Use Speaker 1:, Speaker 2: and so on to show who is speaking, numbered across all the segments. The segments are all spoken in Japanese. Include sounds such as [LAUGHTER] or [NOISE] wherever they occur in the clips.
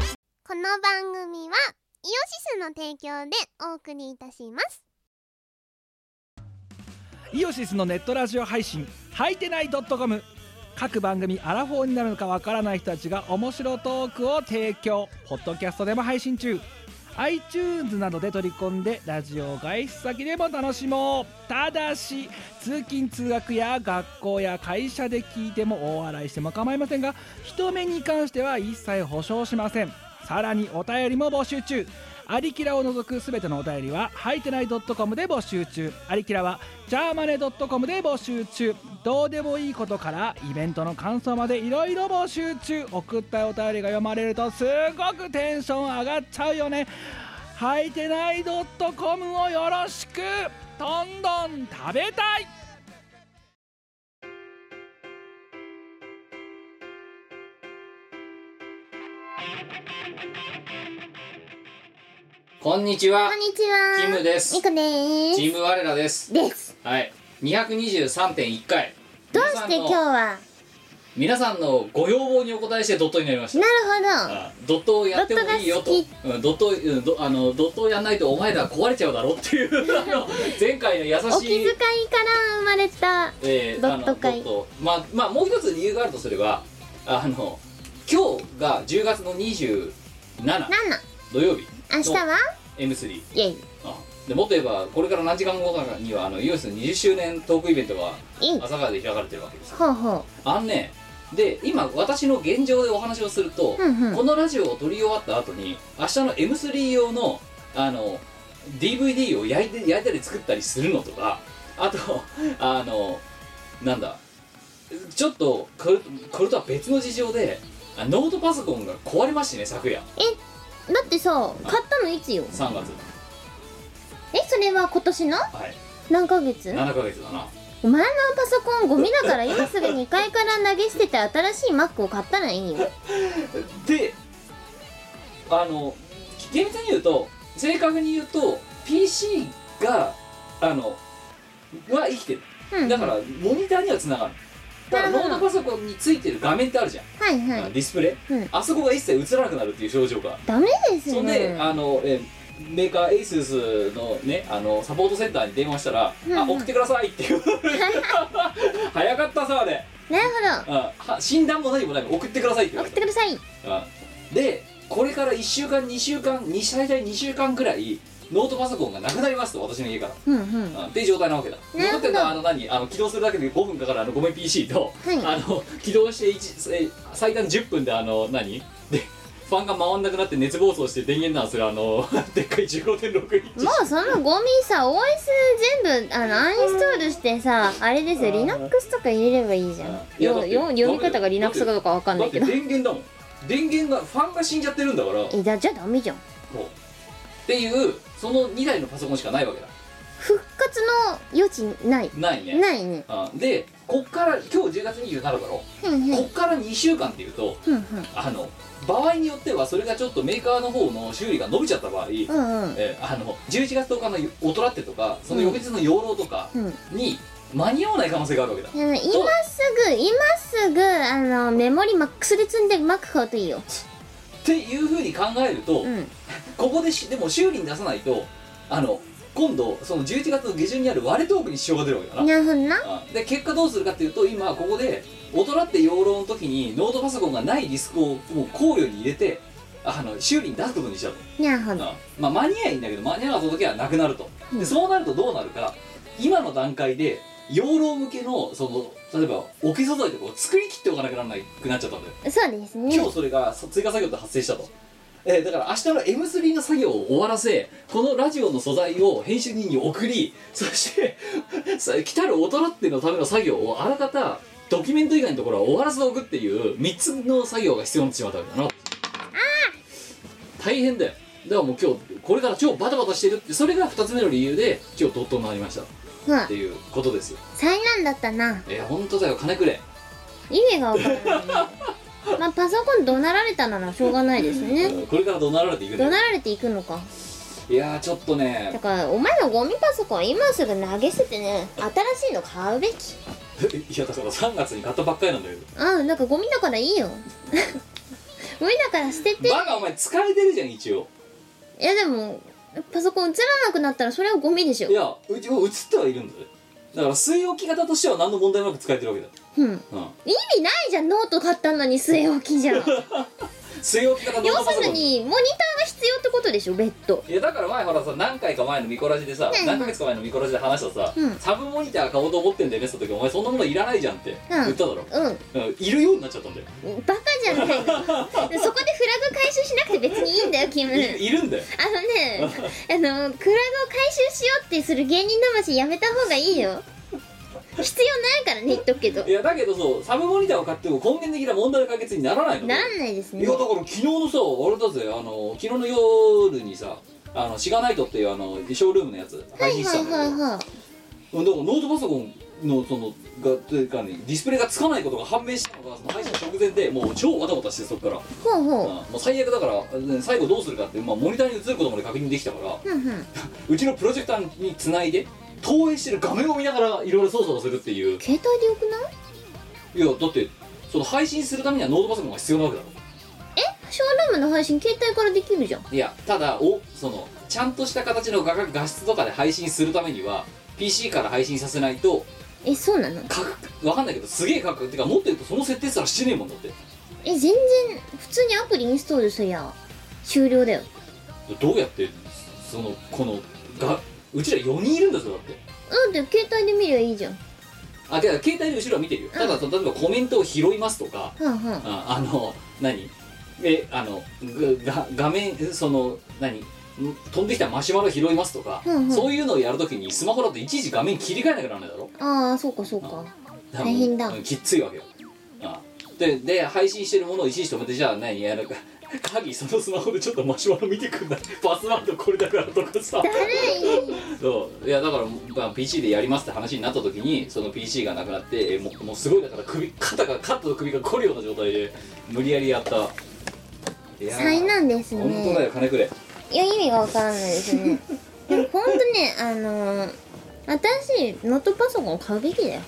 Speaker 1: の番組はイオシスの提供でお送りいたします
Speaker 2: イオシスのネットラジオ配信「はいてない .com」各番組アラフォーになるのかわからない人たちが面白トークを提供ポッドキャストでも配信中 iTunes などで取り込んでラジオ外出先でも楽しもうただし通勤通学や学校や会社で聞いても大笑いしても構いませんが人目に関しては一切保証しませんさらにお便りも募集中アリキラを除くすべてのお便りは、はいてない .com で募集中。アリキラは、ジャーマネ .com で募集中。どうでもいいことから、イベントの感想までいろいろ募集中。送ったお便りが読まれると、すごくテンション上がっちゃうよね。はいてない .com をよろしくどんどん食べたい
Speaker 3: こんにちは
Speaker 1: こんにちは
Speaker 3: キムです
Speaker 1: ミコで
Speaker 3: チ
Speaker 1: ー
Speaker 3: ーム我らです
Speaker 1: すです
Speaker 3: はい223.1回
Speaker 1: どうして今日
Speaker 3: 日
Speaker 1: は
Speaker 3: 皆さんのご要望にお答えしてドットになりました
Speaker 1: なるほ
Speaker 3: あドットをやってもいいよと
Speaker 1: ドッ
Speaker 3: うんドットうんドあのドットをやんないとお前ら壊れちゃうだろっていう
Speaker 1: [LAUGHS]
Speaker 3: あの前回の優
Speaker 1: どお気
Speaker 3: し
Speaker 1: 遣い
Speaker 3: い
Speaker 1: から生まれた
Speaker 3: えーあの
Speaker 1: ドット会
Speaker 3: トまあまあもう一つ理由があるとすればあの今日が10月の27
Speaker 1: 7
Speaker 3: 土曜日
Speaker 1: 明日
Speaker 3: の
Speaker 1: は
Speaker 3: M3
Speaker 1: イェイ
Speaker 3: あでもっと言えばこれから何時間後かにはあのユース20周年トークイベントが
Speaker 1: イ
Speaker 3: 朝霞で開かれてるわけですよ
Speaker 1: ほうほ
Speaker 3: あんねで今私の現状でお話をすると、
Speaker 1: うんうん
Speaker 3: このラジオを撮り終わった後に明日の M3 用のあの DVD を焼いて焼いたり作ったりするのとかあと [LAUGHS] あのなんだちょっとこれこれとは別の事情であノートパソコンが壊れましてね昨夜
Speaker 1: うだってさ買ったのいつよ
Speaker 3: 3月
Speaker 1: えそれは今年の
Speaker 3: はい
Speaker 1: 何ヶ月
Speaker 3: 7ヶ月だな
Speaker 1: お前のパソコンゴミだから今すぐ2階から投げ捨てて新しい Mac を買ったらいいよ
Speaker 3: であの厳密に言うと正確に言うと PC があのは生きてる
Speaker 1: うん
Speaker 3: だからモニターにはつながるだから
Speaker 1: な
Speaker 3: ノ
Speaker 1: るほど
Speaker 3: ートパソコンについてる画面ってあるじゃん、
Speaker 1: はいは
Speaker 3: あ
Speaker 1: い
Speaker 3: ディスプレイ、
Speaker 1: うん
Speaker 3: あそこが一切映らなくなるっていう症状が、
Speaker 1: ダメです
Speaker 3: そ
Speaker 1: よ
Speaker 3: ん
Speaker 1: ね
Speaker 3: であのえメーカー ASUS のねあのサポートセンターに電話したら「
Speaker 1: うん
Speaker 3: あ送ってください」っ
Speaker 1: [LAUGHS]
Speaker 3: ていう早かったさあれ
Speaker 1: なるほど
Speaker 3: あは診断も何もない送ってくださいって言わ
Speaker 1: 送
Speaker 3: れ
Speaker 1: ったてください
Speaker 3: あでこれから1週間2週間に最大2週間くらいノートパソコンがなくなりますと私の家から、
Speaker 1: うんうん
Speaker 3: あっていう状態なわけだ
Speaker 1: なるほど
Speaker 3: 残ってるのはあの何あの起動するだけで5分かかるあのごめん PC と、
Speaker 1: はい
Speaker 3: あの起動して一え最短10分であの何でファンが回んなくなって熱暴走して電源ダウンするあの [LAUGHS] でっかい15.6インチ
Speaker 1: もうそのゴミさ OS 全部あのアンインストールしてさあれですよ Linux とか入れればいいじゃん
Speaker 3: いや
Speaker 1: よ
Speaker 3: だって
Speaker 1: よ読み方が
Speaker 3: だって
Speaker 1: Linux かどうかわかんな
Speaker 3: だ
Speaker 1: い
Speaker 3: っ
Speaker 1: け
Speaker 3: て
Speaker 1: ど
Speaker 3: 電源だもん電源がファンが死んじゃってるんだから
Speaker 1: えじゃじゃあダメじゃん
Speaker 3: もうっていうその2台のパソコンしかないわけだ
Speaker 1: 復活の余地ない
Speaker 3: ないね
Speaker 1: ないね
Speaker 3: あでこっから今日10月27だろこ
Speaker 1: ふんふん
Speaker 3: っから2週間っていうと
Speaker 1: ふんふん
Speaker 3: あの場合によってはそれがちょっとメーカーの方の修理が伸びちゃった場合、
Speaker 1: うんうん
Speaker 3: えあの11月10日のおとらってとかその翌日の養老とか
Speaker 1: うん
Speaker 3: に間に合わない可能性があるわけだ
Speaker 1: あの今すぐ今すぐあのメモリマックスで積んで Mac 買うといいよ
Speaker 3: っていうふうに考えると、
Speaker 1: うん
Speaker 3: ここでしでも修理に出さないとあの今度その11月の下旬にある割れトークに支障が出るわけだな
Speaker 1: なるほどな
Speaker 3: あで結果どうするかっていうと今ここで大人って養老の時にノートパソコンがないディスクをもう考慮に入れてあの修理に出すことにしちゃう
Speaker 1: なるほ
Speaker 3: と、
Speaker 1: ど
Speaker 3: あまあ、間に合いんだけど間に合わない時はなくなると
Speaker 1: う
Speaker 3: で
Speaker 1: ん
Speaker 3: そうなるとどうなるか今の段階で養老向けのその例えばオケ素材とかを作り切っておかなくならなくなっちゃったんだよ
Speaker 1: そうですね
Speaker 3: 今日それがそ追加作業で発生したと、えーだから明日の M3 の作業を終わらせこのラジオの素材を編集人に送りそして [LAUGHS] さ来たる大人ってのための作業をあらかたドキュメント以外のところは終わらせておくっていう3つの作業が必要になってしまったわけだな大変だよだからもう今日これから超バタバタしてるってそれが2つ目の理由で今日ドットになりましたっ
Speaker 1: うん
Speaker 3: ていうことですよ
Speaker 1: 災難だったな
Speaker 3: えー、本当だよ金くれ
Speaker 1: 意味がわからないねまあパソコン怒鳴られたならしょうがないですね
Speaker 3: これから怒鳴られていくん
Speaker 1: 怒
Speaker 3: だよ
Speaker 1: 鳴られていくのか
Speaker 3: いやーちょっとね
Speaker 1: だからお前のゴミパソコン今すぐ投げ捨ててね新しいの買うべき
Speaker 3: [LAUGHS] いやだから3月に買ったばっかりなんだけど
Speaker 1: あなんかゴミだからいいよ [LAUGHS] ゴミだから捨ててい
Speaker 3: バカお前疲れてるじゃん一応
Speaker 1: やでもパソコン映らなくなったらそれはゴミでしょ
Speaker 3: いやうち映ってはいるんだよだから据え置き方としては何の問題もなく使えてるわけだ
Speaker 1: うん
Speaker 3: うん
Speaker 1: 意味ないじゃんノート買ったのに据え置きじゃ
Speaker 3: [LAUGHS]
Speaker 1: ん
Speaker 3: 据え置き方どん
Speaker 1: 要
Speaker 3: なパソ
Speaker 1: す
Speaker 3: コ
Speaker 1: る
Speaker 3: ン
Speaker 1: にモニターが必要ってことでしょ別途
Speaker 3: いやだから前ほらさ何回か前のミコラジでさ、
Speaker 1: うん
Speaker 3: 何ヶ月か前のミコラジで話したさ、
Speaker 1: うん
Speaker 3: サブモニター買おうと思ってんだよねって言った時お前そんなものいらないじゃんって言っただろ、
Speaker 1: うん
Speaker 3: うんいるようになっちゃったんだよ、
Speaker 1: バカじゃないのそこでフラグ回収しなくて別にいいんだよキム
Speaker 3: いいるんだよ
Speaker 1: あのねあのフラグを回収しようってする芸人魂やめた方がいいよ必要ないからね言っとくけど
Speaker 3: いやだけどそうサブモニターを買っても根源的な問題の解決にならないの
Speaker 1: なんないです
Speaker 3: い
Speaker 1: ね
Speaker 3: やだから昨日のさあれだぜあの昨日の夜にさあのシガナイトっていうあのショールームのやつ
Speaker 1: は
Speaker 3: 配
Speaker 1: い
Speaker 3: 信し
Speaker 1: は
Speaker 3: た
Speaker 1: い
Speaker 3: んだ
Speaker 1: はい
Speaker 3: けど
Speaker 1: は
Speaker 3: うんだからノートパソコンのそのがというかねディスプレイがつかないことが判明したのがその配信直前でもう超わたわたしてそっから
Speaker 1: いほう
Speaker 3: うん
Speaker 1: ほ
Speaker 3: もう最悪だからね最後どうするかって、まあ、モニターに映ることまで確認できたから
Speaker 1: うふんふん
Speaker 3: うちのプロジェクターにつないで投影してる画面を見ながらいろいろ操作をするっていう
Speaker 1: 携帯でよくない
Speaker 3: いやだってその配信するためにはノートパソコンが必要なわけだろ
Speaker 1: えショールームの配信携帯からできるじゃん
Speaker 3: いやただおそのちゃんとした形の画角画質とかで配信するためには PC から配信させないと
Speaker 1: えそうなの
Speaker 3: かわかんないけどすげえ価格てかもっと言うとその設定すらしてねえもんだって
Speaker 1: え全然普通にアプリインストールすりゃ終了だよ
Speaker 3: どうやってそのこのがうちら4人いるんだぞだって
Speaker 1: だって携帯で見りゃいいじゃん
Speaker 3: あけど携帯の後ろは見てるよただ例えばコメントを拾いますとか
Speaker 1: はんはん
Speaker 3: ああの何えあのがが画面その何ん飛んできたマシュマロ拾いますとか、
Speaker 1: うんうん
Speaker 3: そういうのをやるときにスマホだといちいち画面切り替えなきゃならないだろ
Speaker 1: ああそうかそうか
Speaker 3: だから
Speaker 1: 大変だ
Speaker 3: うんきっついわけよあでで配信してるものをいちいち止めてじゃあ何やるか [LAUGHS] 鍵そのスマホでちょっとマシュマロ見てくんない [LAUGHS] パスワードこれだからとか
Speaker 1: [LAUGHS]
Speaker 3: さ
Speaker 1: だるい
Speaker 3: そういやだから、まあ、PC でやりますって話になった時にその PC がなくなってえもうもうすごいだから首肩が肩と首が凝るような状態で無理やりやったいやー
Speaker 1: 災難ですね
Speaker 3: 本当だよ金くれ
Speaker 1: いや意味がわからないです [LAUGHS] ねでもほんとねあのー、新しいノートパソコンを買うべきだよ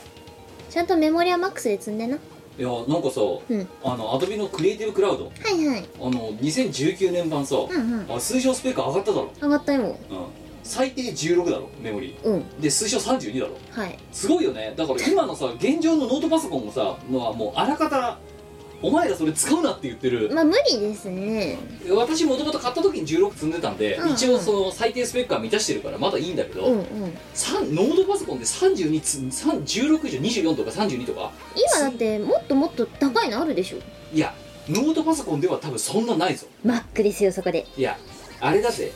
Speaker 1: ちゃんとメモリアマックスで積んでない
Speaker 3: やなんかさ、
Speaker 1: うん
Speaker 3: あのアドビのクリエイティブクラウド
Speaker 1: はいはい
Speaker 3: あの2019年版さ、
Speaker 1: うんうん
Speaker 3: あ推奨スペック上がっただろ、
Speaker 1: 上がったよ
Speaker 3: うん、最低16だろメモリ
Speaker 1: うん
Speaker 3: で推奨32だろ
Speaker 1: はい
Speaker 3: すごいよねだから今のさ現状のノートパソコンもさのはもうあらかたお前らそれ使うなって言ってる
Speaker 1: まあ無理ですね
Speaker 3: 私もともと買った時に16積んでたんで、
Speaker 1: うんうん
Speaker 3: 一応その最低スペックは満たしてるからまだいいんだけど、
Speaker 1: うんうん
Speaker 3: さんノードパソコンで32つ16以上24とか32とか
Speaker 1: 今だってもっともっと高いのあるでしょ
Speaker 3: いやノートパソコンでは多分そんなないぞ
Speaker 1: Mac ですよそこで
Speaker 3: いやあれだって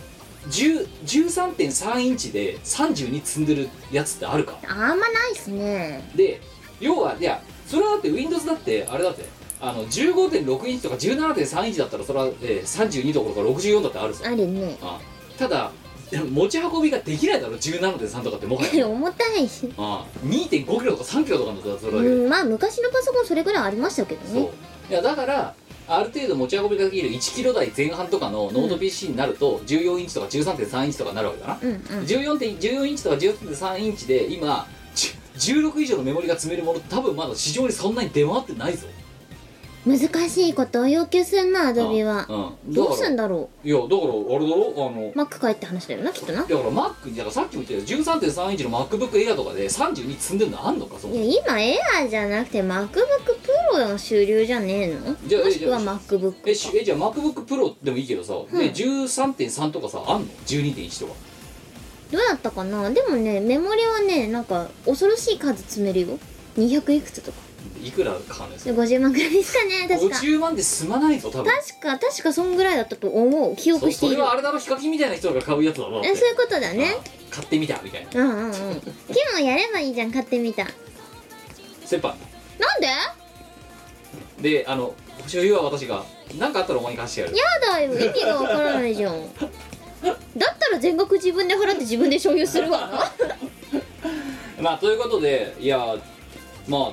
Speaker 3: 10 13.3インチで32積んでるやつってあるか
Speaker 1: あんまないっすね
Speaker 3: で要はいやそれはだって Windows だってあれだってあの15.6インチとか17.3インチだったらそれは、えー32どころか64だってあるぞ
Speaker 1: あるね
Speaker 3: あただ持ち運びができないだろ17.3とかってもはや
Speaker 1: [LAUGHS] 重たいし
Speaker 3: あ2 5キロとか3キロとかのだったらそれだけで
Speaker 1: うんまあ昔のパソコンそれぐらいありましたけどね
Speaker 3: そういやだからある程度持ち運びができる1キロ台前半とかのノート PC になると14インチとか13.3インチとかになるわけだな、
Speaker 1: うんうん
Speaker 3: 14点14インチとか13.3インチで今10 16以上のメモリが積めるものって多分まだ市場にそんなに出回ってないぞ
Speaker 1: 難しいことを要求すんなアドビは
Speaker 3: うん、だ
Speaker 1: ど
Speaker 3: か
Speaker 1: うす
Speaker 3: ら
Speaker 1: んだろ
Speaker 3: いやだからあれだろあ
Speaker 1: う
Speaker 3: の
Speaker 1: Mac 買えって話だよなきっとな
Speaker 3: だからマックだからさっきも言ったけど13.3インチの MacBookAir とかで32積んでるのあんのかその
Speaker 1: いや今エアーじゃなくて MacBookPro の主流じゃねえの
Speaker 3: じゃあ
Speaker 1: もしくは
Speaker 3: じ
Speaker 1: MacBook
Speaker 3: えしえじゃあ MacBookPro でもいいけどさ、
Speaker 1: ん
Speaker 3: で13.3とかさあんの12.1とか
Speaker 1: どうだったかなでもねメモリはねなんか恐ろしい数積めるよ200いくつとか
Speaker 3: いくらかかんないです
Speaker 1: で50万くらいですか
Speaker 3: [LAUGHS]
Speaker 1: ね確か
Speaker 3: 50万で済まないぞ多分
Speaker 1: 確か確かそんぐらいだったと思う記
Speaker 3: そ
Speaker 1: 憶して
Speaker 3: そ
Speaker 1: い
Speaker 3: れ
Speaker 1: る
Speaker 3: はあれだろヒカキンみたいな人が買うやつだろだって
Speaker 1: えそういうことだね
Speaker 3: ああ買ってみたみたいな
Speaker 1: うん [LAUGHS] うんうんキムやればいいじゃん買ってみたなん
Speaker 3: 先輩
Speaker 1: でや
Speaker 3: であの所有は私が何かあったらお前に貸してやる
Speaker 1: だよ意味がわからないじゃんだったら全額自分で払って自分で所有するわな
Speaker 3: まあということでいやまあ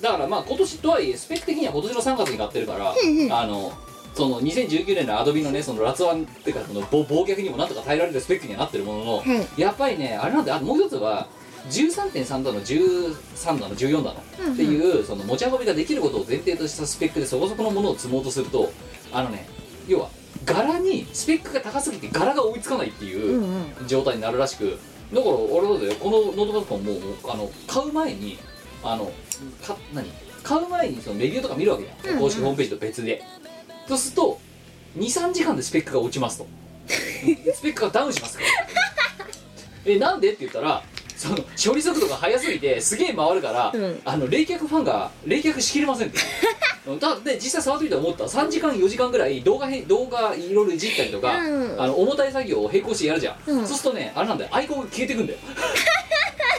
Speaker 3: だからまあ今年とはいえスペック的には今年の3月に買ってるから
Speaker 1: んうん
Speaker 3: あのその2019年のアドビのねその辣腕っていうかその暴暴虐にもなんとか耐えられるスペックにはなってるものの、
Speaker 1: は
Speaker 3: やっぱりねあれなんであともう一つは13.3だの13だの14だの、
Speaker 1: うんうん
Speaker 3: っていうその持ち運びができることを前提としたスペックでそこそこのものを積もうとするとあのね要は柄にスペックが高すぎて柄が追いつかないって
Speaker 1: う
Speaker 3: いうん
Speaker 1: うん
Speaker 3: 状態になるらしくだから俺だってこのノートパソコンもうあの買う前にあのか何買う前にそのレビューとか見るわけじゃ
Speaker 1: うん
Speaker 3: ん
Speaker 1: うん
Speaker 3: 公式ホームページと別でそうすると23時間でスペックが落ち
Speaker 1: [LAUGHS]
Speaker 3: ますとスペックがダウンしますからえなんでって言ったらその処理速度が速すぎてすげえ回るから、
Speaker 1: うん
Speaker 3: あの冷却ファンが冷却しきれ
Speaker 1: [LAUGHS]
Speaker 3: ませんってうんだで実際触ってみて思った3時間4時間ぐらい動画へ動画いろいろいじったりとか、
Speaker 1: うん
Speaker 3: あの重たい作業を並行してやるじゃん、
Speaker 1: うん
Speaker 3: そうするとねあれなんだよアイコンが消えてくんだよ [LAUGHS]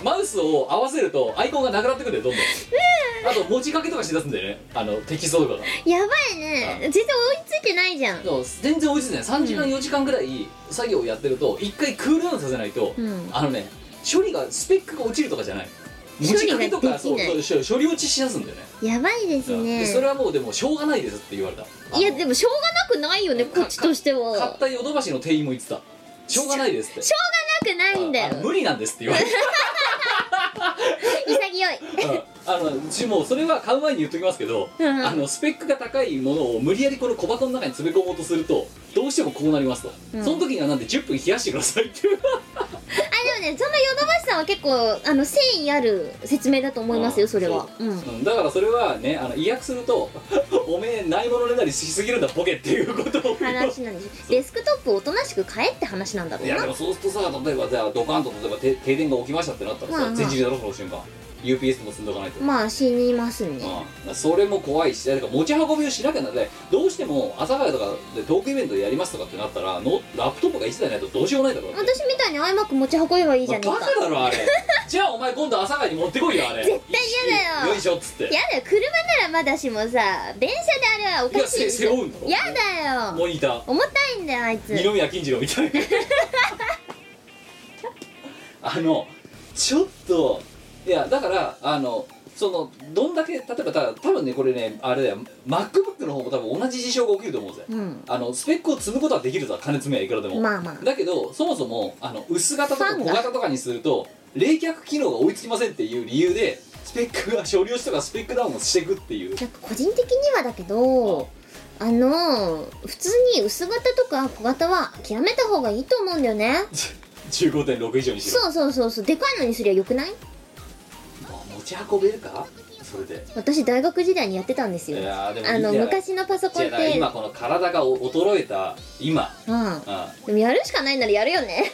Speaker 3: マウスを合わせるとアイコンがなくなってくんだよどんどんあと文字かけとかしだすんだよねあのテキストとかが
Speaker 1: やばいね全然追いついてないじゃん
Speaker 3: でも全然追いついてない3時間
Speaker 1: うん
Speaker 3: 4時間ぐらい作業をやってると1回クールダウンさせないと、
Speaker 1: うん
Speaker 3: あのね処理がスペックが落ちるとかじゃない
Speaker 1: 処理が
Speaker 3: 文字かけとか
Speaker 1: できない
Speaker 3: そうそう処理落ちしだすんだよね
Speaker 1: やばいです
Speaker 3: で
Speaker 1: ね
Speaker 3: それはもうでもしょうがないですって言われたあの
Speaker 1: いやでもしょうがなくないよねこっちとしてはしょ
Speaker 3: 買ったヨドバシの店員も言ってたしょうがないですって
Speaker 1: うがなくないんだよ
Speaker 3: ああ無理なんですって言われ
Speaker 1: 潔い
Speaker 3: たあのうちもうそれは買う前に言っときますけど、
Speaker 1: うん
Speaker 3: あのスペックが高いものを無理やりこの小箱の中に詰め込もうとするとどうしてもこうなりますと、
Speaker 1: うん
Speaker 3: その時にはなんで10分冷やしてくださいって
Speaker 1: あでもねそのヨドバシさんは結構あの誠意ある説明だと思いますよそれはう
Speaker 3: う
Speaker 1: ん
Speaker 3: ん、だからそれはねあの意訳すると「おめえないものねだりしすぎるんだボケ」っていうことを
Speaker 1: 話なんですデスクトップをおとなしく買えって話なんだろう
Speaker 3: いやで
Speaker 1: な
Speaker 3: もそうするとさ例えばじゃあドカンと例えばて停電が起きましたってなったら
Speaker 1: うんう
Speaker 3: さ
Speaker 1: ん
Speaker 3: 全自動だろその瞬間 UPS も積んどかないと、
Speaker 1: まあ死にますね
Speaker 3: うんそれも怖いしだから持ち運びをしなきゃならないどうしても朝早とかでトークイベントやりますとかってなったらのラップトップが1台ないとどうしようもないだろうって
Speaker 1: 私みたいに iMac 持ち運べばいいじゃねえ
Speaker 3: バ
Speaker 1: か
Speaker 3: カだろあれじゃあお前今度朝早に持ってこいよあれ
Speaker 1: 絶対嫌だよ
Speaker 3: 一式よいしょっつって
Speaker 1: やだよ車ならまだしもさ電車であれはおかしいでしょ
Speaker 3: いやせ背負うんだろ
Speaker 1: やだよ
Speaker 3: モニター
Speaker 1: 重たいんだよあいつ
Speaker 3: 二宮金次郎み
Speaker 1: [LAUGHS]
Speaker 3: たいなあのちょっといやだからあのそのどんだけ例えばた多分ねこれねあれだよ MacBook の方も多分同じ事象が起きると思うぜ、
Speaker 1: うん
Speaker 3: あのスペックを積むことはできるぞ金詰めはいくらでも、
Speaker 1: まあまあ
Speaker 3: だけどそもそもあの薄型とか
Speaker 1: ファン
Speaker 3: 小
Speaker 1: が
Speaker 3: 型とかにすると冷却機能が追いつきませんっていう理由でスペックが処理落ちとかスペックダウンをしていくっていう
Speaker 1: なんか個人的にはだけどあの普通に薄型とか小型は諦めた方がいいと思うんだよね
Speaker 3: 15.6以上にしろ
Speaker 1: そうそうそうそうでかいのにすりゃよくない
Speaker 3: まあ持ち運べるかそれで
Speaker 1: 私大学時代にやってたんです
Speaker 3: い
Speaker 1: よ
Speaker 3: やーでもいい
Speaker 1: あ
Speaker 3: んじゃ
Speaker 1: の
Speaker 3: ない
Speaker 1: 昔のパソコン
Speaker 3: 違
Speaker 1: っ
Speaker 3: うだから
Speaker 1: て
Speaker 3: 今この体が衰えた今、
Speaker 1: うん
Speaker 3: うん
Speaker 1: でもやるしかないならやるよね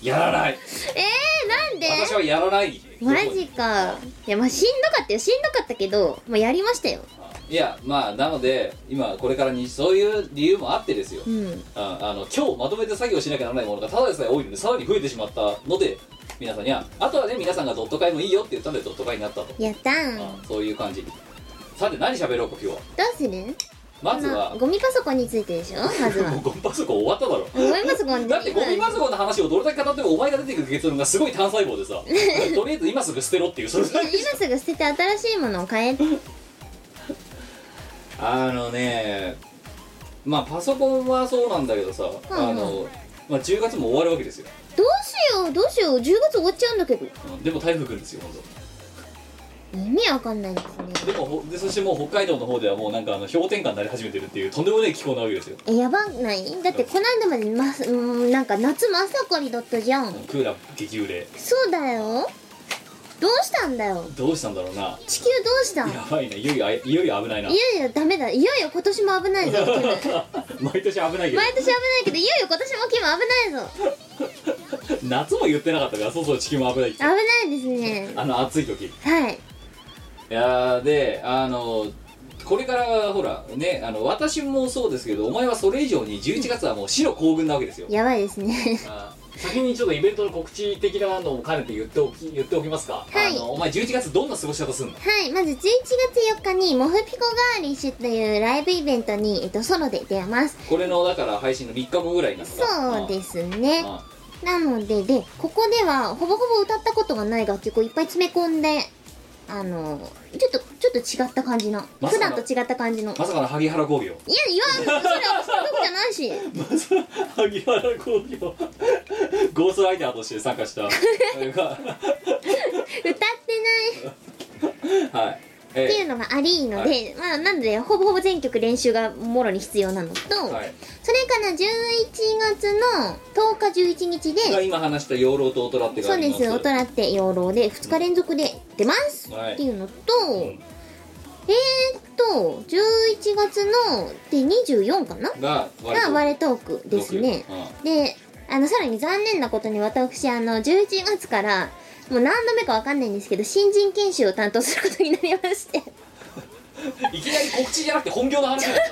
Speaker 3: やらな
Speaker 1: え
Speaker 3: い
Speaker 1: ー、なんで
Speaker 3: 私はやらない
Speaker 1: マジかいやまあしんどかったよしんどかったけどまあやりましたよ
Speaker 3: いやまあなので今これからにそういう理由もあってですよ、
Speaker 1: う
Speaker 3: うん
Speaker 1: ん
Speaker 3: あの今日まとめて作業しなきゃならないものがただでさえ多いのでさらに増えてしまったので皆さんにはあとはね皆さんがドット会もいいよって言ったのでドット会になったと、
Speaker 1: やったんど
Speaker 3: あそういう感じさて何喋ろうか今日は
Speaker 1: うする
Speaker 3: まずは
Speaker 1: まあゴミパソコンについてでしょま
Speaker 3: [LAUGHS]
Speaker 1: ずは
Speaker 3: もうゴミパソコン終わっただろ
Speaker 1: ゴミパソコン
Speaker 3: だってゴミパソコンの話をどれだけ語ってもお前が出てくる結論がすごい単細胞
Speaker 1: [LAUGHS]
Speaker 3: でさとりあえず今すぐ捨てろっていうそれだ
Speaker 1: 今
Speaker 3: け
Speaker 1: 今すぐ捨てて新しいものを買え
Speaker 3: [LAUGHS] あのねまあパソコンはそうなんだけどさ、
Speaker 1: んうん
Speaker 3: あの、まあ、10月も終わるわけですよ、
Speaker 1: どうしようどうしよう10月終わっちゃうんだけど
Speaker 3: うんでも台風来るんですよ今
Speaker 1: 意味わかんないですね
Speaker 3: 度でもほでそしてもう北海道の方ではもうなんかあの氷点下になり始めてるっていうとんでもない気候なわけですよ
Speaker 1: えやばないだってこの間までま、うん、なんか夏真っ盛りだったじゃん
Speaker 3: クーラー激売れ
Speaker 1: そうだよどうしたんだよ
Speaker 3: どうしたんだろうな
Speaker 1: 地球どうしたんい
Speaker 3: やばいないよいよあいよいよ危ないな
Speaker 1: よいよダメだいよいよ今年も危ないぞ [LAUGHS] キム
Speaker 3: [LAUGHS] 毎年危ないけど
Speaker 1: 毎年危ないけどいよいよ今年もキム危ないぞ
Speaker 3: 夏も言ってなかったからそうそう地球も危ないって
Speaker 1: 危ないですね
Speaker 3: あの暑い時
Speaker 1: はい
Speaker 3: いやーであのこれからはほらねあの私もそうですけどお前はそれ以上に11月はもう白行軍なわけですよ
Speaker 1: やばいですね [LAUGHS]
Speaker 4: あ先にちょっとイベントの告知的なのも兼ねて言っておき言っておきますか
Speaker 1: はい
Speaker 3: あのお前11月どんな過ごし方すんの
Speaker 1: はいまず11月4日にモフピコガーリッシュというライブイベントに、えっと、ソロで出ます
Speaker 3: これのだから配信の3日後ぐらいなのか
Speaker 1: そうですすねなのででここではほぼほぼ歌ったことがない楽曲をいっぱい詰め込んであのちょっとちょっと違った感じの
Speaker 3: ま
Speaker 1: 普
Speaker 3: さ
Speaker 1: 段
Speaker 3: かの
Speaker 1: と違った感じのいや
Speaker 3: まさかの萩原工業
Speaker 1: 言わんそれ私の曲じゃない
Speaker 3: [LAUGHS]
Speaker 1: し
Speaker 3: まさ萩原工業ゴーストライターとし
Speaker 1: [LAUGHS]
Speaker 3: て参加した
Speaker 1: 歌ってない
Speaker 3: はい
Speaker 1: っ
Speaker 5: え
Speaker 1: ていうのがありので、
Speaker 5: は
Speaker 1: まあなんでほぼほぼ全曲練習がもろに必要なのと、
Speaker 5: はい
Speaker 1: それから11月の10日11日で
Speaker 3: が今話した養老と大人って
Speaker 1: そう
Speaker 3: 感じ
Speaker 1: です大人って養老で2日連続で出ます、
Speaker 3: はい
Speaker 1: っていうのと、
Speaker 3: ん
Speaker 1: えーっと11月ので24かな
Speaker 3: が割
Speaker 1: が
Speaker 3: と
Speaker 1: 割れトークですね
Speaker 3: うん
Speaker 1: であのさらに残念なことに私あの11月からもう何度目かわかんないんですけど新人研修を担当することになりまして
Speaker 3: いきなり告知じゃなくて本業の話なんだよ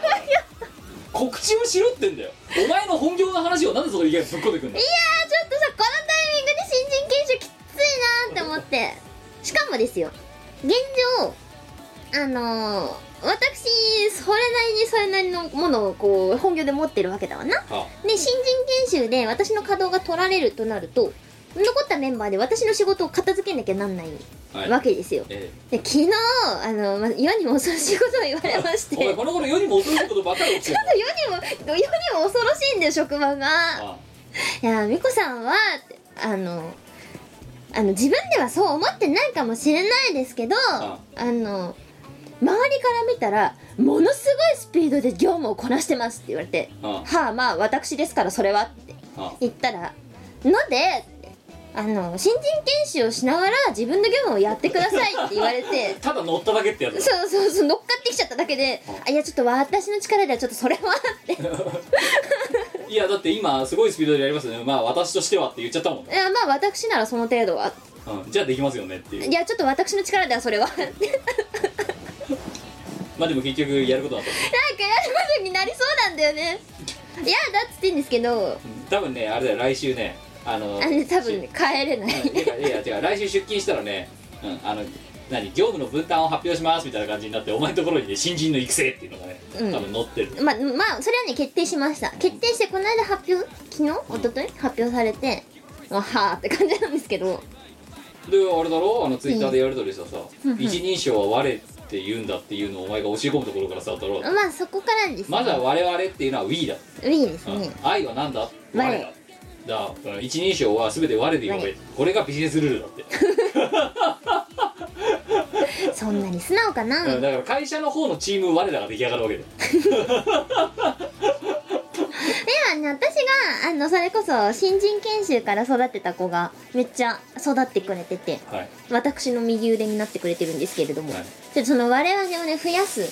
Speaker 3: 告知をしろってんだよお前の本業の話をなんでそこにいきなりぶっこんでくんだ
Speaker 1: いや
Speaker 3: よ
Speaker 1: ーちょっとさこのタイミングで新人研修きついなーって思ってしかもですよ現状あのー、私それなりにそれなりのものをこう本業で持ってるわけだわな
Speaker 3: は
Speaker 1: で新人研修で私の稼働が取られるとなると残ったメンバーで私の仕事を片付けなきゃなんない
Speaker 3: あはい
Speaker 1: わけですよ、
Speaker 3: え
Speaker 1: で昨日あの、ま、世にも恐ろしいことを言われまして
Speaker 3: え [LAUGHS] お前
Speaker 1: 世
Speaker 3: この頃世にも恐ろしいことばっかり起きてる
Speaker 1: にも世にも恐ろしいんだよ職場が
Speaker 3: あ
Speaker 1: いや美子さんはってあのあの自分ではそう思ってないかもしれないですけどあ
Speaker 3: あ
Speaker 1: の周りから見たらものすごいスピードで業務をこなしてますって言われて「
Speaker 3: あ
Speaker 1: はあまあ私ですからそれは」って
Speaker 3: あ
Speaker 1: 言ったら「ので」あの新人研修をしながら自分の業務をやってくださいって言われ
Speaker 3: [LAUGHS]
Speaker 1: て
Speaker 3: ただ乗っただけってやつだ
Speaker 1: そうそうそう乗っかってきちゃっただけで「あいやちょっと私の力ではちょっとそれは」
Speaker 3: [LAUGHS]
Speaker 1: って
Speaker 3: いやだって今すごいスピードでやりますよねまあ私としてはって言っちゃったもん
Speaker 1: いや「まあ私ならその程度は」
Speaker 3: うんじゃあできますよねっていう
Speaker 1: いやちょっと私の力ではそれ
Speaker 3: [LAUGHS]
Speaker 1: はなんかやる
Speaker 3: まあでも結局やることだと
Speaker 1: こ
Speaker 3: 思
Speaker 1: とになりそうなんだよねいやだっつってんですけど
Speaker 3: ううん多分ねあれだよ来週ねあの
Speaker 1: あの多分ね帰れない
Speaker 3: いやいや違う来週出勤したらね、うん、あの何業務の分担を発表しますみたいな感じになってお前のところにね新人の育成っていうのがね
Speaker 1: うん
Speaker 3: 多分載ってる、
Speaker 1: まあまあそれはね決定しました決定してこの間発表昨日一昨日発表されてわはーって感じなんですけど
Speaker 3: であれだろあのツイッターでやり取りしたさ、
Speaker 1: うん
Speaker 3: 一人称は我って言うんだっていうのをお前が教え込むところからさだろう
Speaker 1: まあそこからですね
Speaker 3: まだ我々っていうのは we だ、
Speaker 1: いいです
Speaker 3: うん
Speaker 1: ね
Speaker 3: 愛は何だ
Speaker 1: 我
Speaker 3: 我だだから一人称は全て我で呼べ
Speaker 1: 我
Speaker 3: これがビジネスルールだって
Speaker 1: そんなに素直かな
Speaker 3: うんだから会社の方のチーム我らが出来上がるわけだよ
Speaker 1: [LAUGHS] ではね私があのそれこそ新人研修から育てた子がめっちゃ育ってくれてて
Speaker 3: はい、
Speaker 1: 私の右腕になってくれてるんですけれども、
Speaker 3: はい
Speaker 1: でその我々をね増やす
Speaker 3: う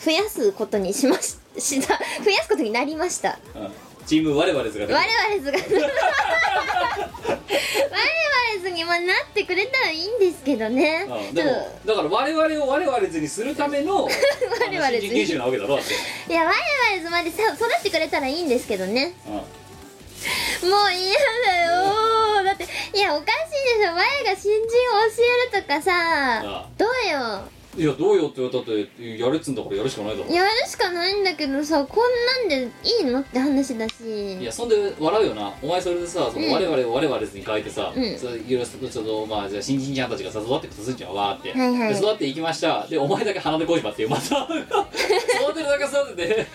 Speaker 1: 増やすことにしましした増やすことになりました
Speaker 3: んうんチーム我々ですが
Speaker 1: 我々ズ [LAUGHS] が我々ズにもなってくれたらいいんですけどね
Speaker 3: う
Speaker 1: ち
Speaker 3: んで
Speaker 1: ょっ
Speaker 3: も
Speaker 1: と
Speaker 3: だから我々を我々ずにするため
Speaker 1: [LAUGHS]
Speaker 3: の
Speaker 1: 我々
Speaker 3: あの新人研修なわけだろだって、
Speaker 1: いや我々ズまでさ育ってくれたらいいんですけどね
Speaker 3: う
Speaker 1: もう嫌だよだっていやおかしいでしょ前が新人を教えるとかさ
Speaker 3: ああ
Speaker 1: どうよ
Speaker 3: ん、いやどうよって言われたってやれっつうんだからやるしかないだろ
Speaker 1: やるしかないんだけどさこんなんでいいのって話だし
Speaker 3: いやそんで笑うよなお前それでさその
Speaker 1: うん
Speaker 3: 我々を我々ずに変えてさ、
Speaker 1: うん
Speaker 3: そういろいろそのまあじゃあ新人ちゃんたちがさ育ってくとすんじゃんわーって、
Speaker 1: はいはい
Speaker 3: で育っていきましたでお前だけ鼻で小島っていう
Speaker 1: [LAUGHS]
Speaker 3: また育てるだけ育てて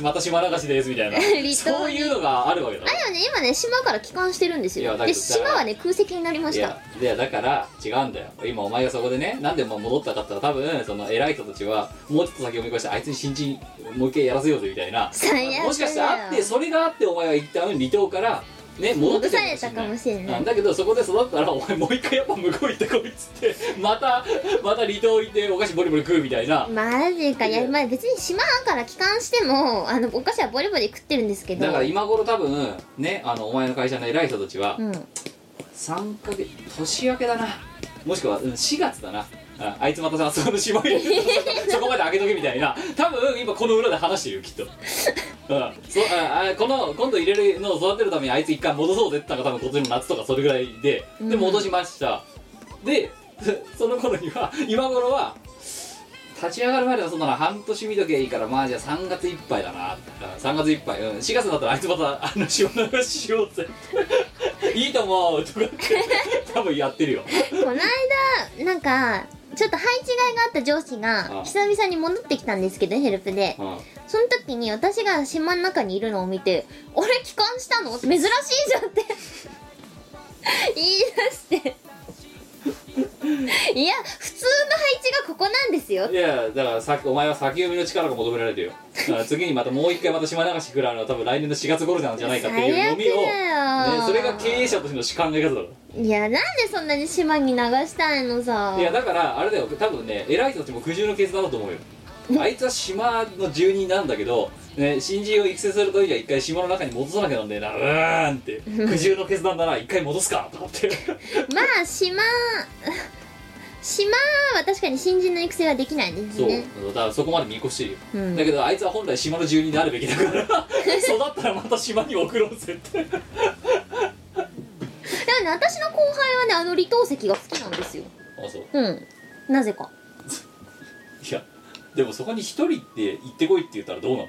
Speaker 3: [LAUGHS] また島流しですみたいな
Speaker 1: 離島に
Speaker 3: そういうのがあるわけだろ
Speaker 1: あでもね今ね島から帰還してるんです
Speaker 3: いや
Speaker 1: よ
Speaker 3: だけ
Speaker 1: で
Speaker 3: ど
Speaker 1: 島はね空席になりま
Speaker 3: い
Speaker 1: した
Speaker 3: やいやだから違うんだよ今お前がそこでねなんでもう戻ったかったら多分その偉い人たちはもうちょっと先を見越してあいつに新人もう一回やらせようぜみたいな
Speaker 1: 最悪
Speaker 3: もしかしてあっ
Speaker 1: だ
Speaker 3: て
Speaker 1: よ
Speaker 3: それがあってお前は一旦離島からね戻ってき
Speaker 1: 戻されたかもしれない
Speaker 3: うんだけどそこで育ったらお前もう一回やっぱ向こう行ってこいっつってまたまた離島行ってお菓子ボリボリ食うみたいな
Speaker 1: マジかいや、まあ、別に島から帰還してもあのお菓子はボリボリ食ってるんですけど
Speaker 3: だから今頃多分ねあのお前の会社の偉い人たちは
Speaker 1: うん、
Speaker 3: 3か月年明けだなもしくは、うん、4月だなああいつまたさあそこの芝
Speaker 1: [LAUGHS]
Speaker 3: 居そこまで開けとけみたいな多分今この裏で話してるよきっと、うん、そああこの今度入れるのを育てるためにあいつ一回戻そうぜってのが多分今年の夏とかそれぐらいでで
Speaker 1: うん
Speaker 3: 戻しました、で [LAUGHS] その頃には今頃は立ち上がるまではそんなの半年見とけいいからまあじゃあ3月いっぱいだなあ3月いっぱい、うん、4月になったらあいつまたあの仕事流ししようぜいいと思うとかって多分やってるよ
Speaker 1: この間なんかちょっと配置換えがあった上司
Speaker 3: あ
Speaker 1: が久々に戻ってきたんですけどヘルプで
Speaker 3: うん
Speaker 1: その時に私が島の中にいるのを見て「俺帰還したの?」珍しいじゃんって [LAUGHS] 言い出していや普通の配置がここなんですですよ
Speaker 3: いやだからさお前は先読みの力が求められてるよだから次にまたもう一回また島流し食らうのは多分来年の4月頃なんじゃないかっていう
Speaker 1: 最悪
Speaker 3: の
Speaker 1: だ
Speaker 3: みを、
Speaker 1: よ
Speaker 3: ね、それが経営者としての主観のやつだろ
Speaker 1: いやなんでそんなに島に流したいのさ
Speaker 3: いやだからあれだよ多分ね偉い人たちも苦渋の決断だと思うよあいつは島の住人なんだけど、ね、新人を育成するときは一回島の中に戻さなきゃなんだよなうーんって苦渋の決断だな一回戻すかと思って
Speaker 1: まあ島島は確かに新人の育成はできないです
Speaker 3: そう
Speaker 1: ね
Speaker 3: だからそこまで見越してるよ、
Speaker 1: うん
Speaker 3: だけどあいつは本来島の住人であるべきだから
Speaker 1: [LAUGHS]
Speaker 3: 育ったらまた島に送ろうぜって
Speaker 1: だからね私の後輩はねあの離島石が好きなんですよ
Speaker 3: あそう
Speaker 1: うんなぜか
Speaker 3: いやでもそこに一人って行ってこいって言ったらどうなの
Speaker 1: うん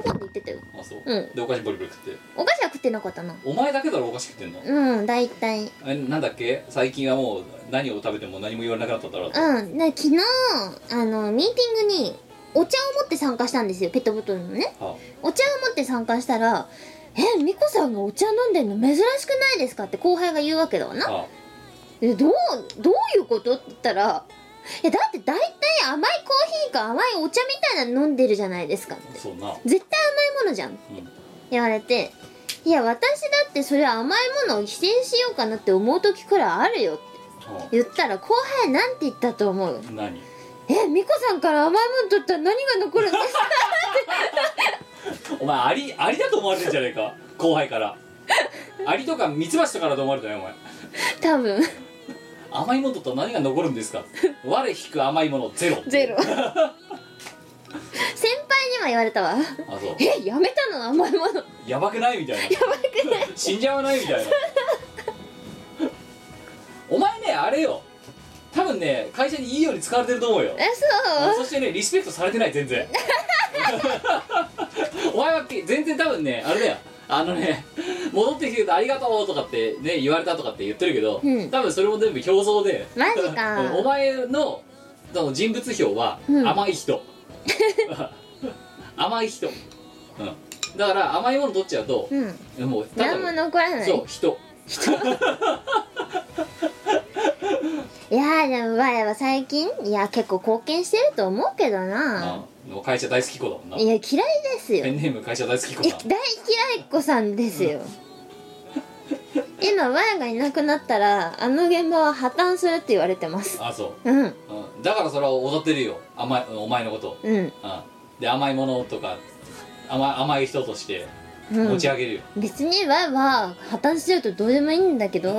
Speaker 1: 後輩は喜んで言ってたよ
Speaker 3: あそう、
Speaker 1: うん
Speaker 3: でお菓子ボリボリ食って
Speaker 1: お菓子は食ってなかったな
Speaker 3: お前だけだろお菓子食ってんの
Speaker 1: うん大体
Speaker 3: えなんだっけ最近はもう何を食べても何も言われなくなったんだろう
Speaker 1: うんで昨日あのミーティングにお茶を持って参加したんですよペットボトルのね
Speaker 3: は
Speaker 1: お茶を持って参加したら「え美子さんがお茶飲んでんの珍しくないですか?」って後輩が言うわけだわ
Speaker 3: あ
Speaker 1: な
Speaker 3: は
Speaker 1: えどうどういうことって言ったら「いやだって大体甘いコーヒーか甘いお茶みたいなの飲んでるじゃないですか」
Speaker 3: あそうな
Speaker 1: 絶対甘いものじゃん
Speaker 3: うん
Speaker 1: 言われて「いや私だってそれは甘いものを否定しようかなって思う時くらいあるよ」って
Speaker 3: は
Speaker 1: 言ったら後輩なんて言ったと思う
Speaker 3: あ何
Speaker 1: え美子さんから甘いもの取ったら何が残るんですか
Speaker 3: お前アリアリだと思われてんじゃねえか後輩からアリとかミツバチとかだと思われてないお前
Speaker 1: 多分
Speaker 3: 甘いものと何が残る
Speaker 1: [LAUGHS]
Speaker 3: んですか我引く甘いものゼロ
Speaker 1: ゼロ先輩にも言われたわ
Speaker 3: あそう
Speaker 1: えやめたの甘いもの
Speaker 3: やばくないみたいなやばくない死んじゃわないみたいなお前ねあれよ多分ね会社にいいように使われてると思うよ
Speaker 1: えそ
Speaker 3: そしてねリスペクトされてない
Speaker 1: [LAUGHS]
Speaker 3: 全然お前はけ全然多分ねあれだよあのね戻ってきてくれてありがとうとかってね言われたとかって言ってるけど、
Speaker 1: うん
Speaker 3: 多分それも全部表像で
Speaker 1: マジか
Speaker 3: うんお前のその人物表は
Speaker 1: うん
Speaker 3: 甘い
Speaker 1: [LAUGHS]
Speaker 3: 人、甘い人、うん、だから甘いもの取っちゃうと
Speaker 1: う、うん
Speaker 3: もうただ
Speaker 1: 何も残らない
Speaker 3: そう人
Speaker 1: いやーでもわやは最近いや結構貢献してると思うけどな
Speaker 3: うんもう会社大好き子だもんな
Speaker 1: や
Speaker 3: い
Speaker 1: 嫌いですよ
Speaker 3: ペンネーム会社大好き子
Speaker 1: い
Speaker 3: だ
Speaker 1: や大嫌いっ子さんです [LAUGHS] よ今わやがいなくなったらあの現場は破綻するって言われてます
Speaker 3: あそう
Speaker 1: うん
Speaker 3: うんだからそれは踊ってるよ甘いお前のこと、
Speaker 1: うん
Speaker 3: うん、で甘いものとか甘い甘い人として
Speaker 1: うん
Speaker 3: 持ち上げるよ、
Speaker 1: 別にわは破綻しちゃうとどうでもいいんだけど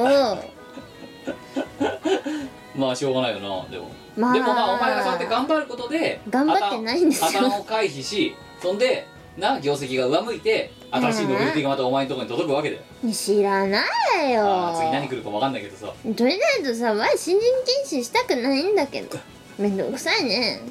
Speaker 3: まあしょうがないよなでも、
Speaker 1: まあ
Speaker 3: でもまあお前がそうやって頑張ることで
Speaker 1: 頑張ってないんですよ
Speaker 3: 破綻破綻を回避しそんでな業績が上向いて新しいノベルティがまたお前のところに届くわけだよ、
Speaker 1: 知らないよ
Speaker 3: あー次何来るか分かんないけどさ
Speaker 1: とりあえずさわ新人禁止したくないんだけどめんどくさいね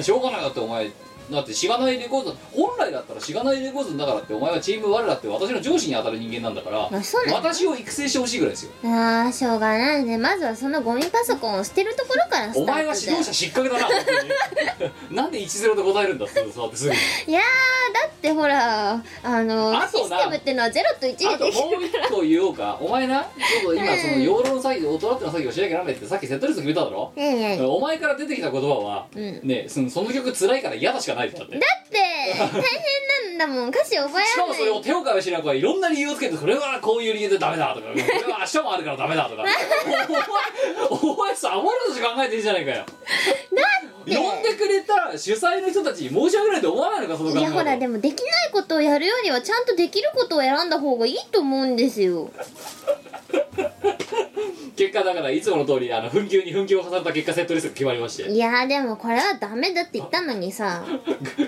Speaker 3: しょうがないだってお前だってしがないレコード本来だったらしがないレコードだからってお前はチーム我らって私の上司に当たる人間なんだから
Speaker 1: あそうなの
Speaker 3: 私を育成してほしいぐらいですよ
Speaker 1: あーしょうがないねまずはそのゴミパソコンを捨てるところからスタート
Speaker 3: お
Speaker 1: で
Speaker 3: 前は指導者失格だな本当になん [LAUGHS] で10で答えるんだって座ってすぐに
Speaker 1: いやーだってほらあの
Speaker 3: あとな
Speaker 1: システムってのは0と1で
Speaker 3: あと
Speaker 1: でき
Speaker 3: もう一個言おうかお前なちょっと今その養老の作業大人っての作業しなきゃなんないってさっきセットリスト決めただろ
Speaker 1: るねえねえだ
Speaker 3: お前から出てきた言葉は、
Speaker 1: うん
Speaker 3: ねそのその曲辛いから嫌だしかないってだって
Speaker 1: って大変なんだもん歌詞覚え
Speaker 3: し
Speaker 1: ら
Speaker 3: かもそれ
Speaker 1: れな
Speaker 3: を
Speaker 1: い
Speaker 3: 手を変えしなくはいろんな理由をつけてそれはこういう理由でダメだとかこれは明日もあるからダメだとかお前お前さ余るとしか考えていいじゃないかよ
Speaker 1: て
Speaker 3: 呼んでくれた主催の人たちに申し訳ないと思わないのかその考
Speaker 1: い
Speaker 3: え
Speaker 1: やほらでもできないことをやるよりはちゃんとできることを選んだ方がいいと思うんですよ
Speaker 3: 結果だからいつもの通りあの紛糾に紛糾を重ねた結果セットリストが決まりまして
Speaker 1: いやーでもこれはダメだって言ったのにさ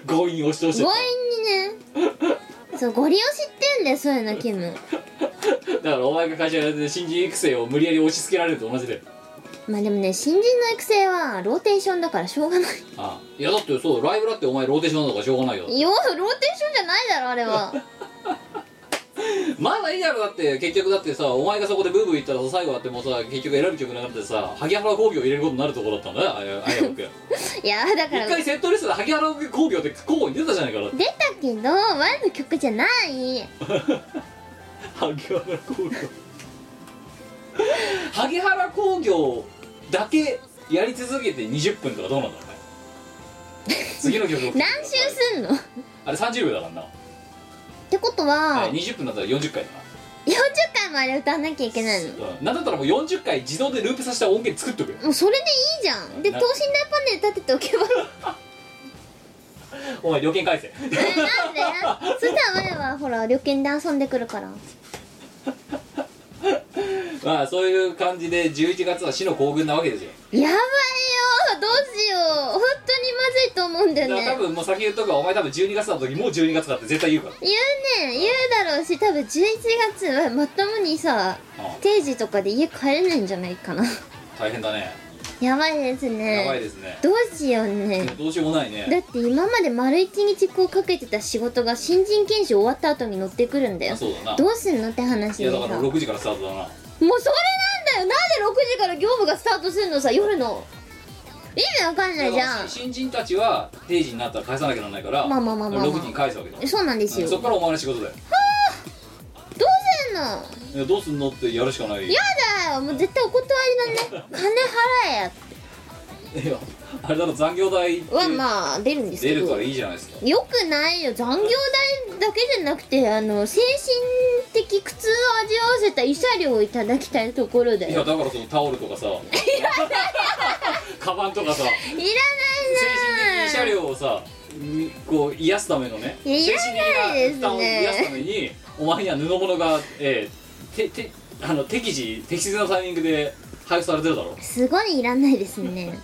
Speaker 3: 強引に押し通して
Speaker 1: 強引にねそうゴリ押しってんだよそういうのキム
Speaker 3: だからお前が会社で新人育成を無理やり押し付けられると同じで
Speaker 1: まあでもね新人の育成はローテーションだからしょうがない
Speaker 3: ああいやだってそうライブだってお前ローテーションなんだからしょうがないよ
Speaker 1: よーローテーションじゃないだろあれは
Speaker 3: まだいいだろだって結局だってさお前がそこでブーブー言ったらさ最後だってもうさ結局選ぶ曲になってさ萩原工業入れることになるところだったんだよあやあや僕一
Speaker 1: いやーだから
Speaker 3: 回セットリストで萩原工業って候補に出たじゃないかだって
Speaker 1: 出たけど前の曲じゃない
Speaker 3: 萩原
Speaker 1: [LAUGHS]
Speaker 3: 工業萩原工業だけやり続けて20分とかどうなんだろうね次の曲を聴いてくだ
Speaker 1: 何
Speaker 3: さい
Speaker 1: 周すんのっ
Speaker 3: あれ30秒だからな、
Speaker 1: てことは、
Speaker 3: えー20分だったら40回だ
Speaker 1: 40
Speaker 3: な
Speaker 1: 回まで歌わなきゃいけないの
Speaker 3: うんなんだったらもう40回自動でループさせた音源作っとくよ
Speaker 1: もうそれでいいじゃんで等身
Speaker 3: な
Speaker 1: 大パネル立てておけば
Speaker 3: お前料金返せ
Speaker 1: えなんでそしたら前はほら旅券で遊んでくるから
Speaker 3: [LAUGHS] まあそういう感じで11月は死の行軍なわけですよ
Speaker 1: やばいよどうしよう本当にまずいと思うんだ
Speaker 3: だか
Speaker 1: よ
Speaker 3: ら多
Speaker 1: ね
Speaker 3: 分もう先言っとくわお前多分12月だときもう12月だって絶対言うから
Speaker 1: 言うね言うだろうし多分11月はまともにさ
Speaker 3: あ
Speaker 1: 定時とかで家帰れないんじゃないかな [LAUGHS]
Speaker 3: 大変だね
Speaker 1: やばいですね
Speaker 3: やばいですね
Speaker 1: どうしようね
Speaker 3: もうどうしようもない
Speaker 1: だ
Speaker 3: ね
Speaker 1: って今まで丸一日こうかけてた仕事が新人研修終わった後に乗ってくるんだよ
Speaker 3: あそうだな
Speaker 1: どうすんのって話で
Speaker 3: いや
Speaker 1: さ
Speaker 3: だ
Speaker 1: もうそれ
Speaker 3: から6時からスタートだな
Speaker 1: なんだよなんで6時から業務がスタートするのさ夜の意味わかんないじゃん
Speaker 3: 新人たちは定時になったら返さなきゃならないから
Speaker 1: まあまあまあまあまあ
Speaker 3: 6時に返すわけだ
Speaker 1: そうなんですよ
Speaker 3: うんそ
Speaker 1: ど
Speaker 3: っ
Speaker 1: う
Speaker 3: からお前の仕事だよ
Speaker 1: すんの
Speaker 3: いやどうすんのってやるしかないよ
Speaker 1: やだよもう絶対お断りだね金払えや
Speaker 3: いや [LAUGHS] あれだろ残業代って
Speaker 1: はまあ出るんです
Speaker 3: 出
Speaker 1: け
Speaker 3: るか
Speaker 1: ど
Speaker 3: らいいじゃないですか
Speaker 1: よくないよ残業代だけじゃなくてあの精神的苦痛を味わわせた慰謝料をいただきたいところだ
Speaker 3: いや
Speaker 1: よ
Speaker 3: だからそのタオルとかさカバンとかさ
Speaker 1: いらない
Speaker 3: 精神的慰謝料をさにこう癒すためのね
Speaker 1: いや
Speaker 3: 精
Speaker 1: いらないですね
Speaker 3: 負担を癒すためにお前には布物が、えー、ててあの適時適切なタイミングで配布されてるだろ
Speaker 1: すごいいらないですね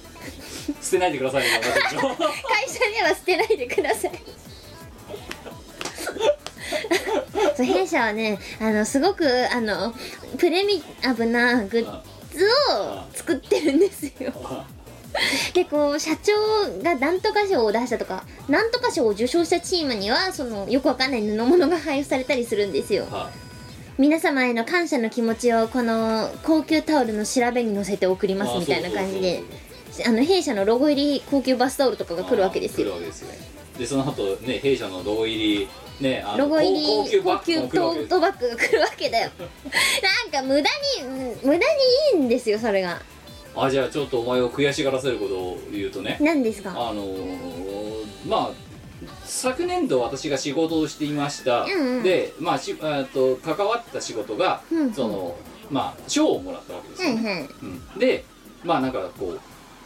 Speaker 3: 捨てないでくださいね私の
Speaker 1: 会社には捨てないでくださいそう弊社はねあのすごくあのプレミアムなグッズを作ってるんですよでこう社長がなんとか賞を出したとかなんとか賞を受賞したチームにはそのよくわかんない布物が配布されたりするんですよ
Speaker 3: は
Speaker 1: 皆様への感謝の気持ちをこの高級タオルの調べに乗せて送りますみたいな感じであの弊社のロゴ入り高級バスタオルとかが来るわけです
Speaker 3: 来る
Speaker 1: よ
Speaker 3: わけですよでその後ね弊社のロゴ入りねあの
Speaker 1: ロゴ入り
Speaker 3: 高
Speaker 1: 高
Speaker 3: 高
Speaker 1: 級
Speaker 3: 級バッグも来るわ
Speaker 1: ト
Speaker 3: け
Speaker 1: ー
Speaker 3: です
Speaker 1: トバッグが来るわけだよなんか無駄にうん無駄にいいんですよそれが
Speaker 3: あじゃあちょっとお前を悔しがらせることを言うとね
Speaker 1: 何ですか
Speaker 3: あのーまあ昨年度私が仕事をしていました、
Speaker 1: うんうん
Speaker 3: でまあし、えーと関わった仕事が、
Speaker 1: うんうん
Speaker 3: そのまあ賞をもらったわけです
Speaker 1: は
Speaker 3: よ
Speaker 1: い
Speaker 3: ね、
Speaker 1: はい
Speaker 3: うんでまあなんかこう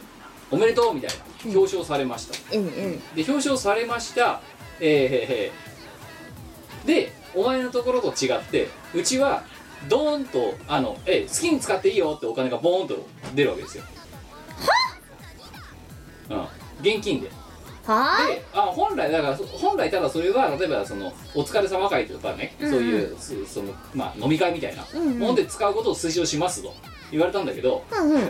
Speaker 3: 「おめでとう」みたいな表彰されました、
Speaker 1: うんうん
Speaker 3: で表彰されましたえーへーへーでお前のところと違ってうちはドーンとあの、えー好きに使っていいよってお金がボーンと出るわけですよはうん現金で
Speaker 1: は
Speaker 3: であ本来だからそ本来ただそれは例えばそのお疲れ様会とかね、
Speaker 1: うんうん
Speaker 3: そういうそその、まあ、飲み会みたいな
Speaker 1: うんうん
Speaker 3: もんで使うことを推奨しますと言われたんだけど
Speaker 1: あうんうん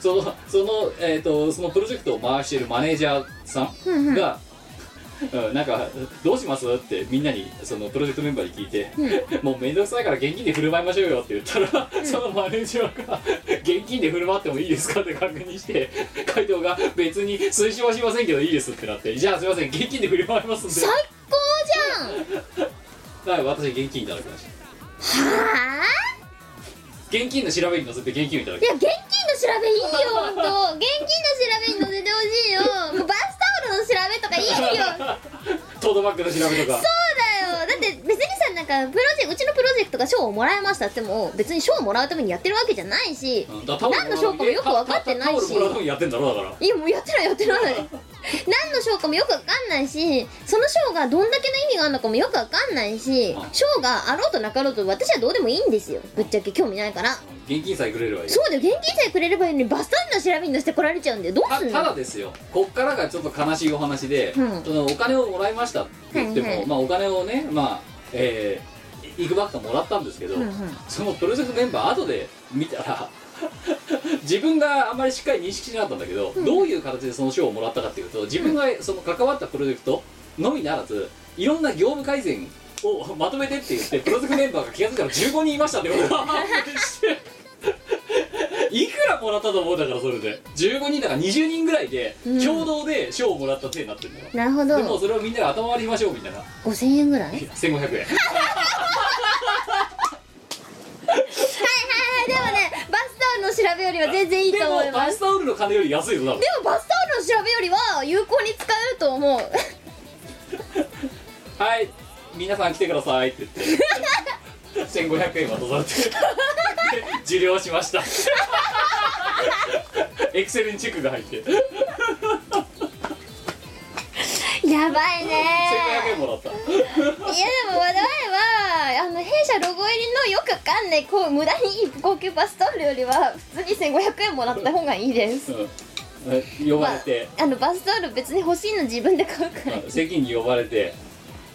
Speaker 3: そのその,、えー、とそのプロジェクトを回しているマネージャーさ
Speaker 1: うんうん
Speaker 3: んが、うんなんか「どうします?」ってみんなにそのプロジェクトメンバーに聞いて「もう面倒くさいから現金で振る舞いましょうよ」って言ったら、そのマネージャーが「現金で振る舞ってもいいですか?」って確認して回答が「別に推奨はしませんけどいいです」ってなって「じゃあすいません現金で振る舞いますんで
Speaker 1: 最」高じゃん
Speaker 3: はい私現金いただきました
Speaker 1: はあ
Speaker 3: 現金の調べに載せて現金をいただき
Speaker 1: いや現金の調べいいよ本当現金の調べに乗せてほしいよもうバスタオルの調べとかいいよそうだよ
Speaker 3: [LAUGHS] トートバッグの調べとか
Speaker 1: だって別にさなんかプロジェうちのプロジェクトが賞をもらいましたっても別に賞をもらうためにやってるわけじゃないし
Speaker 3: うんだからタオル
Speaker 1: 何の証拠もよく分かってないし
Speaker 3: タオルもらうためにやってんだろだから
Speaker 1: いやもうやってないやってない何の賞かもよくわかんないしその賞がどんだけの意味があるのかもよくわかんないし
Speaker 3: あ
Speaker 1: 賞があろうとなかろうと私はどうでもいいんですよぶっちゃけ興味ないから
Speaker 3: 現金さえくれればいい
Speaker 1: そうだよ現金さえくれればいいのにバスタオルの調べに乗せてこられちゃうんだよどう
Speaker 3: た
Speaker 1: すんの
Speaker 3: ただですよこっからがちょっと悲しいお話で、
Speaker 1: うん
Speaker 3: そのお金をもらいましたって言っても、
Speaker 1: はいはい
Speaker 3: まあ、お金をねまあえーいいくばっかもらったんですけど、
Speaker 1: うんうん
Speaker 3: そのプロジェクトメンバー後で見たら自分があんまりしっかり認識しなかったんだけど、どういう形でその賞をもらったかっていうと自分がその関わったプロジェクトのみならずいろんな業務改善をまとめてって言ってプロジェクトメンバーが気が付いたら15人いましたってこ
Speaker 1: [LAUGHS]
Speaker 3: とが判明していくらもらったと思うんだからそれで15人だから20人ぐらいで
Speaker 1: うん
Speaker 3: 共同で賞をもらった手になってるんだよ、
Speaker 1: なるほ
Speaker 3: でも
Speaker 1: ど
Speaker 3: それをみんなで頭割りましょうみたいな
Speaker 1: 5000円ぐらいはい
Speaker 3: 1500
Speaker 1: [LAUGHS]
Speaker 3: 円
Speaker 1: はいはいでもねバスタオルの調べよりは全然いい
Speaker 3: で
Speaker 1: と思い
Speaker 3: も
Speaker 1: ま
Speaker 3: バ
Speaker 1: す
Speaker 3: スタオルの金より安いぞ多分
Speaker 1: でもバスタオルの調べよりは有効に使えると
Speaker 3: [LAUGHS]
Speaker 1: 思う
Speaker 3: はい皆さん来てくださいって言って1500円渡されて [LAUGHS] 受領しましたエクセルにチェックが入って1500
Speaker 1: やばいね
Speaker 3: 円もらった
Speaker 1: いやでも我々はあの弊社ロゴ入りのよくわかんないこう無駄に高級バスタオルよりは普通に1500円もらった方がいいです
Speaker 3: うんえ呼ばれて、
Speaker 1: あのバスタオル別に欲しいの自分で買うから
Speaker 3: うん席に呼ばれて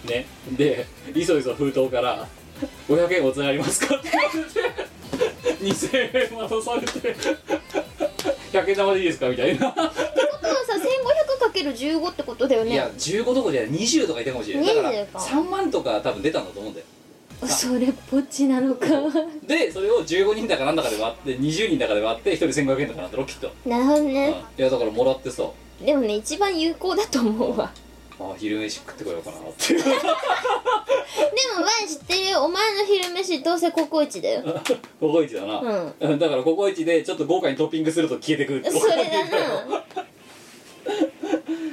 Speaker 3: ねでいそいそ封筒から「500円おつなありますか?」って言われて2000円渡されて「100円玉でいいですか?」みたいな
Speaker 1: 僕はさ 1500×15 ってことだよ
Speaker 3: いや
Speaker 1: ね
Speaker 3: 15どころじゃない20とかいたかもしれないだから
Speaker 1: 20か
Speaker 3: 3万とか多分出たんだと思うんだよ
Speaker 1: それっぽっちなのか
Speaker 3: でそれを15人だかなんだかで割って20人だかで割って1人1500円だかなんだろきっと、
Speaker 1: なるほど
Speaker 3: うんい
Speaker 1: ね
Speaker 3: やだからもらってさ
Speaker 1: でもね一番有効だと思うわ
Speaker 3: あ昼飯食ってこようかなって [LAUGHS] いう
Speaker 1: でも前知ってるよお前の昼飯どうせココイチだよ
Speaker 3: ココイチだな、
Speaker 1: うん
Speaker 3: うんだからココイチでちょっと豪華にトッピングすると消えてくるって
Speaker 1: それだ [LAUGHS] な
Speaker 3: [LAUGHS]
Speaker 1: い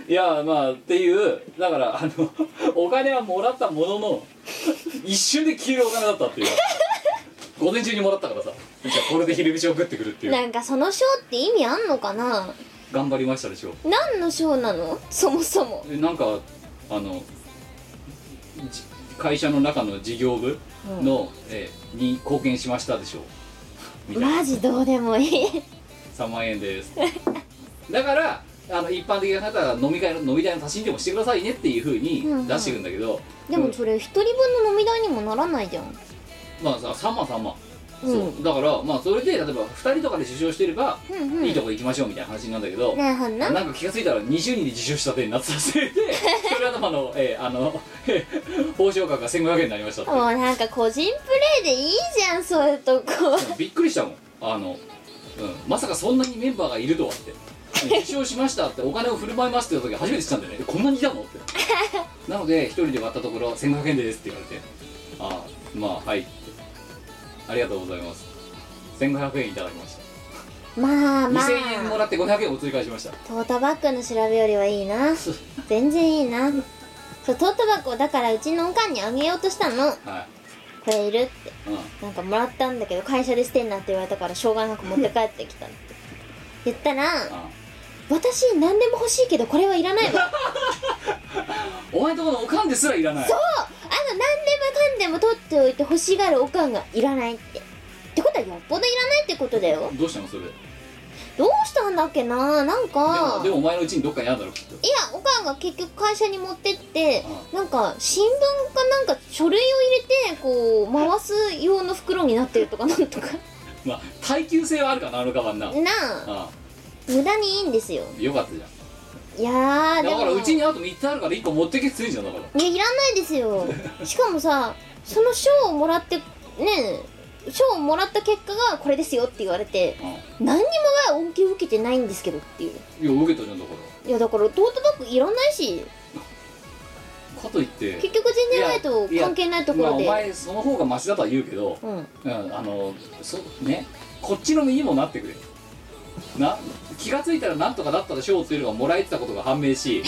Speaker 3: やまあっていうだからあのお金はもらったものの一瞬で消えるお金だったっていう午前中にもらったからさじゃあこれで昼飯を食ってくるっていう
Speaker 1: なんかその賞って意味あんのかな
Speaker 3: 頑張りましたでしょ
Speaker 1: 何の賞なのそもそも
Speaker 3: えなんかあのじ会社の中の事業部の、えーに貢献しましたでしょうみたいな
Speaker 1: マジどうでもいい
Speaker 3: 3万円です
Speaker 1: [LAUGHS]
Speaker 3: だからあの一般的な方は飲み会の飲み代の足しにでもしてくださいねっていうふう
Speaker 1: うんうん
Speaker 3: に出してくんだけど、
Speaker 1: でもそれ一人分の飲み代にもならないじゃん
Speaker 3: まあさ3万3万、
Speaker 1: うん
Speaker 3: そうだからまあそれで例えば2人とかで受賞してれば、
Speaker 1: うんうん
Speaker 3: いいとこ行きましょうみたいな話になるんだけど、
Speaker 1: なるほどな
Speaker 3: なんか気が付いたら20人で自首した手になってたせいでそれはあの、えーあの、 [LAUGHS] えー報奨額が1500円になりましたっていう
Speaker 1: もうなんか個人プレイでいいじゃんそういうとこ
Speaker 3: びっくりしたもんあの、うん、まさかそんなにメンバーがいると
Speaker 1: [LAUGHS]
Speaker 3: はって受賞しましたってお金を振る舞いますって言った時初めて知ったんだよねえこんなにいたのってなので一人で割ったところ1500円ですって言われてああまあはいってありがとうございます1500円いただきました
Speaker 1: まあまあ
Speaker 3: 2000円もらって500円お追加しました
Speaker 1: トートバッグの調べよりはいい
Speaker 3: [LAUGHS]
Speaker 1: な
Speaker 3: そう
Speaker 1: 全然いいなそうトートバッグをだからうちのおかんにあげようとしたの
Speaker 3: はい、
Speaker 1: これいるって
Speaker 3: うん、
Speaker 1: なんかもらったんだけど会社で捨てんなって言われたからしょうがなく持って帰ってきたって言ったら
Speaker 3: あ
Speaker 1: 「私何でも欲しいけどこれはいら
Speaker 3: [LAUGHS]
Speaker 1: ないわ」
Speaker 3: お前んとこのおかんですらいらない
Speaker 1: そうあの何でもかんでも取っておいて欲しがるおかんがいらないってってことはよっぽどいらないってことだよ
Speaker 3: どうしたのそれで
Speaker 1: どうしたんだっけななんか
Speaker 3: もでもお前のうちにどっかにあるんだろきっと
Speaker 1: いやおかんが結局会社に持ってって
Speaker 3: う
Speaker 1: なんか新聞かなんか書類を入れてこう回す用の袋になってるとかなんとか
Speaker 3: まあ耐久性はあるかなあのカバンな、あ
Speaker 1: なあ
Speaker 3: あ
Speaker 1: 無駄にいいんですよ
Speaker 3: よかったじゃん
Speaker 1: いやーで
Speaker 3: だ
Speaker 1: も
Speaker 3: からうちにあと3つあるから1個持ってけっついじゃんだから
Speaker 1: いやいらないです
Speaker 3: [LAUGHS]
Speaker 1: よしかもさその賞をもらってねえ賞をもらった結果がこれですよって言われて
Speaker 3: う
Speaker 1: 何にもない恩恵を受けてないんですけどっていう
Speaker 3: いや受けたじゃんだか
Speaker 1: いやだからトートバッグいらないし
Speaker 3: らかといって
Speaker 1: 結局全然ないと
Speaker 3: いや
Speaker 1: 関係ないところで、
Speaker 3: まあ、お前その方がマシだとは言うけど、
Speaker 1: うん
Speaker 3: うん、あのそねこっちの身にもなってくれな気が付いたらなんとかだったでしょうっていうのがもらえてたことが判
Speaker 1: [LAUGHS]
Speaker 3: 明し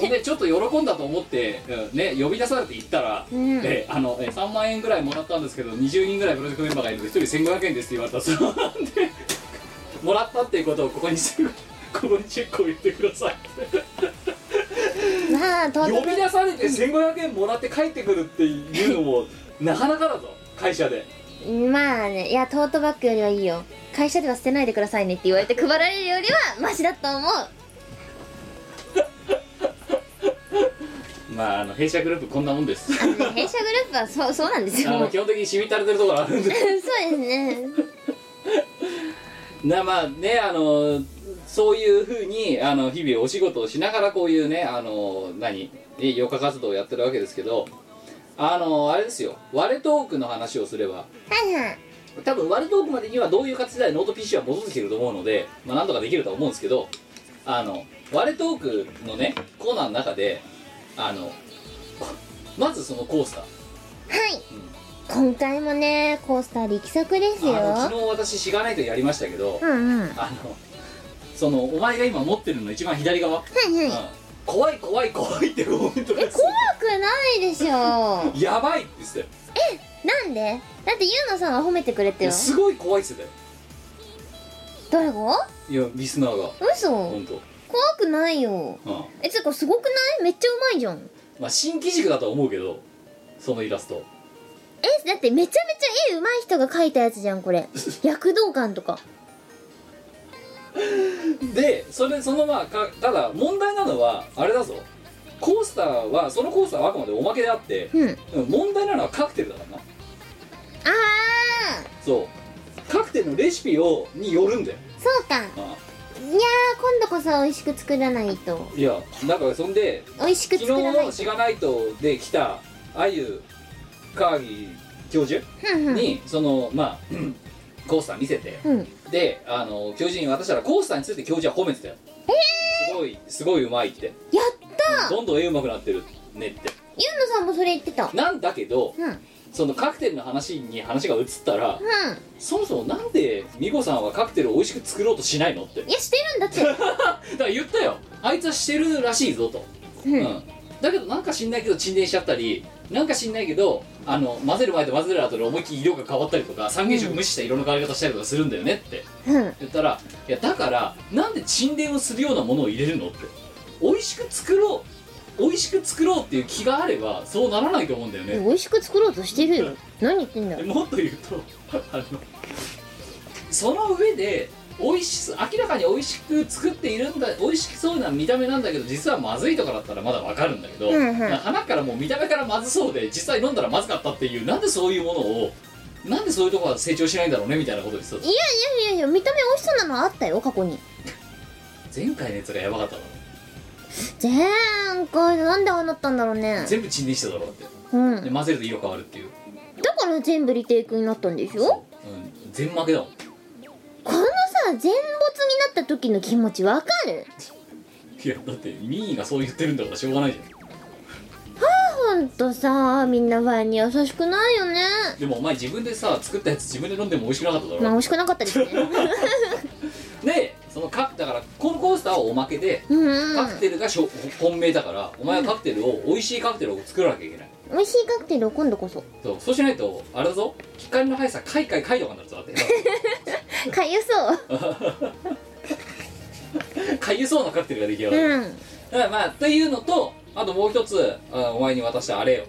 Speaker 3: ほんでちょっと喜んだと思って、うんね、呼び出されて行ったら、
Speaker 1: うん
Speaker 3: えあのえ3万円ぐらいもらったんですけど20人ぐらいプロジェクトメンバーがいるので1人1500円ですって言われたらそのなんでもらったっていう [LAUGHS] ことをここにするここにチェックを入れてください
Speaker 1: まあトート
Speaker 3: 呼
Speaker 1: バ
Speaker 3: び
Speaker 1: ッグ
Speaker 3: 出されて1500円もらって帰ってくるっていうのもなかなかだぞ会社で
Speaker 1: まあねいやトートバッグよりはいいよ会社では捨てないでくださいねって言われて配られるよりはマシだ
Speaker 3: [LAUGHS]
Speaker 1: と思う
Speaker 3: まああの弊社グループこんなもんです
Speaker 1: あのね弊社グループはそう [LAUGHS] そうなんです
Speaker 3: あ
Speaker 1: よも
Speaker 3: の
Speaker 1: う
Speaker 3: 基本的にしみたれてるところあるん
Speaker 1: [LAUGHS]
Speaker 3: で
Speaker 1: そうですね
Speaker 3: なまあねあのそういうふうにあの日々お仕事をしながらこういうねあの何え余暇活動をやってるわけですけどあのあれですよ割れトークの話をすれば
Speaker 1: はいはい
Speaker 3: 多分割れトークまでにはどういう形でノート PC は戻ってきてると思うので、まあ、なんとかできるとは思うんですけどあの割れトークのねコーナーの中であのこまずそのコースター
Speaker 1: はい、今回もねコースター力作ですよ
Speaker 3: あの昨日私しがないとやりましたけど、
Speaker 1: うんうん
Speaker 3: あのそのお前が今持ってるの一番左側、
Speaker 1: はい
Speaker 3: うん
Speaker 1: はい
Speaker 3: 怖い怖い怖いってコメント
Speaker 1: え
Speaker 3: で
Speaker 1: 怖
Speaker 3: す
Speaker 1: くないでしょ
Speaker 3: やばいって言ってたよ
Speaker 1: なんでだってゆうのさんは褒めてくれて
Speaker 3: い
Speaker 1: よ
Speaker 3: やすごい怖いって言って
Speaker 1: 誰が
Speaker 3: たよいやリスナーが
Speaker 1: 嘘
Speaker 3: 本当。
Speaker 1: 怖くないよ
Speaker 3: うん
Speaker 1: えつうかすごくないめっちゃうまいじゃん
Speaker 3: まあ新機軸だとは思うけどそのイラスト
Speaker 1: えだってめちゃめちゃ絵うまい人が描いたやつじゃんこ [LAUGHS] れ躍動感とか
Speaker 3: でそれそのまあかただ問題なのはあれだぞコースターはそのコースターはあくまでおまけであって
Speaker 1: うんあ
Speaker 3: うん問題なのはカクテルだからな
Speaker 1: あ
Speaker 3: そうカクテルのレシピをによるんだよ、
Speaker 1: ーそうかいや
Speaker 3: あ
Speaker 1: ー今度こそ美味しく作らないと
Speaker 3: いやだからそんで
Speaker 1: 美味しく
Speaker 3: 昨
Speaker 1: 作ら
Speaker 3: 日
Speaker 1: ない
Speaker 3: の
Speaker 1: と
Speaker 3: しがないとで来たあゆ川木教授
Speaker 1: うんうん
Speaker 3: に、そのまあ [CLEARS THROAT] コースター見せて
Speaker 1: うん
Speaker 3: であの教授に渡したらコースターについて教授は褒めてたよ、すごいすごいうまいって
Speaker 1: やったー
Speaker 3: どんどん絵うまくなってるねって
Speaker 1: ゆうのさんもそれ言ってた
Speaker 3: なんだけど
Speaker 1: うんうん
Speaker 3: そのカクテルの話に話が移ったらそもそもなんで美子さんはカクテルを美味しく作ろうとしないのって
Speaker 1: いやしてるんだって
Speaker 3: だから言ったよあいつはしてるらしいぞと、
Speaker 1: うん
Speaker 3: うんだけどなんか知んないけど沈殿しちゃったりなんか知んないけどあの混ぜる前と混ぜる後で思いっきり色が変わったりとか三原色無視した色の変わり方したりとかするんだよねって
Speaker 1: うん
Speaker 3: 言ったら「いやだからなんで沈殿をするようなものを入れるの?」って美味しく作ろう美味しく作ろうっていう気があればそうならないと思うんだよね、
Speaker 1: 美味しく作ろうとしてるよ何言ってんだ
Speaker 3: [LAUGHS] もっと言うとあのその上で美味し明らかに美味しく作っているんだ美味しそうな見た目なんだけど実はまずいとかだったらまだわかるんだけど、
Speaker 1: うんうん
Speaker 3: 花からもう見た目からまずそうで実際飲んだらまずかったっていうなんでそういうものをなんでそういうところは成長しないんだろうねみたいなことです
Speaker 1: いやいやいや見た目美味しそうなのあったよ過去に
Speaker 3: 前回のやつがやばかっただろ
Speaker 1: 前回なんでああなったんだろうね
Speaker 3: 全部沈殿しただろだって
Speaker 1: うん
Speaker 3: で混ぜると色変わるっていう、
Speaker 1: だから全部リテイクになったんでしょ
Speaker 3: うん、全負けだもん
Speaker 1: このさ全没になった時の気持ちわかる
Speaker 3: いやだってミーがそう言ってるんだからしょうがないじゃん
Speaker 1: ほんとさみんなファンに優しくないよね
Speaker 3: でもお前自分でさ作ったやつ自分で飲んでも美味しくなかっただろ
Speaker 1: まあ美味しくなかった
Speaker 3: [LAUGHS]
Speaker 1: ですね
Speaker 3: でそのカだからこのコースターはおまけで、
Speaker 1: うんう
Speaker 3: カ
Speaker 1: ん
Speaker 3: クテルがしょ本命だからお前はカクテルを美味しいカクテルを作らなきゃいけない
Speaker 1: 美味しいカクテルを今度こそ
Speaker 3: そうそうしないとあれだぞ光の速さカイカイカイとかになるぞだって
Speaker 1: [LAUGHS] かゆそう
Speaker 3: かゆそうなカクテルが出来上がる、
Speaker 1: うん
Speaker 3: だからまあというのとあともう一つあお前に渡したあれよ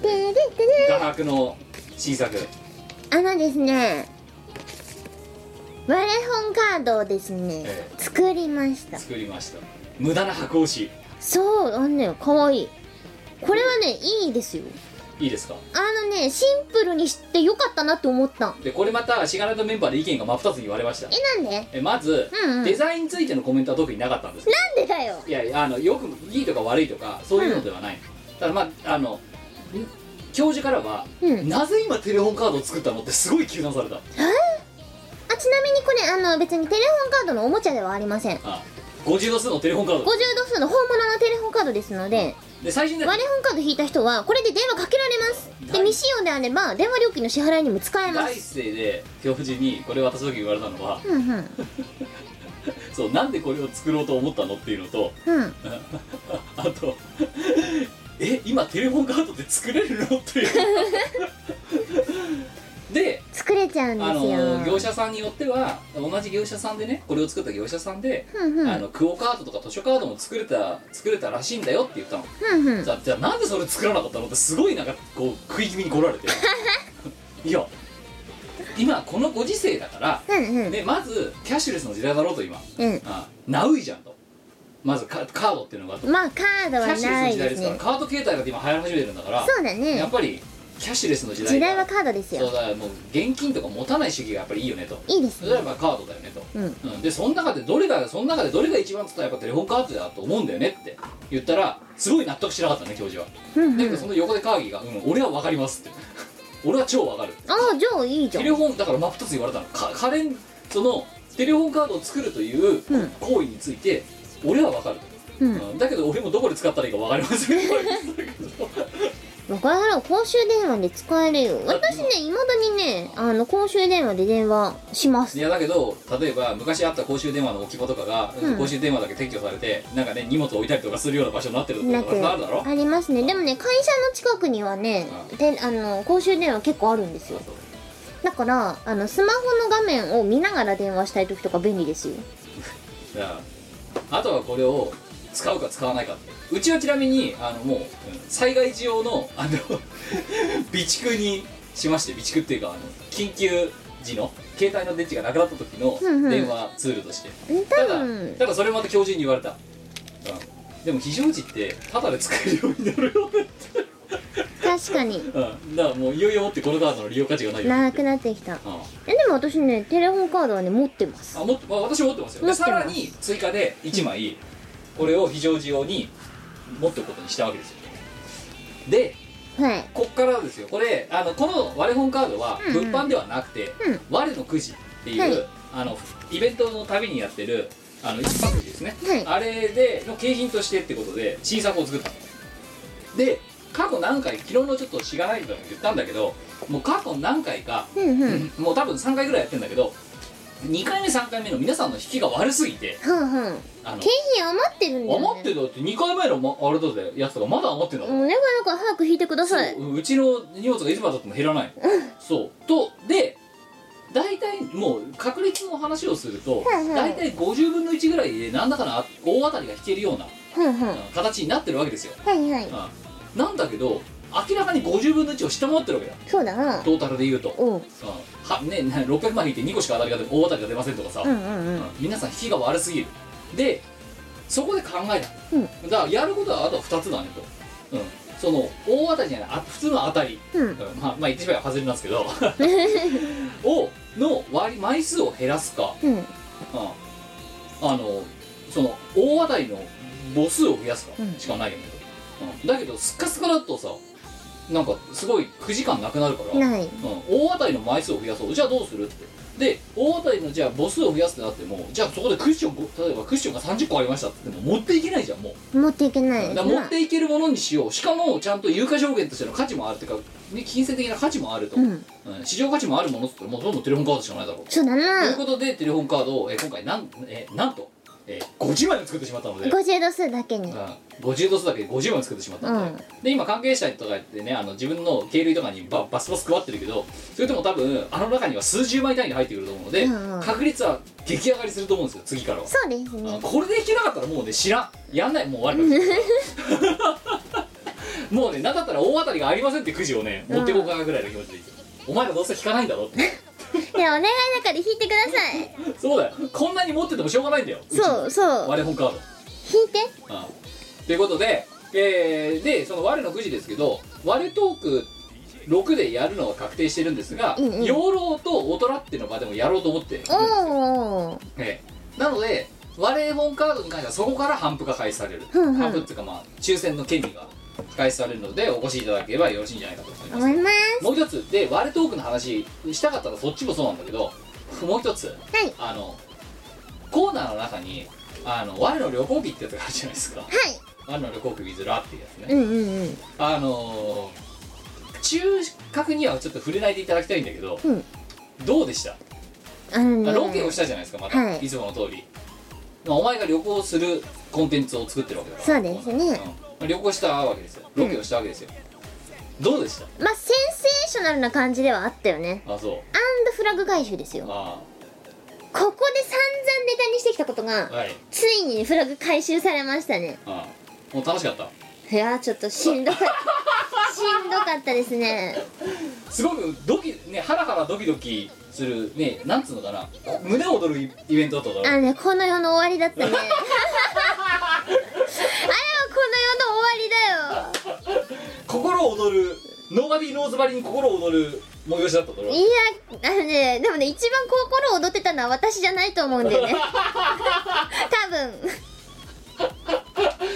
Speaker 1: てれてれ
Speaker 3: 画伯の新作
Speaker 1: あのですね割れ本カードをですね
Speaker 3: え
Speaker 1: 作りました
Speaker 3: 作りました無駄な箱押し
Speaker 1: そうあのねかわいいこれはねいいですよ
Speaker 3: いいですか
Speaker 1: あのねシンプルにしてよかったなって思った
Speaker 3: でこれまたシガナとメンバーで意見が真っ二つに言われました
Speaker 1: えなんでなん
Speaker 3: えまず、
Speaker 1: うんうん
Speaker 3: デザインについてのコメントは特になかったんですけど
Speaker 1: でだよ
Speaker 3: いやいやあのよくいいとか悪いとかそういうのではない、ただまああのん教授からは、
Speaker 1: うん
Speaker 3: なぜ今テレホンカードを作ったのってすごい糾弾された
Speaker 1: あちなみにこれあの別にテレホンカードのおもちゃではありません50
Speaker 3: あ50度数のテレホンカー
Speaker 1: 度
Speaker 3: ド
Speaker 1: 数の本物のテレホンカードですので
Speaker 3: で最新で
Speaker 1: 割れ本カード引いた人はこれで電話かけられますで未使用であれば電話料金の支払いにも使えま
Speaker 3: 第
Speaker 1: す
Speaker 3: 一声で教授にこれ渡す時言われたのは
Speaker 1: うんうん
Speaker 3: そうなんでこれを作ろうと思ったのっていうのと
Speaker 1: うん
Speaker 3: あとえ今テレホンカードって作れるのっていうで
Speaker 1: 作れちゃうんで
Speaker 3: あ
Speaker 1: すよ
Speaker 3: の業者さんによっては同じ業者さんでねこれを作った業者さんで、
Speaker 1: うんうん
Speaker 3: あのクオ・カードとか図書カードも作れた作れたらしいんだよって言ったの、
Speaker 1: うんうん
Speaker 3: じゃあじゃあなんでそれ作らなかったのってすごいなんかこう食い気味に来
Speaker 1: [LAUGHS]
Speaker 3: られていや今このご時世だから、
Speaker 1: うんうん
Speaker 3: ね、まずキャッシュレスの時代だろうと今
Speaker 1: うん
Speaker 3: あナウイじゃんとまずカカードっていうのがあとキ
Speaker 1: まあカード
Speaker 3: ャ
Speaker 1: は
Speaker 3: ッシュレス
Speaker 1: な
Speaker 3: の
Speaker 1: い
Speaker 3: 時代
Speaker 1: で
Speaker 3: ですすから
Speaker 1: ね
Speaker 3: カード携帯が今流行り始めてるんだから
Speaker 1: そうだ
Speaker 3: やっ
Speaker 1: ね
Speaker 3: ぱりキャッシュレスの時代
Speaker 1: 時代はカードです
Speaker 3: そう
Speaker 1: よ
Speaker 3: だからもう現金とか持たない主義がやっぱりいいよねと
Speaker 1: いいです
Speaker 3: それは
Speaker 1: ね
Speaker 3: やっぱカードだよねと、
Speaker 1: うん
Speaker 3: うんでその中でどれがその中でどれが一番っつったらやっぱテレホンカードだと思うんだよねって言ったらすごい納得しなかったね教授は、
Speaker 1: うん
Speaker 3: だ
Speaker 1: う
Speaker 3: けど
Speaker 1: ん
Speaker 3: その横でカーギーが「うん俺は分かります」って [LAUGHS] 俺は超分かる
Speaker 1: ああじゃあいいじゃ
Speaker 3: テ
Speaker 1: ん
Speaker 3: レホンだから真っ二つ言われたのかカレンそのテレホンカードを作るという
Speaker 1: うん
Speaker 3: 行為について、俺は分かると、
Speaker 1: うん [LAUGHS]
Speaker 3: うんだけど俺もどこで使ったらいいか分かりません
Speaker 1: だから公衆電話で使えるよ私ねいまだにねあの公衆電話で電話します
Speaker 3: いやだけど例えば昔あった公衆電話の置き場とかが、
Speaker 1: うん
Speaker 3: 公衆電話だけ撤去されてなんかね荷物置いたりとかするような場所になってるとこ
Speaker 1: な
Speaker 3: ろ
Speaker 1: っ
Speaker 3: と
Speaker 1: て
Speaker 3: かあるだろ
Speaker 1: ありますねでもね会社の近くにはねであの公衆電話結構あるんですよだからあのスマホの画面を見ながら電話したい時とか便利ですよ
Speaker 3: じゃああとはこれを使うか使わないかうちはちなみにあのもううん災害時用のあの [LAUGHS] 備蓄にしまして備蓄っていうかあの緊急時の携帯の電池がなくなった時の
Speaker 1: うんうん
Speaker 3: 電話ツールとして、
Speaker 1: うん多
Speaker 3: ただ
Speaker 1: 分
Speaker 3: ただそれまた教授に言われた、うん、でも非常時ってただで使えるようになるよねって
Speaker 1: 確かに
Speaker 3: うん、だからもういよいよ持ってこのカードの利用価値がないよ
Speaker 1: な
Speaker 3: ね
Speaker 1: くなってきた
Speaker 3: うん
Speaker 1: えでも私ねテレホンカードはね持ってます
Speaker 3: あもっと、まあ、私持ってますよ
Speaker 1: 持
Speaker 3: で
Speaker 1: って
Speaker 3: さ
Speaker 1: ます
Speaker 3: らに追加で1枚これを非常時用に持っておくことにしたわけですよで
Speaker 1: はい
Speaker 3: こっからですよこれあのこの我本カードは
Speaker 1: うんうん
Speaker 3: 物販ではなくて、
Speaker 1: うん
Speaker 3: 我のくじっていう、
Speaker 1: はい
Speaker 3: あのイベントのたびにやってるあの一泊時ですね、
Speaker 1: はい
Speaker 3: あれでの景品としてってことで新作を作ったので過去何回昨日のちょっとしがないとかも言ったんだけどもう過去何回か
Speaker 1: うんうん
Speaker 3: もう多分3回ぐらいやってんだけど2回目3回目の皆さんの引きが悪すぎて
Speaker 1: はんはん
Speaker 3: あの
Speaker 1: 景品余ってるんだよ、ね、
Speaker 3: 余ってるだって2回前の、ま、あれだぜやつとかまだ余ってんだから
Speaker 1: もうねなんか早く引いてください
Speaker 3: そううちの荷物がいつまでたっても減らないそうとで大体もう確率の話をすると
Speaker 1: はいはい
Speaker 3: 大体50分の1ぐらいで何らかのあ大当たりが引けるような
Speaker 1: はんは
Speaker 3: うん
Speaker 1: ん
Speaker 3: 形になってるわけですよ、
Speaker 1: はいはい
Speaker 3: うんなんだけど明らかに50分の1を下回ってるわけだ
Speaker 1: そうだな
Speaker 3: トータルで言うと、うん
Speaker 1: うん
Speaker 3: はね、ね600万引いて2個しか当たりが出大当たりが出ませんとかさ、
Speaker 1: うんうんうん
Speaker 3: 皆さん引きが悪すぎるでそこで考えた、
Speaker 1: う
Speaker 3: だからやることはあと2つだねと、うん、その大当たりじゃないあ普通の当たり、
Speaker 1: う
Speaker 3: うん
Speaker 1: ん
Speaker 3: まあ、まあ言ってしまえば外れなんですけ
Speaker 1: [LAUGHS]
Speaker 3: どをの割枚数を減らすか、
Speaker 1: うんうん
Speaker 3: うん、あのその大当たりの母数を増やすか
Speaker 1: うん
Speaker 3: しかないよねと、うんだけどスッカスカだとさなんかすごい9時間なくなるから
Speaker 1: ない
Speaker 3: うん、大当たりの枚数を増やそうじゃあどうするってで大当たりのじゃあ母数を増やすってなってもじゃあそこでクッションご例えばクッションが30個ありましたって言っても持っていけないじゃんもう
Speaker 1: 持っていけな
Speaker 3: だ
Speaker 1: い
Speaker 3: から
Speaker 1: ま
Speaker 3: 持
Speaker 1: あ
Speaker 3: っていけるものにしようしかもちゃんと有価証券としての価値もあるっていうか、ね、金銭的な価値もあると、
Speaker 1: う
Speaker 3: うん市場価値もあるものって言ったらもうどんどんテレホンカードしかないだろう、
Speaker 1: そうだ
Speaker 3: という
Speaker 1: な
Speaker 3: ことでテレホンカードを、えー今回なん,、えーなんと、えー50枚も作ってしまったので
Speaker 1: 50度数だけに
Speaker 3: うん、50度数だけで50枚作ってしまったんで,、で今関係者とかってねあの自分の経類とかにババスバス配ってるけどそれとも多分あの中には数十枚単位で入ってくると思うので、
Speaker 1: うんうん
Speaker 3: 確率は激上がりすると思うんですよ次からは、
Speaker 1: そうです
Speaker 3: あ
Speaker 1: ね
Speaker 3: これでいけなかったらもうね知らんやんないもう終わりだから [LAUGHS] もうねなんだったら大当たりがありませんってくじをね持ってこうかぐらいの気持ちでいいお前らどうせ引かないんだろって
Speaker 1: [LAUGHS] いやお願いだから引いてください
Speaker 3: そうだよこんなに持っててもしょうがないんだよち
Speaker 1: そうそう
Speaker 3: 我本カード
Speaker 1: 引いて
Speaker 3: うんということで、えーでその我のくじですけど我トーク6でやるのは確定してるんですが、
Speaker 1: うんうん
Speaker 3: 養老と大人っていうの場でもやろうと思ってるんですよ
Speaker 1: おお
Speaker 3: ええなので我本カードに関してはそこから反復が開始される、
Speaker 1: うんうん
Speaker 3: 反復っていうかまあ抽選の権利が開始されるのでお越しいただければよろしいんじゃないかと思います
Speaker 1: 思いま
Speaker 3: もう一つで我トークの話したかったらそっちもそうなんだけどもう一つ
Speaker 1: すはい
Speaker 3: あのコーナーの中にあの我の旅行記ってやつがあるじゃないですか
Speaker 1: は
Speaker 3: あの旅行首ずらっていうやつ
Speaker 1: い
Speaker 3: ね、
Speaker 1: うんうんうん
Speaker 3: あのー中核にはちょっと触れないでいただきたいんだけど、
Speaker 1: うん
Speaker 3: どうでした、
Speaker 1: あのね
Speaker 3: ロケをしたじゃないですかまた、
Speaker 1: はい
Speaker 3: い、つもの通り、まあ、お前が旅行するコンテンツを作ってるわけだか
Speaker 1: そ
Speaker 3: ら
Speaker 1: うですね
Speaker 3: うんまあ旅行したわけですよロケをしたわけですよ、どうでし
Speaker 1: まあセンセーショナルな感じではあったよね
Speaker 3: たあそう
Speaker 1: アンドフラグ回収ですよこ
Speaker 3: あ
Speaker 1: こで散々ネタにしてきたことが
Speaker 3: あはい
Speaker 1: ついにフラグ回収されましたね
Speaker 3: ああもう楽しかった
Speaker 1: いやーちょっとし [LAUGHS] んどかったしんどかったですね
Speaker 3: すごくドキねハラハラドキドキするねなんつうのかな胸躍るイイベントだっただろ
Speaker 1: あのねこの世の終わりだ [LAUGHS] ったねあれはこの世の終わ
Speaker 3: 心躍るノーバディーノーズバリに心躍る催しだったと思
Speaker 1: り
Speaker 3: う
Speaker 1: だよいやあのねでもね一番心躍ってたのは私じゃないと思うんだよね多分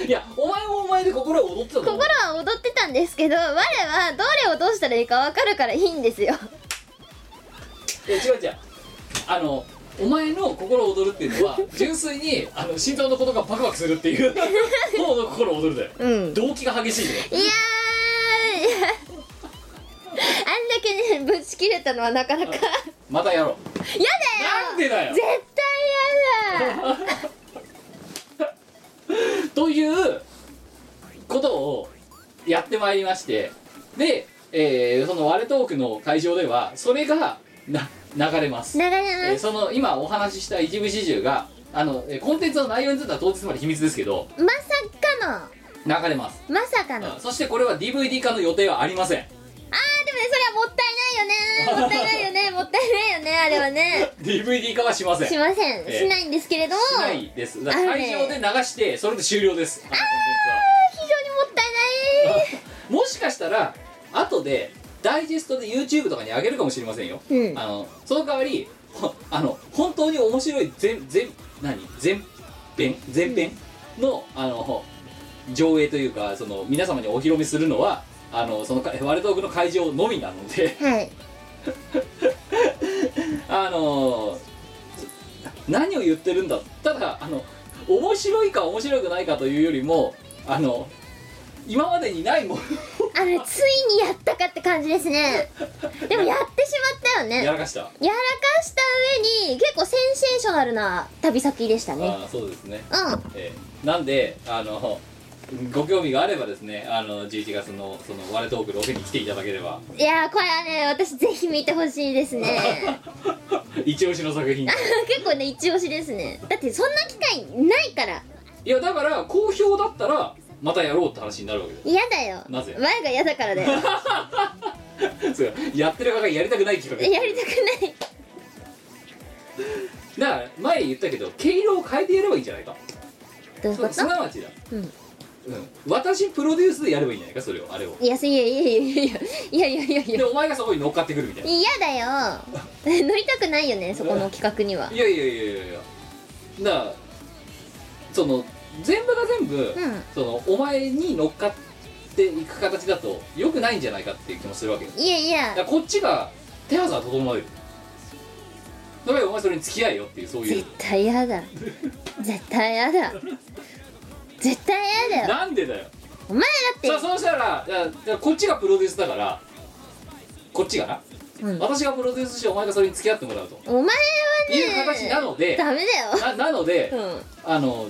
Speaker 3: いやお前もお前で心躍ってたと思
Speaker 1: 心は
Speaker 3: う
Speaker 1: 踊ってたんですけど我はどれをどうしたらいいか分かるからいいんですよ
Speaker 3: いや違う違うあのお前の心躍るっていうのは純粋にあの心臓のことがパク [LAUGHS] パクするっていう方の心躍るだよ
Speaker 1: うん
Speaker 3: 動機が激しいね
Speaker 1: いやーいやでぶち切れたのはなかなかやだよ
Speaker 3: またやろうなんでだよ
Speaker 1: 絶対やだ
Speaker 3: ということをやってまいりましてで、えーその「ワレトーク」の会場ではそれがな流れます、
Speaker 1: 流
Speaker 3: え
Speaker 1: れ
Speaker 3: ー
Speaker 1: ます
Speaker 3: その今お話しした一部始終があのえーコンテンツの内容については当日まで秘密ですけど
Speaker 1: まさかの
Speaker 3: 流れます、
Speaker 1: まさかの
Speaker 3: うんそしてこれは DVD 化の予定はありません
Speaker 1: あーでもねそれはもったいないよね
Speaker 3: [LAUGHS]
Speaker 1: もったいないよねもったいないよねあれはね
Speaker 3: DVD 化はしません
Speaker 1: し
Speaker 3: し
Speaker 1: ません、
Speaker 3: ええ
Speaker 1: しないんですけれども非常
Speaker 3: な
Speaker 1: にも
Speaker 3: いですだから会場で流してそれで終了ですあのコンテンツは
Speaker 1: ったいない
Speaker 3: もしかしたら後でダイジェストで YouTube とかに上げるかもしれませんよ、
Speaker 1: うん
Speaker 3: あのその代わりほあの本当に面白い全全何全編全編の,、あの上映というかその皆様にお披露目するのはあのそのかワルトークの会場のみなので [LAUGHS]
Speaker 1: はい
Speaker 3: あの何を言ってるんだただあの面白いか面白くないかというよりもあの今までにないもの
Speaker 1: あのついにやったかって感じですねでもやってしまったよ
Speaker 3: を
Speaker 1: ね
Speaker 3: やらかした、
Speaker 1: やらかした上に結構センセーショナルな旅先でしたね
Speaker 3: ああそうですね
Speaker 1: うん
Speaker 3: えーなんであのご興味があればですねあの11月のその「ワレトーク」ロケに来ていただければ [LAUGHS]
Speaker 1: いやーこれはね私ぜひ見てほしいですね
Speaker 3: 一押しの作品
Speaker 1: [LAUGHS] 結構ね一押しですねだってそんな機会ないから
Speaker 3: いやだから好評だったらまたやろうって話になるわけで
Speaker 1: 嫌だよ
Speaker 3: なぜ
Speaker 1: 前が嫌だからだ
Speaker 3: [LAUGHS]
Speaker 1: よ
Speaker 3: す [LAUGHS] そうやってる側がやりたくないっていうわけ
Speaker 1: やりたくない
Speaker 3: だから前言ったけど毛色を変えてやればいいんじゃないか
Speaker 1: どういうこ
Speaker 3: そ
Speaker 1: と
Speaker 3: すなわちだ
Speaker 1: うん
Speaker 3: うん私プロデュースでやればいいんじゃないかそれをあれを
Speaker 1: いやいやいやいやいやいやいやいやい
Speaker 3: で
Speaker 1: や
Speaker 3: お前がそこに乗っかってくるみたいな
Speaker 1: 嫌だよ [LAUGHS] 乗りたくないよねそこの企画にはい
Speaker 3: やいやいやいやいやだからその全部が全部、
Speaker 1: うん
Speaker 3: そのお前に乗っかっていく形だと良くないんじゃないかっていう気もするわけよ
Speaker 1: いやい
Speaker 3: だ
Speaker 1: や
Speaker 3: からこっちが手はずは整えるだからお前それに付き合えよっていうそういう
Speaker 1: 絶対嫌だ絶対嫌だ絶対嫌だよ
Speaker 3: なんでだよ
Speaker 1: お前
Speaker 3: さ
Speaker 1: だ
Speaker 3: あ
Speaker 1: って
Speaker 3: そうしたらいやだからこっちがプロデュースだからこっちがな、
Speaker 1: うん
Speaker 3: 私がプロデュースしてお前がそれに付き合ってもらうと
Speaker 1: お前は
Speaker 3: いう形なので、
Speaker 1: ダメ
Speaker 3: ななの
Speaker 1: だ
Speaker 3: で
Speaker 1: よ、うん
Speaker 3: あの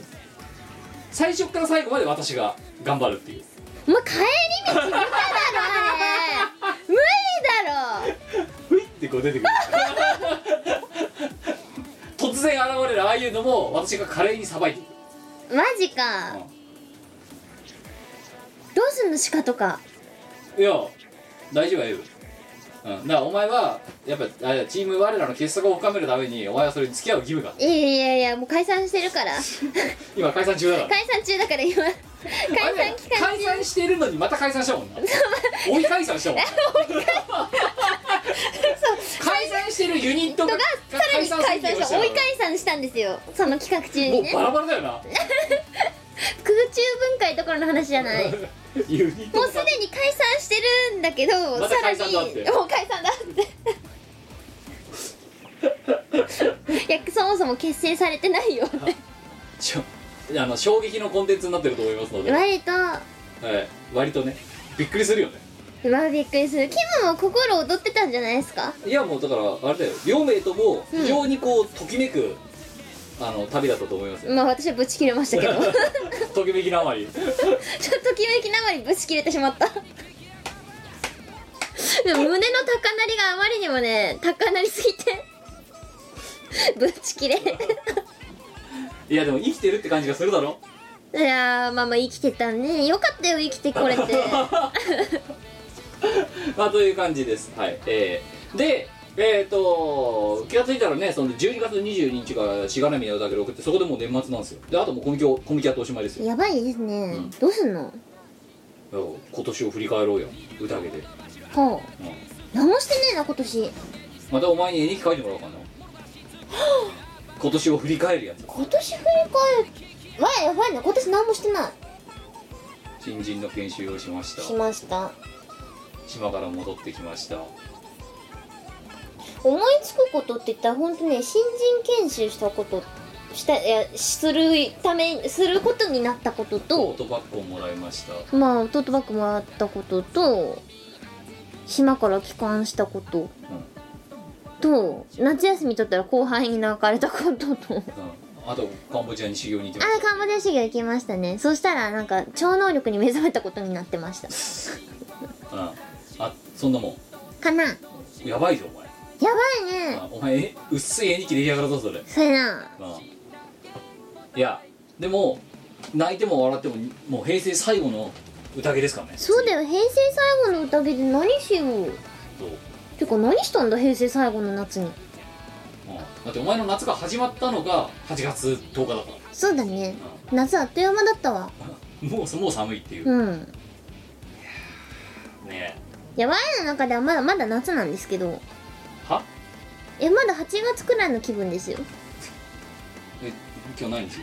Speaker 3: 最初から最後まで私が頑張るっていう
Speaker 1: お前帰り道無駄だろあれ無理だろ
Speaker 3: ふいってこう出てくる突然現れるああいうのも私が華麗にさばいていく
Speaker 1: マジか
Speaker 3: うん
Speaker 1: どうすんの鹿とか
Speaker 3: いや大丈夫やよ、うん、だからお前はやっぱあれだチーム我らの結束を深めるためにお前はそれに付き合う義務がある
Speaker 1: いやいやいやもう解散してるから [LAUGHS]
Speaker 3: 今解散中だから
Speaker 1: 解散中だから今解
Speaker 3: あれだよ
Speaker 1: 散期間
Speaker 3: 解散してるのにまた解散したもんな追い解散したもんな
Speaker 1: [LAUGHS]
Speaker 3: 解散してるユニット
Speaker 1: と
Speaker 3: が
Speaker 1: がさらに解散した追い解散したんですよその企画中
Speaker 3: も
Speaker 1: に
Speaker 3: う
Speaker 1: ね
Speaker 3: バラバラだよな
Speaker 1: 空中分解どころの話じゃないもう
Speaker 3: ユニット
Speaker 1: すでに解散してるんだけど
Speaker 3: ま
Speaker 1: さ
Speaker 3: た
Speaker 1: ら
Speaker 3: 解
Speaker 1: に
Speaker 3: 散だって
Speaker 1: もう解散だっていやそもそも結成されてないよね
Speaker 3: ちょあの衝撃のコンテンツになってると思いますので、は
Speaker 1: 割
Speaker 3: い、
Speaker 1: と
Speaker 3: 割とねびっくりするよね
Speaker 1: まあびっくりするキムも心躍ってたんじゃないですか
Speaker 3: いやもうだからあれだよ両名とも非常にこうときめく、あの旅だったと思いますよ
Speaker 1: まあ私はぶち切れま [LAUGHS] したけどちょっと
Speaker 3: [LAUGHS] ときめきのあまり
Speaker 1: 気めきなまりぶち切れてし [LAUGHS] まったでも胸の高鳴りがあまりにもね高鳴りすぎてぶち切れ [LAUGHS]
Speaker 3: いやでも生きてるって感じがするだろ
Speaker 1: いやーまあまあ生きてたねよかったよ生きてこれて [LAUGHS]
Speaker 3: まあという感じですはいえー、でえっ、と気がついたらねその12月22日がしがらみの歌だけ送ってそこでもう年末なんですよであともうコミケをコミケやっておしまいですよ
Speaker 1: やばいですね、
Speaker 3: うん
Speaker 1: どうすんの
Speaker 3: だから今年を振り返ろうよ宴で、うん、
Speaker 1: ほう何もしてねえな今年
Speaker 3: またお前に絵日記書いてもらおうか
Speaker 1: [GASPS]
Speaker 3: な今年を振り返るやつ
Speaker 1: 今年振り返るわやばいな今年何もしてない
Speaker 3: 新人の研修をしました
Speaker 1: しました
Speaker 3: 島から戻ってきました
Speaker 1: 思いつくことって言ったら本当ね新人研修したことしたいやするためすることになったこと
Speaker 3: トー
Speaker 1: と
Speaker 3: トバッグをもらいました
Speaker 1: まあトートバッグもらったことと島から帰還したこと、と夏休み取ったら後輩に泣かれたことと
Speaker 3: あとカンボジアに修行に行き
Speaker 1: [LAUGHS] あ
Speaker 3: まし
Speaker 1: カンボジア修行行きましたねそしたらなんか超能力に目覚めたことになってました
Speaker 3: たうんあそんなも
Speaker 1: かなや
Speaker 3: んやばいぞお前
Speaker 1: ばいね
Speaker 3: あお前え薄い絵日記出来上がるぞそれ
Speaker 1: それな
Speaker 3: うんいやでも泣いても笑ってももう平成最後の宴ですからね
Speaker 1: そうだよ平成最後の宴で何しよう
Speaker 3: そう
Speaker 1: てか何したんだ平成最後の夏に
Speaker 3: うんだってお前の夏が始まったのが8月10日だか
Speaker 1: そうだね夏あっという間だったわ
Speaker 3: ら [LAUGHS] もうもう寒いっていう
Speaker 1: うん
Speaker 3: ね
Speaker 1: いや我の中ではまだまだ夏なんですけど
Speaker 3: は
Speaker 1: えまだ8月くらいの気分ですよ
Speaker 3: え今日何日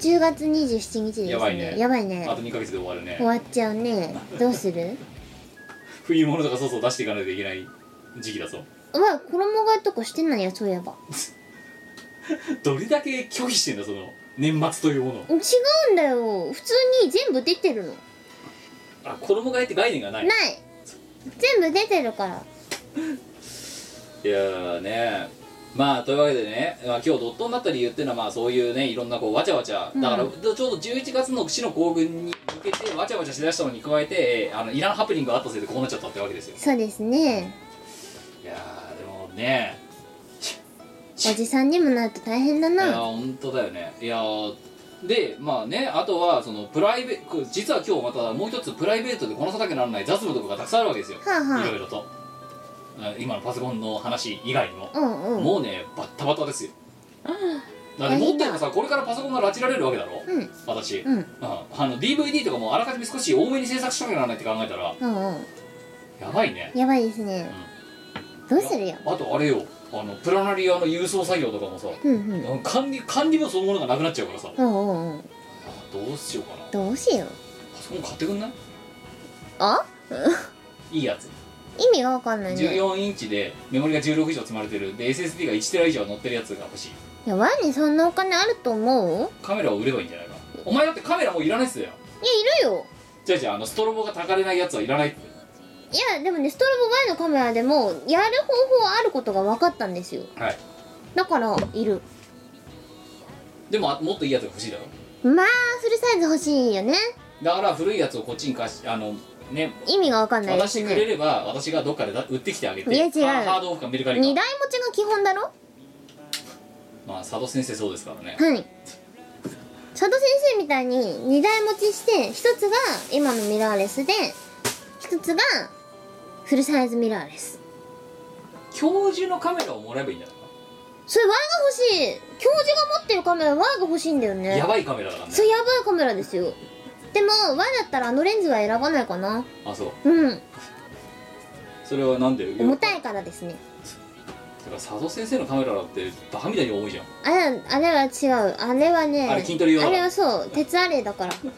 Speaker 1: 10月27日ですね
Speaker 3: やばいね
Speaker 1: やばいね
Speaker 3: あと2ヶ月で終わるね
Speaker 1: 終わっちゃうねどうする
Speaker 3: 冬物とかそうそう出していかないといけない時期だぞ
Speaker 1: うわ衣替えとかしてないやそういえば
Speaker 3: どれだけ拒否してんだその年末というものを
Speaker 1: 違うんだよ普通に全部出てるの
Speaker 3: あ衣替えって概念がない
Speaker 1: ない全部出てるから
Speaker 3: いやーねまあというわけでね、まあ、今日ドットになった理由っていうのはまあそういうねいろんなこうわちゃわちゃだから、
Speaker 1: う
Speaker 3: ちょうど11月の死の行軍に向けてわちゃわちゃしだしたのに加えてえーあのいらんハプニングがあったせいでこうなっちゃったってわけですよ
Speaker 1: そうですね
Speaker 3: いやーでもね
Speaker 1: おじさんにもなると大変だ
Speaker 3: いや
Speaker 1: な
Speaker 3: 本当だよねいやーでまあねあとはそのプライベこう実は今日またもう一つプライベートでこの叩けならない雑務とかがたくさんあるわけですよ、
Speaker 1: はあはい
Speaker 3: ろいろとあ今のパソコンの話以外にも、
Speaker 1: うんうん
Speaker 3: もうねバッタバタですよだってもっともさこれからパソコンが拉致られるわけだろ、
Speaker 1: うん
Speaker 3: 私、
Speaker 1: うん
Speaker 3: あの DVD とかもあらかじめ少し多めに制作しなきゃならないって考えたら
Speaker 1: うんうん
Speaker 3: やばいね
Speaker 1: やばいですねどうするよ
Speaker 3: あとあれよあのプラナリアの郵送作業とかもさ
Speaker 1: うんうん
Speaker 3: 管理管理もそのものがなくなっちゃうからさ
Speaker 1: うんうんうん
Speaker 3: どうしようかな
Speaker 1: どうしよう
Speaker 3: パソコン買ってくんない
Speaker 1: あ
Speaker 3: いいやつ
Speaker 1: 意味がわかんないね
Speaker 3: 14インチでメモリが16以上積まれてるで SSD が1テラ以上乗ってるやつが欲しい
Speaker 1: いやワンにそんなお金あると思う
Speaker 3: カメラを売ればいいんじゃないかお前だってカメラもういらないっす
Speaker 1: い
Speaker 3: よ
Speaker 1: やいるよ
Speaker 3: じゃあじゃああのストロボがたかれないやつはいらないって
Speaker 1: いやでもねストロボ前のカメラでもやる方法はあることが分かったんですよ
Speaker 3: はい
Speaker 1: だからいる
Speaker 3: でもあもっといいやつが欲しいだろ
Speaker 1: まあフルサイズ欲しいよね
Speaker 3: だから古いやつをこっちに貸しあのね
Speaker 1: 意味がわかんない
Speaker 3: 渡
Speaker 1: で
Speaker 3: し
Speaker 1: す
Speaker 3: てく
Speaker 1: ね
Speaker 3: れれば私がどっかでだ売ってきてあげて
Speaker 1: いや違う
Speaker 3: ハハードオフかメルカ
Speaker 1: 二台持
Speaker 3: リか
Speaker 1: ちが基本だろ
Speaker 3: まあ佐渡先生そうですからね
Speaker 1: はい佐渡先生みたいに二台持ちして一つが今のミラーレスで一つがフルサイズミラーレス
Speaker 3: 教授のカメラをもらえばいいんじゃないか
Speaker 1: それ Y が欲しい教授が持ってるカメラ Y が欲しいんだよね
Speaker 3: やばいカメラだからね
Speaker 1: それやばいカメラですよでも Y だったらあのレンズは選ばないかな
Speaker 3: あそう
Speaker 1: うん
Speaker 3: それはなんで
Speaker 1: 重
Speaker 3: だか
Speaker 1: たいからですね
Speaker 3: ら佐渡先生のカメラだってバカみたいに重いじゃん
Speaker 1: あれあれは違うあれはね
Speaker 3: あれ筋トレ用だ
Speaker 1: あれはそう鉄アレイだからそう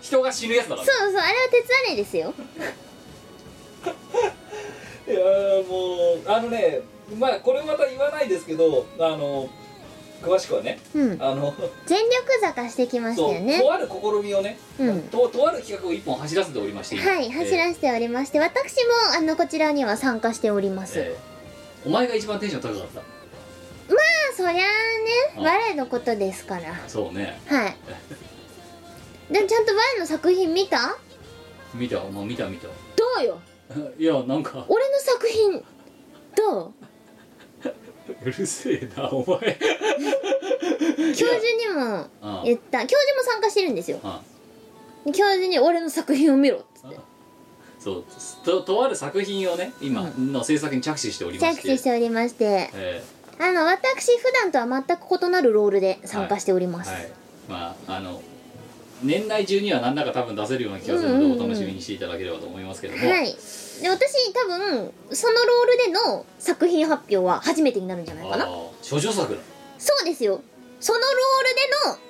Speaker 3: 人が死ぬやつだから
Speaker 1: そうあれは鉄アレイですよ
Speaker 3: いやーもうあのねまあこれまた言わないですけどあの詳しくはね
Speaker 1: うん
Speaker 3: あの
Speaker 1: 全力坂してきました
Speaker 3: そう
Speaker 1: よね
Speaker 3: とある試みをね、
Speaker 1: うん
Speaker 3: ととある企画を一本走らせておりまして今
Speaker 1: はい走らせておりまして私もあのこちらには参加しております、
Speaker 3: えーお前が一番テンション高かっ
Speaker 1: まあそりゃあね
Speaker 3: あ
Speaker 1: 我のことですから
Speaker 3: たそうね
Speaker 1: はいでもちゃんと我の作品見た
Speaker 3: 見たもう見た [LAUGHS] 見た
Speaker 1: どうよ
Speaker 3: いやなんか
Speaker 1: 俺の作品ど
Speaker 3: うるせえなお前
Speaker 1: う教授にも
Speaker 3: あ
Speaker 1: 言った教授も参加してるんですよ
Speaker 3: [LAUGHS] あ
Speaker 1: 教授に俺の作品を見ろっつって
Speaker 3: そうととある作品をね今の制作に着手しておりまし
Speaker 1: 着
Speaker 3: て
Speaker 1: 手しておりまして
Speaker 3: え
Speaker 1: あの私普段とは全く異なるロールで参加しており
Speaker 3: ー
Speaker 1: ます、
Speaker 3: はいまああの年内中には何らか多分出せるような気がする
Speaker 1: うん
Speaker 3: の
Speaker 1: うん
Speaker 3: で
Speaker 1: うん
Speaker 3: お楽しみにしていただければと思いますけども、
Speaker 1: はい。で、私多分、そのロールでの作品発表は初めてになるんじゃないか
Speaker 3: あ
Speaker 1: な。
Speaker 3: あ諸女作だ
Speaker 1: そうですよ。そのロールで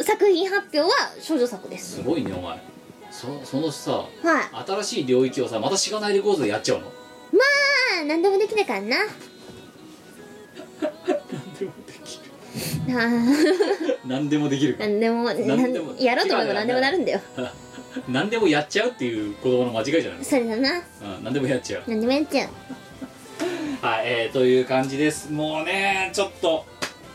Speaker 1: の作品発表は少女作です
Speaker 3: す。ごいねお前そそのさ
Speaker 1: はい。ま
Speaker 3: 新しい領域をさまたしがないレコードでやっちゃうの
Speaker 1: あ、何でもできないからな。
Speaker 3: 何でもできる
Speaker 1: あー
Speaker 3: 何でもできるか
Speaker 1: 何でも、
Speaker 3: 何でも
Speaker 1: なんやろうと思えば何でもなるんだよ。
Speaker 3: 何でもやっちゃうっていう子供の間違いじゃないの
Speaker 1: それだな
Speaker 3: うん、何でもやっちゃう
Speaker 1: 何でもやっちゃう
Speaker 3: はい、えー、という感じですもうねちょっと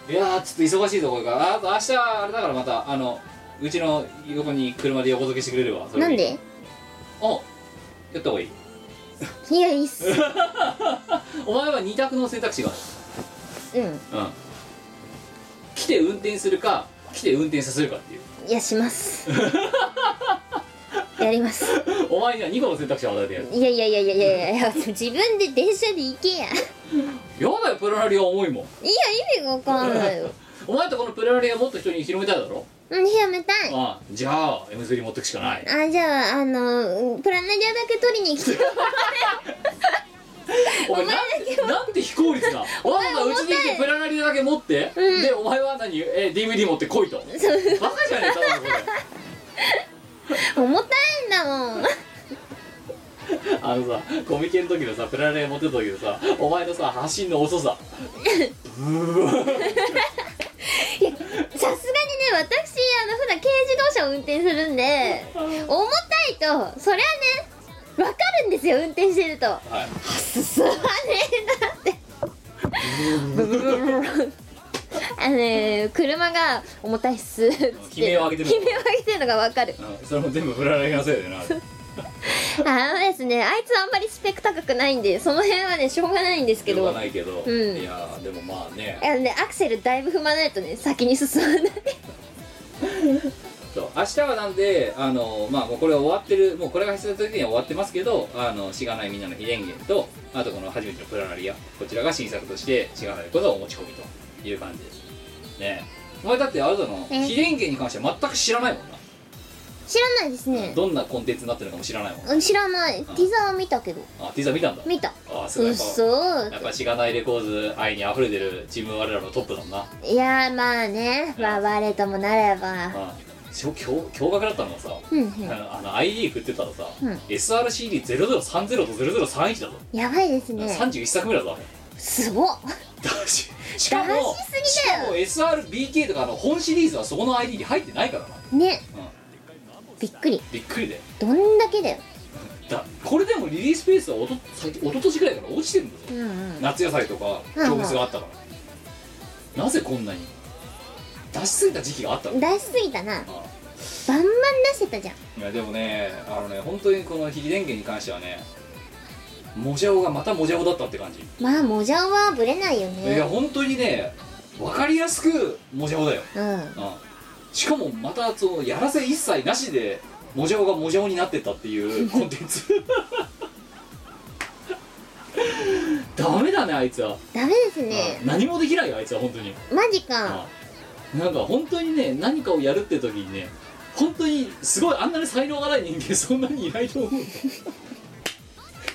Speaker 3: いやーちょっと忙しいぞこれからああと明日あれだからまたあのうちの横に車で横付けしてくれればそれ
Speaker 1: なんで
Speaker 3: おやった方がいい
Speaker 1: いやいいっす
Speaker 3: お前は二択の選択肢がある
Speaker 1: うん
Speaker 3: うん来て運転するか来て運転させるかっていう
Speaker 1: いやします
Speaker 3: [LAUGHS]
Speaker 1: やります
Speaker 3: お前には2個の選択肢を与えてやる
Speaker 1: いやいやいやいやいやいや自分で電車で行けやいや
Speaker 3: やだよプラナリア重いもん
Speaker 1: 意味がわかん
Speaker 3: [LAUGHS]
Speaker 1: ないよ
Speaker 3: お前とこのプラナリアもっと人に広めたいだろ
Speaker 1: うんやめたい
Speaker 3: ああじゃあ M3 持ってくしかない
Speaker 1: あじゃああのプラネリアだけ取りに来て
Speaker 3: お前なんなんて非効率なわざわざうちにいてプラナリアだけ持って、
Speaker 1: うん
Speaker 3: でお前は何え DVD 持って来いと [LAUGHS]
Speaker 1: そう
Speaker 3: バカじゃねえただの
Speaker 1: [LAUGHS]
Speaker 3: こ
Speaker 1: 重たいんだもん
Speaker 3: れあのさコミケの時のさプラナリア持ってた時のさお前のさ発信の遅さ
Speaker 1: さすがにね私あの普段軽自動車を運転するんで重たいとそりゃねわかるんですよ運転してるとは
Speaker 3: はい
Speaker 1: 進まねえなってあのね車が重たいっすっつって
Speaker 3: 悲鳴を上げてる
Speaker 1: 悲鳴を上げてるのがわかる
Speaker 3: うんそれも全部プラナリアのせいだよな
Speaker 1: あのですねあいつあんまりスペック高くないんでその辺はねしょうがないんですけ
Speaker 3: しょう
Speaker 1: ど
Speaker 3: がないけど、
Speaker 1: うん
Speaker 3: いやーでもまあね
Speaker 1: あのねアクセルだいぶ踏まないとね先に進まない
Speaker 3: そう明日はなんであのまあもうこれ終わってるもうこれが必要な時には終わってますけどあのしがないみんなの秘伝源とあとこの初めてのプラナリアこちらが新作としてしがないことをお持ち込みという感じですねえお前だってあれだの
Speaker 1: え
Speaker 3: 秘伝源に関しては全く知らないもんな、
Speaker 1: 知らないですね
Speaker 3: どんなコンテンツになってるのかも知らないもん
Speaker 1: うん知らないティザー見たけど
Speaker 3: あティザー見たんだ
Speaker 1: 見た
Speaker 3: ああすご
Speaker 1: う
Speaker 3: い
Speaker 1: っ
Speaker 3: やっ
Speaker 1: そ
Speaker 3: ぱ
Speaker 1: ー
Speaker 3: やっぱしがないレコーズ愛に溢れてるチーム我らのトップだもんない
Speaker 1: やーまあねまあ我ともなれば
Speaker 3: あしょ驚驚愕だったのがさ
Speaker 1: うんう
Speaker 3: あ
Speaker 1: ん
Speaker 3: のあの ID 振ってたらさ、
Speaker 1: うん
Speaker 3: SRCD0030 と0031だぞ、
Speaker 1: やばいですね
Speaker 3: 31作目だぞ
Speaker 1: すごっ
Speaker 3: だ
Speaker 1: [LAUGHS]
Speaker 3: ししか
Speaker 1: 出
Speaker 3: も
Speaker 1: しすぎだよ
Speaker 3: しかも SRBK とかあの本シリーズはそこの ID に入ってないからな
Speaker 1: ねびっくり
Speaker 3: びっくりだよ
Speaker 1: どんだけだよ
Speaker 3: だこれでもリリースペースはおと最近一昨年ぐらいから落ちてるんだぞ、
Speaker 1: うんうん
Speaker 3: 夏野菜とか
Speaker 1: うんうん
Speaker 3: 動物があったからなぜこんなに出しすぎた時期があったの
Speaker 1: 出しすぎたな
Speaker 3: あ
Speaker 1: バンバン出してたじゃん
Speaker 3: いやでもねあのね本当にこの非電源に関してはねもじゃおがまたもじゃおだったって感じ
Speaker 1: まあもじゃおはぶれないよ
Speaker 3: いや
Speaker 1: ね
Speaker 3: 本当にね分かりやすくもじゃおだよ、
Speaker 1: うん
Speaker 3: うん、しかもまたそのやらせ一切なしでもじゃおがもじゃおになってったっていうコンテンツ [LAUGHS] ダメだねあいつは、
Speaker 1: ダメですね
Speaker 3: うん何もできないよあいつは本当に、
Speaker 1: マジか
Speaker 3: うんなんか本当にね何かをやるって時にね本当にすごいあんなに才能がない人間そんなにいないと思う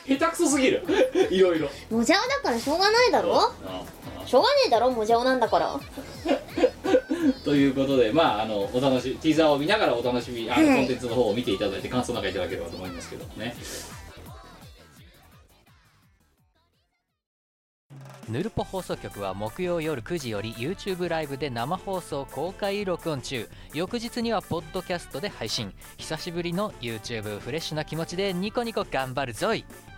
Speaker 3: 下手くそすぎるいろいろ
Speaker 1: もじゃおだからしょうがないだろ
Speaker 3: うんうん
Speaker 1: しょうがねえだろもじゃおなんだから
Speaker 3: ということで、まあ、あのお楽しみティザーを見ながらお楽しみあの、
Speaker 1: はい
Speaker 3: コンテンツの方を見ていただいて感想なんかいただければと思いますけどね
Speaker 6: ヌルポ放送局は木曜夜9時より YouTube ライブで生放送公開録音中翌日にはポッドキャストで配信久しぶりの YouTube フレッシュな気持ちでニコニコ頑張るぞい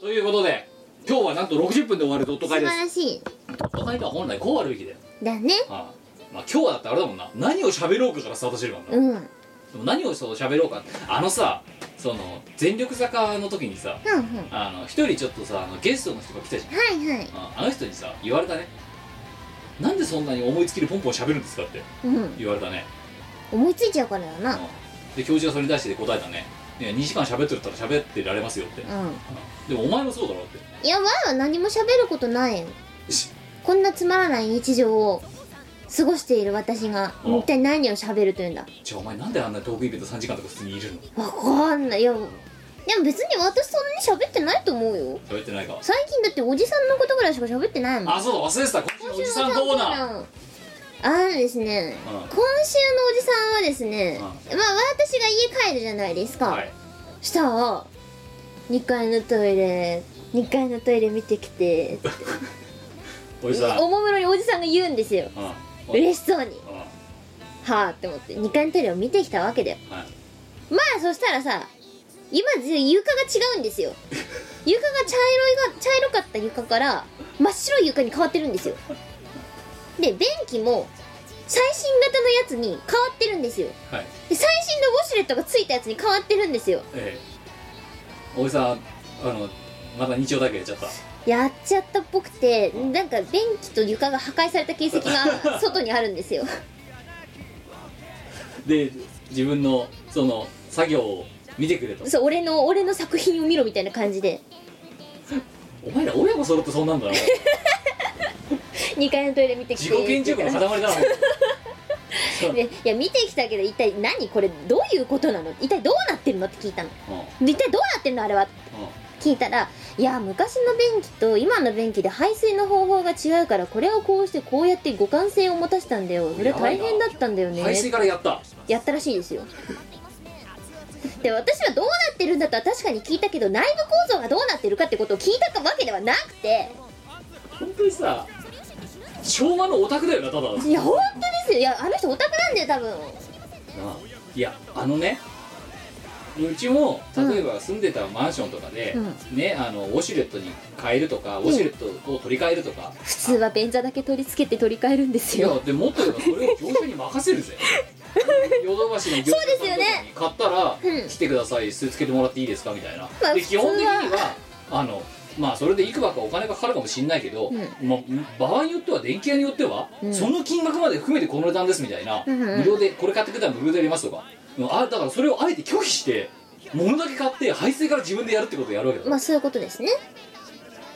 Speaker 3: ということで今日はなんと60分で終わるドット
Speaker 1: 素
Speaker 3: 会
Speaker 1: 晴
Speaker 3: です
Speaker 1: らしい
Speaker 3: ドット会とは本来こうあるべきだよ、
Speaker 1: だね
Speaker 3: ああまあ、今日はだってあれだもんな何を喋ろうかからスタートしてるからな、
Speaker 1: うんうん
Speaker 3: でも何をそう喋ろうかってあのさその全力坂の時にさ
Speaker 1: うん
Speaker 3: あの一人ちょっとさあのゲストの人が来たじゃん
Speaker 1: はいはい
Speaker 3: ああの人にさ言われたねなんでそんなに思いつきでポンポン喋るんですかって
Speaker 1: うん
Speaker 3: 言われたね
Speaker 1: 思いついちゃうからだな
Speaker 3: で教授がそれに対して答えたね「いや2時間喋ってるったら喋ってられますよ」って、
Speaker 1: うん
Speaker 3: でもお前もそうだろって
Speaker 1: いやわいは何も喋ることないよ
Speaker 3: し
Speaker 1: こんなつまらない日常を過ごしている私が一体何を喋るというんだ
Speaker 3: じゃあお前なんであんなトークイベント3時間とか普通にいるの
Speaker 1: わかんないいやでも別に私そんなに喋ってないと思うよ
Speaker 3: 喋ってないか
Speaker 1: 最近だっておじさんのことぐらいしか喋ってないもん
Speaker 3: あそうだ忘れてた今週のおじさんコーナー
Speaker 1: ーあのですね、
Speaker 3: うん
Speaker 1: 今週のおじさんはですね、まあ私が家帰るじゃないですか、
Speaker 3: はい
Speaker 1: したら2階のトイレ2階のトイレ見てきて
Speaker 3: おじさん
Speaker 1: おもむろにおじさんが言うんですよ
Speaker 3: うん
Speaker 1: 嬉しそうに
Speaker 3: うんは
Speaker 1: はあって思って2階のトイレを見てきたわけだよ
Speaker 3: い
Speaker 1: まあそしたらさ今ず床が違うんですよ床が茶色いが茶色かった床から真っ白い床に変わってるんですよで便器も最新型のやつに変わってるんですよ
Speaker 3: はい
Speaker 1: で最新のウォシュレットがついたやつに変わってるんですよ
Speaker 3: ええおじさんあのまた日曜だけやっちゃった
Speaker 1: やっちゃったっぽくてなんか便器と床が破壊された形跡が外にあるんですよ
Speaker 3: で自分のその作業を見てくれと
Speaker 1: そう俺の俺の作品を見ろみたいな感じで
Speaker 3: お前ら親子揃ってそん [LAUGHS] なんだろ
Speaker 1: 2階のトイレ見てきて
Speaker 3: 自己顕示欲の [LAUGHS] 塊だなお前
Speaker 1: でいや見てきたけど一体何これどういうことなの一体どうなってるのって聞いたの
Speaker 3: うん
Speaker 1: 一体どうなってるのあれはって
Speaker 3: う
Speaker 1: 聞いたらいや昔の便器と今の便器で排水の方法が違うからこれをこうしてこうやって互換性を持たせたんだよそれ大変だったんだよね
Speaker 3: ん排水からやった
Speaker 1: やったらしいですよで私はどうなってるんだとは確かに聞いたけど内部構造がどうなってるかってことを聞いたわけではなくて
Speaker 3: 本当にさ昭和のオタクだよなただの
Speaker 1: いや本当ですよいやあの人オタクなんだよ多分
Speaker 3: なあいやあのねうちも例えば住んでたマンションとかで、ねあのウォシュレットに変えるとかウォシュレットを取り替えるとか、
Speaker 1: 普通は便座だけ取り付けて取り替えるんです
Speaker 3: い
Speaker 1: よ
Speaker 3: やでもっと言えばそれを業者に任せ
Speaker 1: [LAUGHS]
Speaker 3: るぜヨドバシの業者さんとかに買ったら、
Speaker 1: すよねうん
Speaker 3: 来てください吸い付けてもらっていいですかみたいな、
Speaker 1: まあ
Speaker 3: で
Speaker 1: 普
Speaker 3: 基
Speaker 1: 通は
Speaker 3: 本的にはあのまあそれでいくばくお金がかかるかもしれないけど、
Speaker 1: う
Speaker 3: まあ、場合によっては電気屋によっては、
Speaker 1: ん
Speaker 3: その金額まで含めてこの値段ですみたいな、
Speaker 1: うんうん
Speaker 3: 無料でこれ買ってくれたら無料でやりますとかうんあだからそれをあえて拒否して物だけ買って排水から自分でやるってことをやるわけだ、
Speaker 1: まあそういうことですね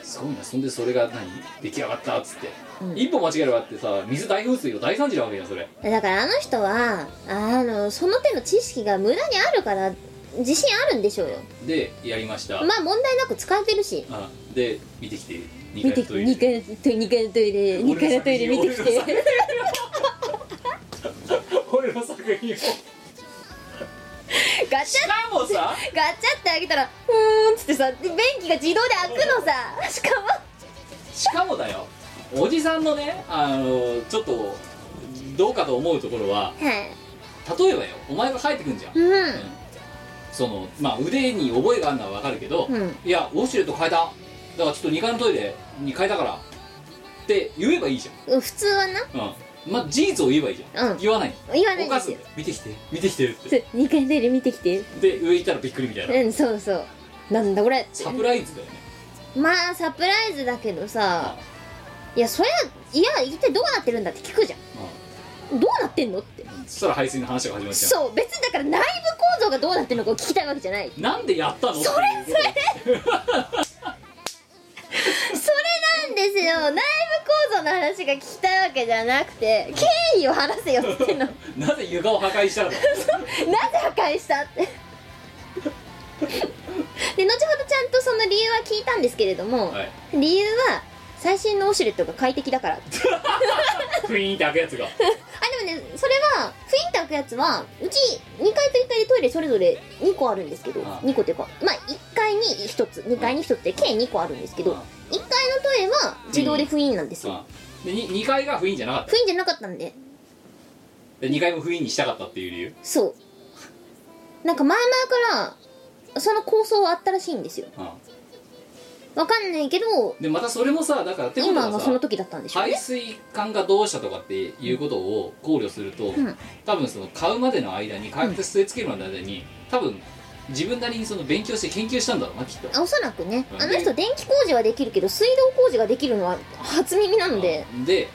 Speaker 3: すごいなそんでそれが何出来上がったっつって、
Speaker 1: うん
Speaker 3: 一歩間違えればってさ水大噴水の大惨事なわけじゃんそれ
Speaker 1: だからあの人はあのその手の知識が無駄にあるから自信あるんでしょうよ
Speaker 3: でやりました、
Speaker 1: まあ問題なく使えてるし
Speaker 3: あで見てきて2
Speaker 1: 見てき
Speaker 3: 回と
Speaker 1: て2階のトイレ2階のトイレ2階のトイレ見てき
Speaker 3: 俺の
Speaker 1: て
Speaker 3: 俺の作品をし
Speaker 1: ガチャ
Speaker 3: かもさ
Speaker 1: ガチャって開けたら「ふーん」っつってさ便器が自動で開くのさしかも
Speaker 3: しかもだよおじさんのねあのちょっとどうかと思うところは
Speaker 1: はい
Speaker 3: 例えばよお前が帰ってくんじゃん、
Speaker 1: うん
Speaker 3: そのまあ腕に覚えがあるのは分かるけど、
Speaker 1: うん
Speaker 3: いやウォシュレット変えただからちょっと2階のトイレに変えたからって言えばいいじ
Speaker 1: うん普通はな
Speaker 3: ゃんうんまあ事実を言えばいいじゃん、
Speaker 1: うん
Speaker 3: 言わない
Speaker 1: 言わない
Speaker 3: お
Speaker 1: ん
Speaker 3: か
Speaker 1: で
Speaker 3: ず
Speaker 1: すよ
Speaker 3: 見てきて見てきてるって
Speaker 1: 2階のトイレ見てきて
Speaker 3: で上行ったらびっくりみたいな
Speaker 1: うんそうそうなんだこれ
Speaker 3: サプライズだよね
Speaker 1: まあサプライズだけどさいやそりゃいや一体どうなってるんだって聞くじゃんどうなってんのって
Speaker 3: うんそしたら排水の話が始まっちゃう
Speaker 1: そう別にだから内部構造がどうなってるのかを聞きたいわけじゃない
Speaker 3: なんでやったの
Speaker 1: それそれ
Speaker 3: [LAUGHS]
Speaker 1: それなんですよ内部構造の話が聞きたいわけじゃなくて敬意を晴らせよっていうのなぜ
Speaker 3: なぜ床を破壊したの
Speaker 1: 破壊したってで後ほどちゃんとその理由は聞いたんですけれども、
Speaker 3: はい
Speaker 1: 理由は最新のオシュレットが快適だからあ
Speaker 3: クイーンって開くやつが
Speaker 1: でもねそれはフィンタークやつはうち2階と1階でトイレそれぞれ2個あるんですけど
Speaker 3: あ
Speaker 1: 2個っていうかまあ1階に1つ2階に1つって計2個あるんですけど1
Speaker 3: あ
Speaker 1: 階のトイレは自動で封印なんですよ
Speaker 3: うんで 2, 階が不印じゃなかっ
Speaker 1: 封印じゃなかったんで
Speaker 3: たで2階も不印にしたかったっていう理由
Speaker 1: そうなんか前々からその構想はあったらしいんですよ
Speaker 3: う
Speaker 1: わかんないけど
Speaker 3: んでまたそれもさだからってこと
Speaker 1: 今
Speaker 3: は
Speaker 1: がその
Speaker 3: さ
Speaker 1: 時だったんでしょう
Speaker 3: 排
Speaker 1: ね
Speaker 3: 水管がどうしたとかっていうことを考慮すると、
Speaker 1: ん
Speaker 3: 多分その買うまでの間に買って据え付けるまでの間に多分自分なりにその勉強して研究したんだろうなきっと
Speaker 1: おそらくね
Speaker 3: うん
Speaker 1: あの人電気工事はできるけど水道工事ができるのは初耳なんで
Speaker 3: で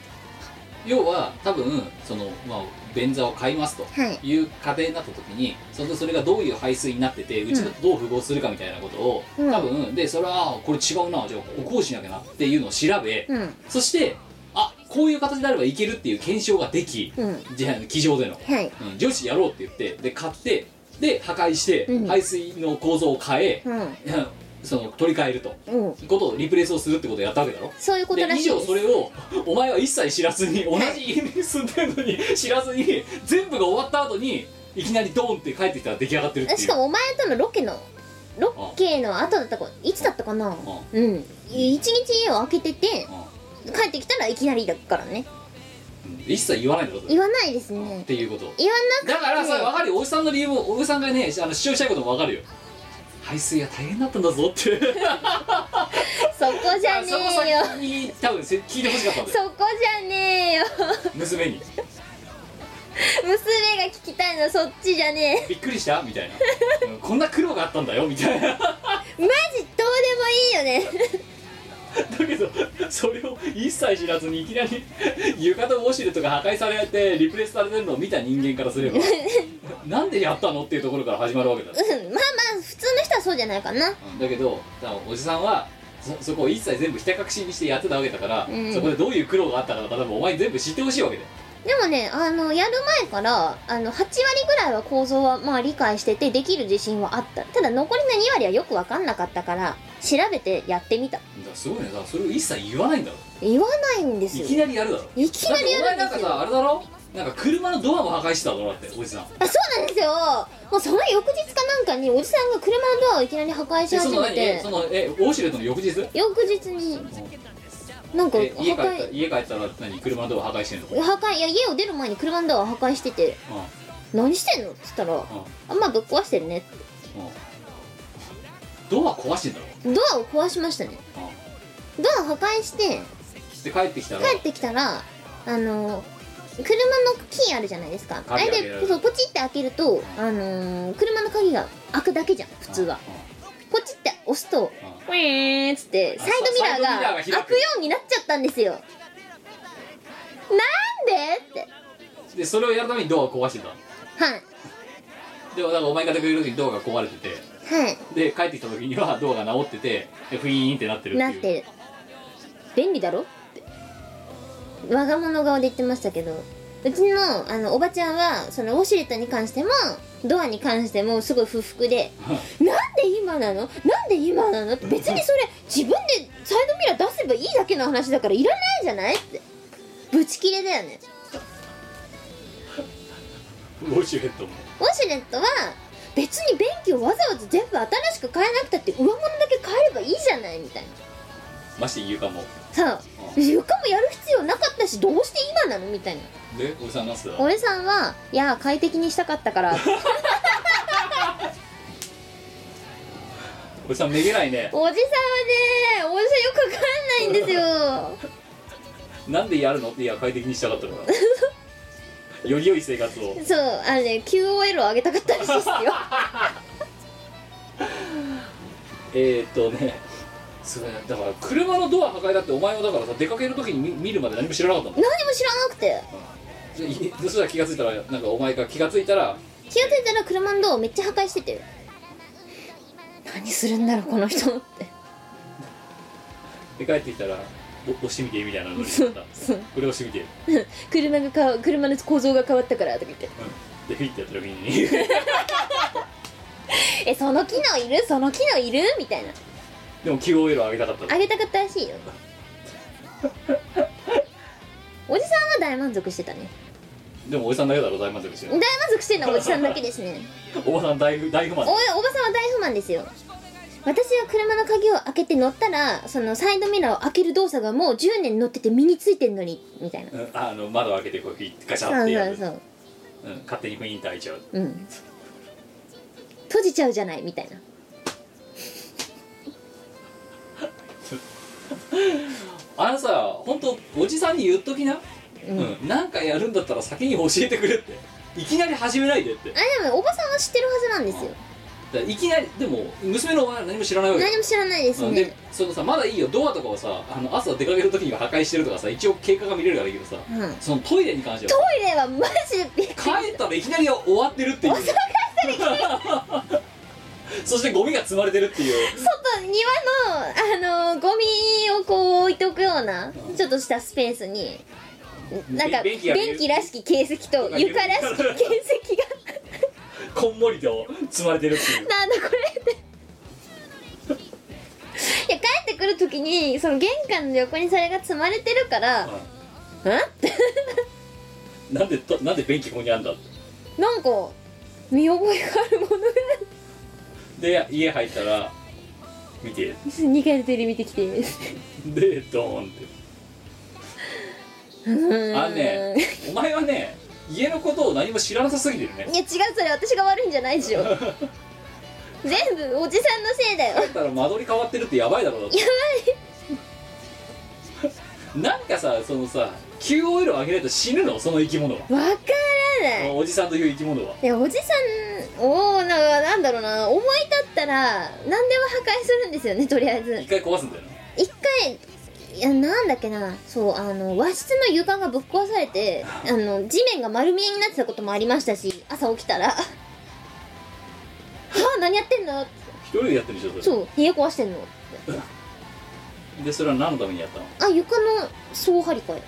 Speaker 3: 要は多分その、まあ、便座を買いますと
Speaker 1: はい
Speaker 3: いう過程になった時にそれでそれがどういう排水になっててうちだとどう符合するかみたいなことを、
Speaker 1: うん
Speaker 3: 多分でそれはあこれ違うなじゃあこうしなきゃなっていうのを調べ、
Speaker 1: うん
Speaker 3: そしてあここういう形であればいけるっていう検証ができ
Speaker 1: うんは
Speaker 3: じゃあ机上での、
Speaker 1: い
Speaker 3: うん、女子やろうって言ってで買ってで破壊して、
Speaker 1: うん
Speaker 3: 排水の構造を変え、
Speaker 1: うん
Speaker 3: [LAUGHS] その取り替えると
Speaker 1: うん
Speaker 3: ことをリプレイスをするってことをやったわけだろ
Speaker 1: そういうこと
Speaker 3: で
Speaker 1: ら
Speaker 3: 以
Speaker 1: しい
Speaker 3: 上
Speaker 1: です
Speaker 3: それをお前は一切知らずに同じ家に住んでるのに知らずに全部が終わった後にいきなりドーンって帰ってきたら出来上がってるっていう
Speaker 1: しかもお前とのロケのロケの後だったかいつだったかなうん一日家を開けてて帰ってきたらいきなりだからね
Speaker 3: うん一切言わないんだろそれ
Speaker 1: 言わないです
Speaker 3: っ
Speaker 1: ね
Speaker 3: ていうこと
Speaker 1: 言わな
Speaker 3: だ
Speaker 1: くて
Speaker 3: からさ分かるよおじさんの理由もおじさんがねあの主張したいことも分かるよ排水が大変だったんだぞって
Speaker 1: そこじゃね
Speaker 3: [LAUGHS] そこ
Speaker 1: えよ
Speaker 3: 先に多分せ聞いてほしかったんだよ
Speaker 1: そこじゃねえよ [LAUGHS]
Speaker 3: 娘に
Speaker 1: 娘が聞きたいのはそっちじゃね
Speaker 3: びっくりしたみたいなうんこんな苦労があったんだよみたいな
Speaker 1: えマジどうでもいいよね
Speaker 3: だけどそれを一切知らずにいきなり床とウォシュレットが破壊されてリプレイスされてるのを見た人間から
Speaker 1: [LAUGHS]
Speaker 3: すればなんでやったのっていうところから始まるわけだ
Speaker 1: うんまあまあ普通の人はそうじゃないかな
Speaker 3: だけど多分おじさんはそそこを一切全部ひた隠しにしてやってたわけだから、
Speaker 1: うん
Speaker 3: そこでどういう苦労があったかとか多分お前全部知ってほしいわけだよ
Speaker 1: でもねあのやる前からあの8割ぐらいは構造はまあ理解しててできる自信はあったただ残りの2割はよく分かんなかったから調べてやってみた
Speaker 3: だからすごいねだからそれを一切言わないんだろ
Speaker 1: 言わないんです
Speaker 3: い
Speaker 1: よ
Speaker 3: きなりやるだろだ
Speaker 1: いきな
Speaker 3: って
Speaker 1: り
Speaker 3: お
Speaker 1: や
Speaker 3: 前
Speaker 1: る
Speaker 3: なん
Speaker 1: んで
Speaker 3: か
Speaker 1: すよ
Speaker 3: さあれだろなんか車のドアも破壊してただろだっておじさん
Speaker 1: あそうなんですよもうその翌日かなんかにおじさんが車のドアをいきなり破壊し
Speaker 3: えそ
Speaker 1: 始
Speaker 3: の
Speaker 1: め
Speaker 3: 何え
Speaker 1: て
Speaker 3: そのえウォシュレットの翌日
Speaker 1: 翌日になんか破
Speaker 3: え家帰った
Speaker 1: 壊
Speaker 3: 家帰ったら何車のドア破壊してんの
Speaker 1: 破壊いや家を出る前に車のドアを破壊してて
Speaker 3: う
Speaker 1: 「
Speaker 3: ん
Speaker 1: 何してんの?」っつったら「あんまあぶっ壊してるね」って
Speaker 3: ドア壊してんだろ
Speaker 1: ドアを壊しましたねドアを破壊して
Speaker 3: で帰ってきたら
Speaker 1: 帰ってきたらあの車のキーあるじゃないですかあ
Speaker 3: 鍵
Speaker 1: れ
Speaker 3: 開けられる
Speaker 1: でそうポチって開けるとあのー車の鍵が開くだけじゃん普通はポチって押すと
Speaker 3: うん
Speaker 1: ウィーンっつって
Speaker 3: あ
Speaker 1: サイドミラー
Speaker 3: サイドミラ
Speaker 1: が
Speaker 3: ーが開
Speaker 1: 開
Speaker 3: く
Speaker 1: くようになっちゃったんですよなんでって
Speaker 3: でそれをやるためにドアを壊してたの
Speaker 1: はい
Speaker 3: でもなんかお前が出かける時にドアが壊れてて
Speaker 1: はい
Speaker 3: で帰ってきた時にはドアが治っててでフィーンってなってるっていう
Speaker 1: なってる便利だろって我が物顔で言ってましたけどうちのあのおばちゃんはそのウォシュレットに関してもドアに関してもすごい不服
Speaker 3: [LAUGHS]
Speaker 1: でなんで今なのなんで今なのって別にそれ自分でサイドミラー出せばいいだけの話だからいらないじゃないってブチ切れだよね
Speaker 3: ウォシュレットも
Speaker 1: ウォシュレットは別に便器をわざわざ全部新しく買えなくたって上物だけ買えればいいじゃないみたいな
Speaker 3: まして床も
Speaker 1: さあ床もやる必要なかったしどうして今なのみたいな
Speaker 3: でおじさんなんすだ
Speaker 1: 俺さんは「いやー快適にしたかったから
Speaker 3: おじさんめげないね
Speaker 1: おじさんはねおじさんよくわかんないんですよ
Speaker 3: なんでやるのっていや快適にしたかったか
Speaker 1: [LAUGHS]
Speaker 3: らより良い生活を
Speaker 1: そうあのね QOL を上げたかったら [LAUGHS] しいですよ
Speaker 3: えー、っとねそれだから車のドア破壊だってお前はだからさ出かける時に見見るまで何も知らなかったんだ
Speaker 1: 何も知らなくて
Speaker 3: でいそしたら気がついたらなんかお前が気がついたら
Speaker 1: 気がついたら車のドアめっちゃ破壊してて何するんだろうこの人って [LAUGHS]
Speaker 3: で帰ってきたらお押してみてみたいなのになった
Speaker 1: そう
Speaker 3: これ押してみて
Speaker 1: 車がか車の構造が変わったからとか言って
Speaker 3: でフィッてやった時に
Speaker 1: 「
Speaker 3: [LAUGHS]
Speaker 1: えその機能いるその機能いる?」みたいな
Speaker 3: でも QOL 上げたかった
Speaker 1: あげたかったらしいよ [LAUGHS] おじさんは大満足してたね
Speaker 3: でもおじさんだけだろ大満足して
Speaker 1: 大満足してるのはおじさんだけですね
Speaker 3: おばさん大不大不満
Speaker 1: おおばさんは大不満ですよ私は車の鍵を開けて乗ったらそのサイドミラーを開ける動作がもう10年乗ってて身についてんのにみたいな
Speaker 3: うんあの窓開けてこうフィッてガシャ
Speaker 1: そ
Speaker 3: っ
Speaker 1: う
Speaker 3: てやる
Speaker 1: そうそう
Speaker 3: うん、勝手にフィーンって開いちゃう
Speaker 1: うん閉じちゃうじゃないみたいな
Speaker 3: あのさ本当おじさんに言っときな、
Speaker 1: うん
Speaker 3: うんなんかやるんだったら先に教えてくれっていきなり始めないでってだか
Speaker 1: あでもおばさんは知ってるはずなんですよ
Speaker 3: らいきなりでも娘のお前は何も知らないわけだよ
Speaker 1: 何も知らないです
Speaker 3: うんで
Speaker 1: ね
Speaker 3: そのさまだいいよドアとかはさあの朝出かける時には破壊してるとかさ一応経過が見れるからいいけどさ、
Speaker 1: うん
Speaker 3: そのトイレに関して
Speaker 1: ト
Speaker 3: は
Speaker 1: イレはマジでびっくり
Speaker 3: 帰ったらいきなり終わってるっていうそしてゴミが積まれてるっていう
Speaker 1: 外庭のあのゴミをこう置いとくようなちょっとしたスペースになんか
Speaker 3: 便器が見える
Speaker 1: 便器らしき形跡と床
Speaker 3: [LAUGHS]
Speaker 1: らしき形跡が
Speaker 3: こんもりと積まれてるっていう
Speaker 1: なんだこれっていや帰ってくる時にその玄関の横にそれが積まれてるからんって
Speaker 3: なんでとなんで便器ここにあんだって
Speaker 1: [LAUGHS] なんか見覚えがあるも
Speaker 3: [LAUGHS]
Speaker 1: のが
Speaker 3: で家入ったら見て
Speaker 1: 2回でテレビ見てきていいです
Speaker 3: でドーンって
Speaker 1: あ
Speaker 3: あのねお前はね家のことを何も知らなさすぎてるね
Speaker 1: いや違うそれ私が悪いんじゃないで [LAUGHS] しょ全部おじさんのせい [LAUGHS] だよ
Speaker 3: だったら間取り変わってるってやばいだろだって
Speaker 1: や
Speaker 3: なんかさそのさ QOL を上げないと死ぬのその生き物は
Speaker 1: ばいわからない
Speaker 3: おじさんという生き物はい
Speaker 1: やおじさんをなんかなんだろうな思い立ったら何でも破壊するんですよねとりあえず
Speaker 3: 一回壊すんだよね
Speaker 1: 一回いやなんだっけなそうあの和室の床がぶっ壊されてあの地面が丸見えになってたこともありましたし朝起きたら「は [LAUGHS] あ何やってんの?
Speaker 3: 一人でやってるでしょそ」れ
Speaker 1: そう家壊してんの
Speaker 3: でそれは何のためにやったの
Speaker 1: あ床の総張り替え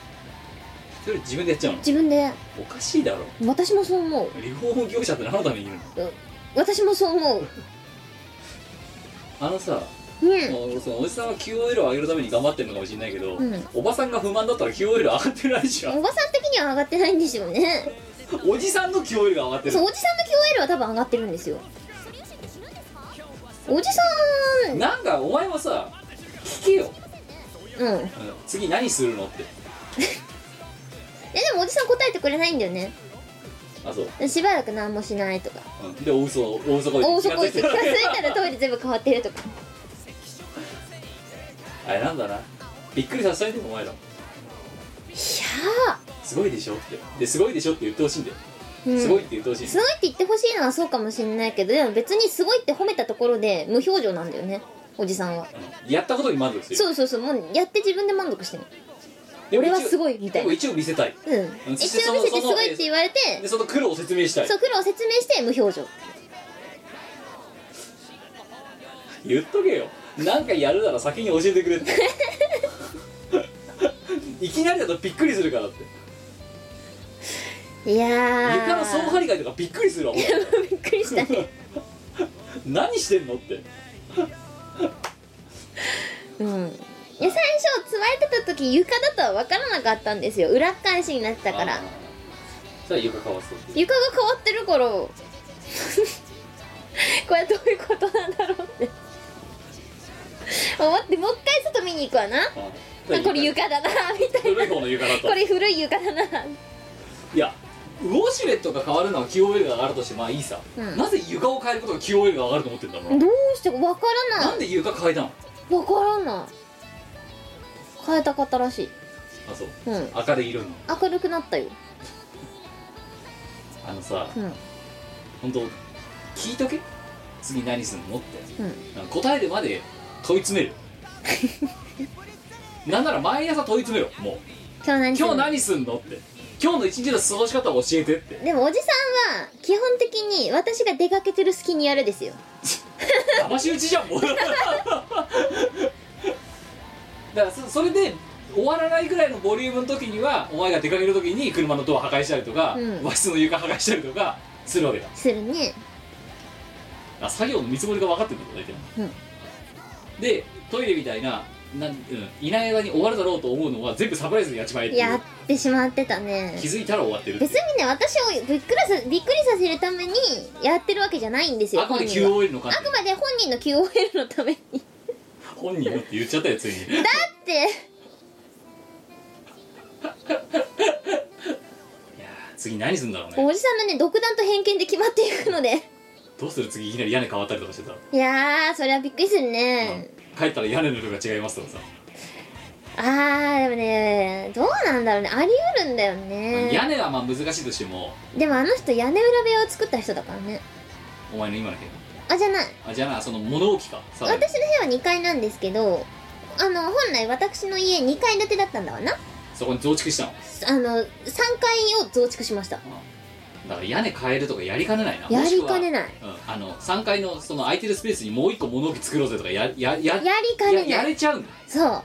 Speaker 3: 一人で自分でやっちゃうの
Speaker 1: 自分で
Speaker 3: おかしいだろ
Speaker 1: 私もそう思う
Speaker 3: リフォーム業者って何のためにいるの
Speaker 1: 私もそう思う
Speaker 3: あのさ、
Speaker 1: うん
Speaker 3: もうそのおじさんは QOL を上げるために頑張ってるのかもしれないけど、
Speaker 1: うん
Speaker 3: おばさんが不満だったら QOL 上がってないじゃん
Speaker 1: おばさん的には上がってないんですよね
Speaker 3: おじさんの QOL が上がってる
Speaker 1: そうおじさんの QOL は多分上がってるんですよおじさん
Speaker 3: なんかお前もさ聞けよ、
Speaker 1: うんえ
Speaker 3: うん次何するのって
Speaker 1: でもおじさん答えてくれないんだよね
Speaker 3: あそう、
Speaker 1: しばらく何もしないとか
Speaker 3: うん、で大嘘大嘘こいて
Speaker 1: 大嘘こいて気がつ
Speaker 3: 気が
Speaker 1: いたらトイレ全部変わってるとか
Speaker 3: [LAUGHS] あれなんだなびっくりさせたいんだよお前らすごいでしょってですごいでしょって言ってほしいんだよ、
Speaker 1: いやー、うん、
Speaker 3: すごいって言ってほしい
Speaker 1: すごいって言ってほしいのはそうかもしれないけどでも別にすごいって褒めたところで無表情なんだよねおじさんは
Speaker 3: うんやったことに満足する
Speaker 1: そうそうそうもうやって自分で満足してる
Speaker 3: でも
Speaker 1: 俺は
Speaker 3: 一応
Speaker 1: すごいみたい
Speaker 3: でも一応見せたい
Speaker 1: うん
Speaker 3: そ
Speaker 1: 一
Speaker 3: して
Speaker 1: 応見せ
Speaker 3: そ
Speaker 1: て
Speaker 3: の
Speaker 1: すごいって言われて
Speaker 3: でその苦労を説明した
Speaker 1: [LAUGHS]
Speaker 3: い
Speaker 1: そう苦労を説明して無表情
Speaker 3: 言っとけよなんかやるなら先に教えてくれって
Speaker 1: [LAUGHS]
Speaker 3: いきなりだとびっくりするからって
Speaker 1: いやー
Speaker 3: 床の総張り替えとかびっくりするわほら
Speaker 1: びっくりしたね
Speaker 3: [LAUGHS] 何してんのって
Speaker 1: [LAUGHS] うんいや最初つまれてた時床だとは分からなかったんですよ裏っ返しになってたから
Speaker 3: あーそれは床かわす
Speaker 1: 床が変わってるから [LAUGHS] これはどういうことなんだろうって思ってもう一回外見に行くわな
Speaker 3: あ
Speaker 1: これ床だなみたい
Speaker 3: 古
Speaker 1: ない
Speaker 3: 方の床だと
Speaker 1: これ古い床だない
Speaker 3: やウォシュレットが変わるのは QOL が上がるとしてまあいいさ、
Speaker 1: うん
Speaker 3: なぜ床を変えることが QOL が上がると思ってんだろう
Speaker 1: ど
Speaker 3: な
Speaker 1: うしてか分から
Speaker 3: な
Speaker 1: なんい
Speaker 3: で床変えたの
Speaker 1: 分からない変えたかったらしい
Speaker 3: あそう
Speaker 1: うん
Speaker 3: 赤で色に
Speaker 1: 明るくなったよ
Speaker 3: あのさ
Speaker 1: うん
Speaker 3: 本当聞いとけ次何すんのって
Speaker 1: うん
Speaker 3: なんか答えるまで問
Speaker 1: [LAUGHS]
Speaker 3: い詰めるなんなら毎朝問い詰めろもう
Speaker 1: 今日何する
Speaker 3: 今日何すんのって今日の一日の過ごし方を教えてって
Speaker 1: でもおじさんは基本的に私が出かけてる隙にやるですよ
Speaker 3: 騙し討ちじゃんもう [LAUGHS] だからそそれで終わらないぐらいのボリュームの時にはお前が出かける時に車のドア破壊したりとか、
Speaker 1: うん
Speaker 3: 和室の床破壊したりとかするわけだ
Speaker 1: するね
Speaker 3: あ作業の見積もりが分かってるんだよ大体、でトイレみたいななん、うん、いない間に終わるだろうと思うのは全部サプライズでやっちまえっていう
Speaker 1: やってしまってたね
Speaker 3: 気づいたら終わってるっていう
Speaker 1: 別にね私をびっくりさびっくりさせるためにやってるわけじゃないんですよ
Speaker 3: あくまで
Speaker 1: 本人は
Speaker 3: QOL の観
Speaker 1: あ
Speaker 3: 点
Speaker 1: くまで本人の QOL のため
Speaker 3: [LAUGHS]
Speaker 1: に
Speaker 3: 本人のって言っちゃったよついに
Speaker 1: だって
Speaker 3: 次何すんだろうね
Speaker 1: おじさんのね独断と偏見で決まっていくので
Speaker 3: どうする次いきなり屋根変わったりとかしてたら、
Speaker 1: いやーそれはびっくりするね、
Speaker 3: 帰ったら屋根の色が違いますとかさ、
Speaker 1: あーでもねどうなんだろうねあり得るんだよ
Speaker 3: 屋
Speaker 1: ね
Speaker 3: 根はまあ難しいとしても
Speaker 1: でもあの人屋根裏部屋を作った人だからね
Speaker 3: お前の今の件
Speaker 1: あじゃない
Speaker 3: あじゃあなその物置かさ
Speaker 1: 私の部屋は2階なんですけどあの本来私の家2階建てだったんだわな
Speaker 3: そこに増築したの
Speaker 1: あの3階を増築しました
Speaker 3: だから屋根変えるとかやりかねないな
Speaker 1: やりかねない
Speaker 3: もしくはうん、あの3階のその空いてるスペースにもう一個物置作ろうぜとかややや
Speaker 1: やりかね
Speaker 3: やや
Speaker 1: ない
Speaker 3: れちゃうんだ
Speaker 1: そう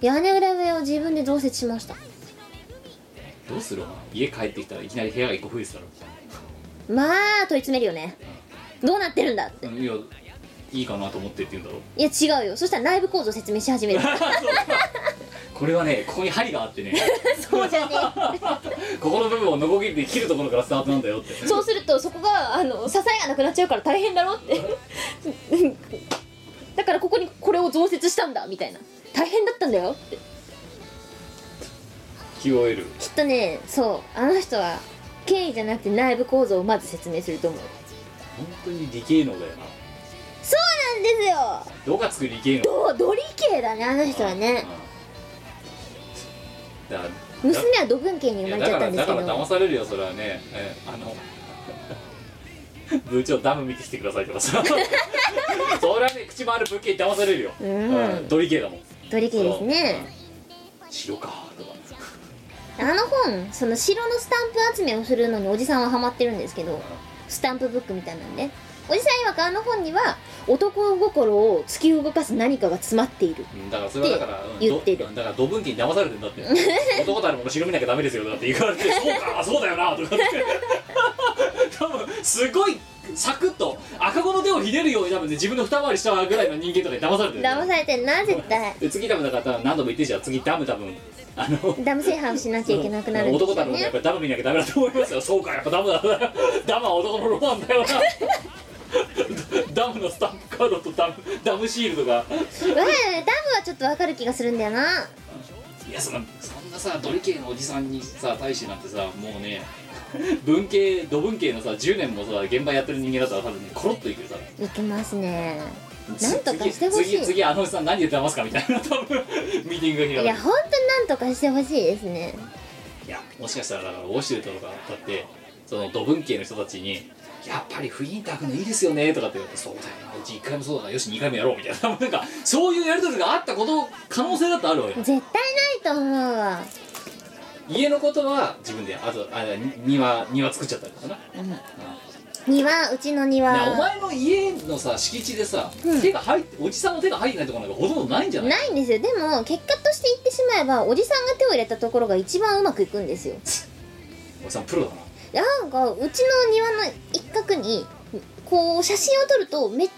Speaker 1: 屋根裏部屋を自分で増設しました
Speaker 3: どうするお前家帰ってきたらいきなり部屋が一個増えてたの
Speaker 1: まあ問い詰めるよねどうなってるんだって
Speaker 3: うんいやいいかなと思ってって言うんだろ
Speaker 1: いや違うよそしたら内部構造説明し始
Speaker 3: [LAUGHS]
Speaker 1: める
Speaker 3: そうこれはねここに針があってね
Speaker 1: [LAUGHS] そうじゃね
Speaker 3: ここの部分をノコギリで切るところからスタートなんだよって
Speaker 1: えそうするとそこがあの支えがなくなっちゃうから大変だろって [LAUGHS] だからここにこれを増設したんだみたいな大変だったんだよって
Speaker 3: QOL
Speaker 1: きっとねそうあの人は経緯じゃなくて内部構造をまず説明すると思う
Speaker 3: 本当に理系能だよな
Speaker 1: そうなんですよ
Speaker 3: どがつく理系能
Speaker 1: どド理系だねあの人はね
Speaker 3: うんだから
Speaker 1: 娘は土文系に生ま
Speaker 3: い
Speaker 1: れ
Speaker 3: や
Speaker 1: ち
Speaker 3: だ
Speaker 1: ゃ
Speaker 3: か
Speaker 1: った
Speaker 3: ら
Speaker 1: んです
Speaker 3: だ
Speaker 1: け
Speaker 3: か
Speaker 1: ど
Speaker 3: ら騙されるよそれはね、えあの [LAUGHS] 部長ダム見てきてくださいとかさ [LAUGHS] それはね口回る物件に騙されるよ、
Speaker 1: うん
Speaker 3: ドリ系だもん
Speaker 1: ドリ系ですね
Speaker 3: 白かとか
Speaker 1: あの本その城のスタンプ集めをするのにおじさんはハマってるんですけどスタンプブックみたいなんでおじさん曰くあの本には男心を突き動かす何かが詰まっている
Speaker 3: うんだからそれはだから
Speaker 1: って言ってる
Speaker 3: うんどだからドブンキに騙されてんだって
Speaker 1: [LAUGHS]
Speaker 3: 男たるもの白身なきゃダメですよとかって言われてそうかそうだよなとかって多分すごいサクッと赤子の手をひねるように多分ね自分の二回りしたぐらいの人間とかに騙されてるんだよ
Speaker 1: 騙されてるな絶対
Speaker 3: で次多分だから多分何度も言ってるじゃん次ダム多分あの
Speaker 1: ダム制覇をしなきゃいけなくなるんです
Speaker 3: 男だ
Speaker 1: よ
Speaker 3: ろうねや
Speaker 1: ね
Speaker 3: っぱりダム見なきゃダメだと思いますよそうかやっぱダムだなダムは男のロマンだよなダムのスタンプカードとダムダムシールドが
Speaker 1: うんダムはちょっとわかる気がするんだよない
Speaker 3: やそのそんなさドリ系のおじさんにさ大使なんてさもうね [LAUGHS] 文系土文系のさ10年もさ現場やってる人間だったら多分ねコロッといくよ多分
Speaker 1: いけますねなんとかしてほしい
Speaker 3: 次次次あのおじさん何で騙すかみたいな多分 [LAUGHS] ミーティングが開か
Speaker 1: い
Speaker 3: れ
Speaker 1: や
Speaker 3: る
Speaker 1: ほんとなんとかしてほしいですね
Speaker 3: いやもしかしたらだからウォシュレットとかだってその土文系の人たちに「やっぱりフィンターのいいですよね」とかって言われて「そうだよなうち1回もそうだからよし2回もやろう」みたいななんかそういうやり取りがあったこと可能性だってあるわよ
Speaker 1: 絶対ないと思うわ
Speaker 3: 家のことは自分であとあに庭庭作っちゃったりとかな、
Speaker 1: 庭うちの庭
Speaker 3: なお前の家のさ敷地でさ、手が入っておじさんの手が入ってないところなんかほとんどないんじゃない
Speaker 1: ないんですよでも結果として言ってしまえばおじさんが手を入れたところが一番うまくいくんですよ
Speaker 3: おじさんプロだな
Speaker 1: なんかうちの庭の一角にこう写真を撮るとめっち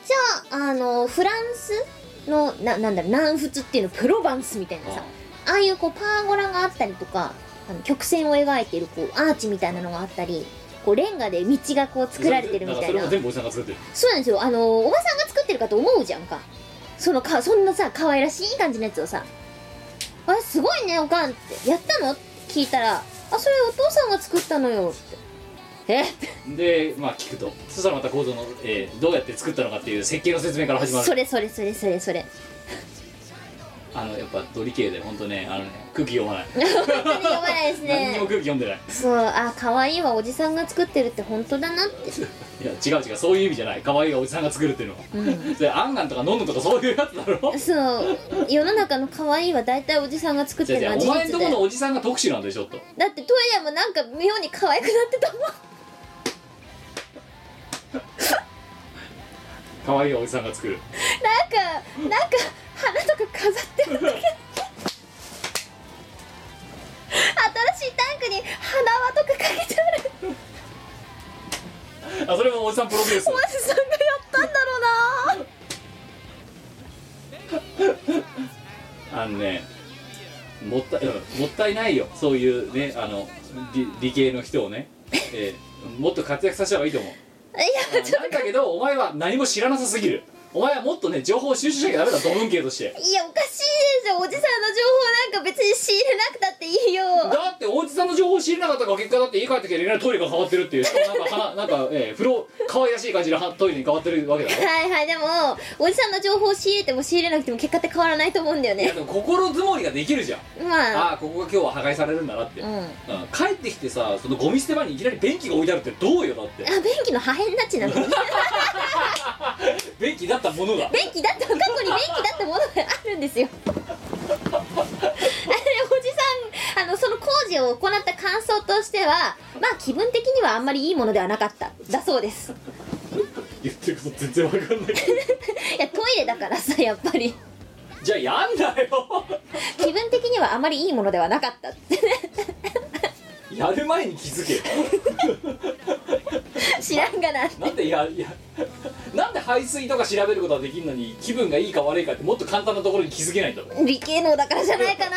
Speaker 1: ゃあのフランスのななんだろう南仏っていうのプロヴァンスみたいなさああいうこうパーゴラがあったりとかあの曲線を描いてるこうアーチみたいなのがあったりこうレンガで道がこう作られてるみたい
Speaker 3: だか
Speaker 1: な
Speaker 3: らそれも全部おじさんが作ってる
Speaker 1: そうなんですよあのおばさんが作ってるかと思うじゃんかそのかそんなさ可愛らしい感じのやつをさ「あれすごいねおかん」って「やったの?」って聞いたら「あそれお父さんが作ったのよ」って「え
Speaker 3: でまあ聞くとそしたらまた構造の、えーどうやって作ったのかっていう設計の説明から始まる
Speaker 1: それそれそれそれ
Speaker 3: [LAUGHS]
Speaker 1: それ
Speaker 3: あのやっぱドリ系で本当ねあのね空気読まない、
Speaker 1: 本当に読まないです
Speaker 3: 何にも
Speaker 1: ね
Speaker 3: 空気読んでない
Speaker 1: そうあ可愛いわおじさんが作ってるって本当だなって
Speaker 3: いや違う違うそういう意味じゃない可愛いおじさんが作るっていうのは、それアンガンとかノンノとかそういうやつだろ
Speaker 1: [LAUGHS] そう世の中の可愛いは大体おじさんが作っ
Speaker 3: 違う
Speaker 1: てるの
Speaker 3: 違う
Speaker 1: は
Speaker 3: お
Speaker 1: 事
Speaker 3: 前ん
Speaker 1: 実
Speaker 3: とこ
Speaker 1: だ
Speaker 3: の
Speaker 1: よ
Speaker 3: おじさんが特殊なんでちょっと
Speaker 1: だってトイレもなんか妙に可愛くなってたもん
Speaker 3: 可愛いおじさんが作
Speaker 1: な
Speaker 3: る
Speaker 1: んかなんか花とか飾ってるんだけど新しいタンクに花輪とかかけてある
Speaker 3: あそれもおじさんプロデュース
Speaker 1: おじさんがやったんだろうな
Speaker 3: あのねもったい、うんもったいないよそういうねあの理理系の人をね、えーもっと活躍させた方がいいと思う
Speaker 1: い [LAUGHS] やちょ
Speaker 3: なんだけどお前は何も知らなさすぎるお前はもっとね情報を収集しなきゃダメだ土文系として
Speaker 1: いやおかしいでしょおじさんの情報なんか別に仕入れなくたっていい
Speaker 3: [LAUGHS]
Speaker 1: よ
Speaker 3: だっておじさんの情報を知らなかったから結果だって家帰ってきたらいきなりトイレが変わってるっていうしかもなんか花なんか、えー、風呂可愛らしい感じのはトイレに変わってるわけだろ
Speaker 1: はいはいでもおじさんの情報を仕入れても仕入れなくても結果って変わらないと思うんだよ
Speaker 3: いや
Speaker 1: ね
Speaker 3: でも心づもりができるじゃん
Speaker 1: まあ
Speaker 3: ああここが今日は破壊されるんだなって、
Speaker 1: う
Speaker 3: うんん
Speaker 1: あ
Speaker 3: 帰ってきてさそのゴミ捨て場にいきなり便器が置いてあるってどうよだって
Speaker 1: 便器の破片なっちなの便
Speaker 3: 便器だったものが
Speaker 1: 器だって過去に便器だってものがあるんですよあれおじさんあのその工事を行った感想としてはまあ気分的にはあんまりいいものではなかっただそうです
Speaker 3: 言ってること全然わかんない
Speaker 1: いやトイレだからさやっぱり
Speaker 3: じゃあやんだよ
Speaker 1: 気分的にはあまりいいものではなかったってね
Speaker 3: やる前に気づけよ
Speaker 1: [LAUGHS] 知らんがな
Speaker 3: なんでややなんで排水とか調べることができるのに気分がいいか悪いかってもっと簡単なところに気づけないんだろう
Speaker 1: 理系能だからじゃないかな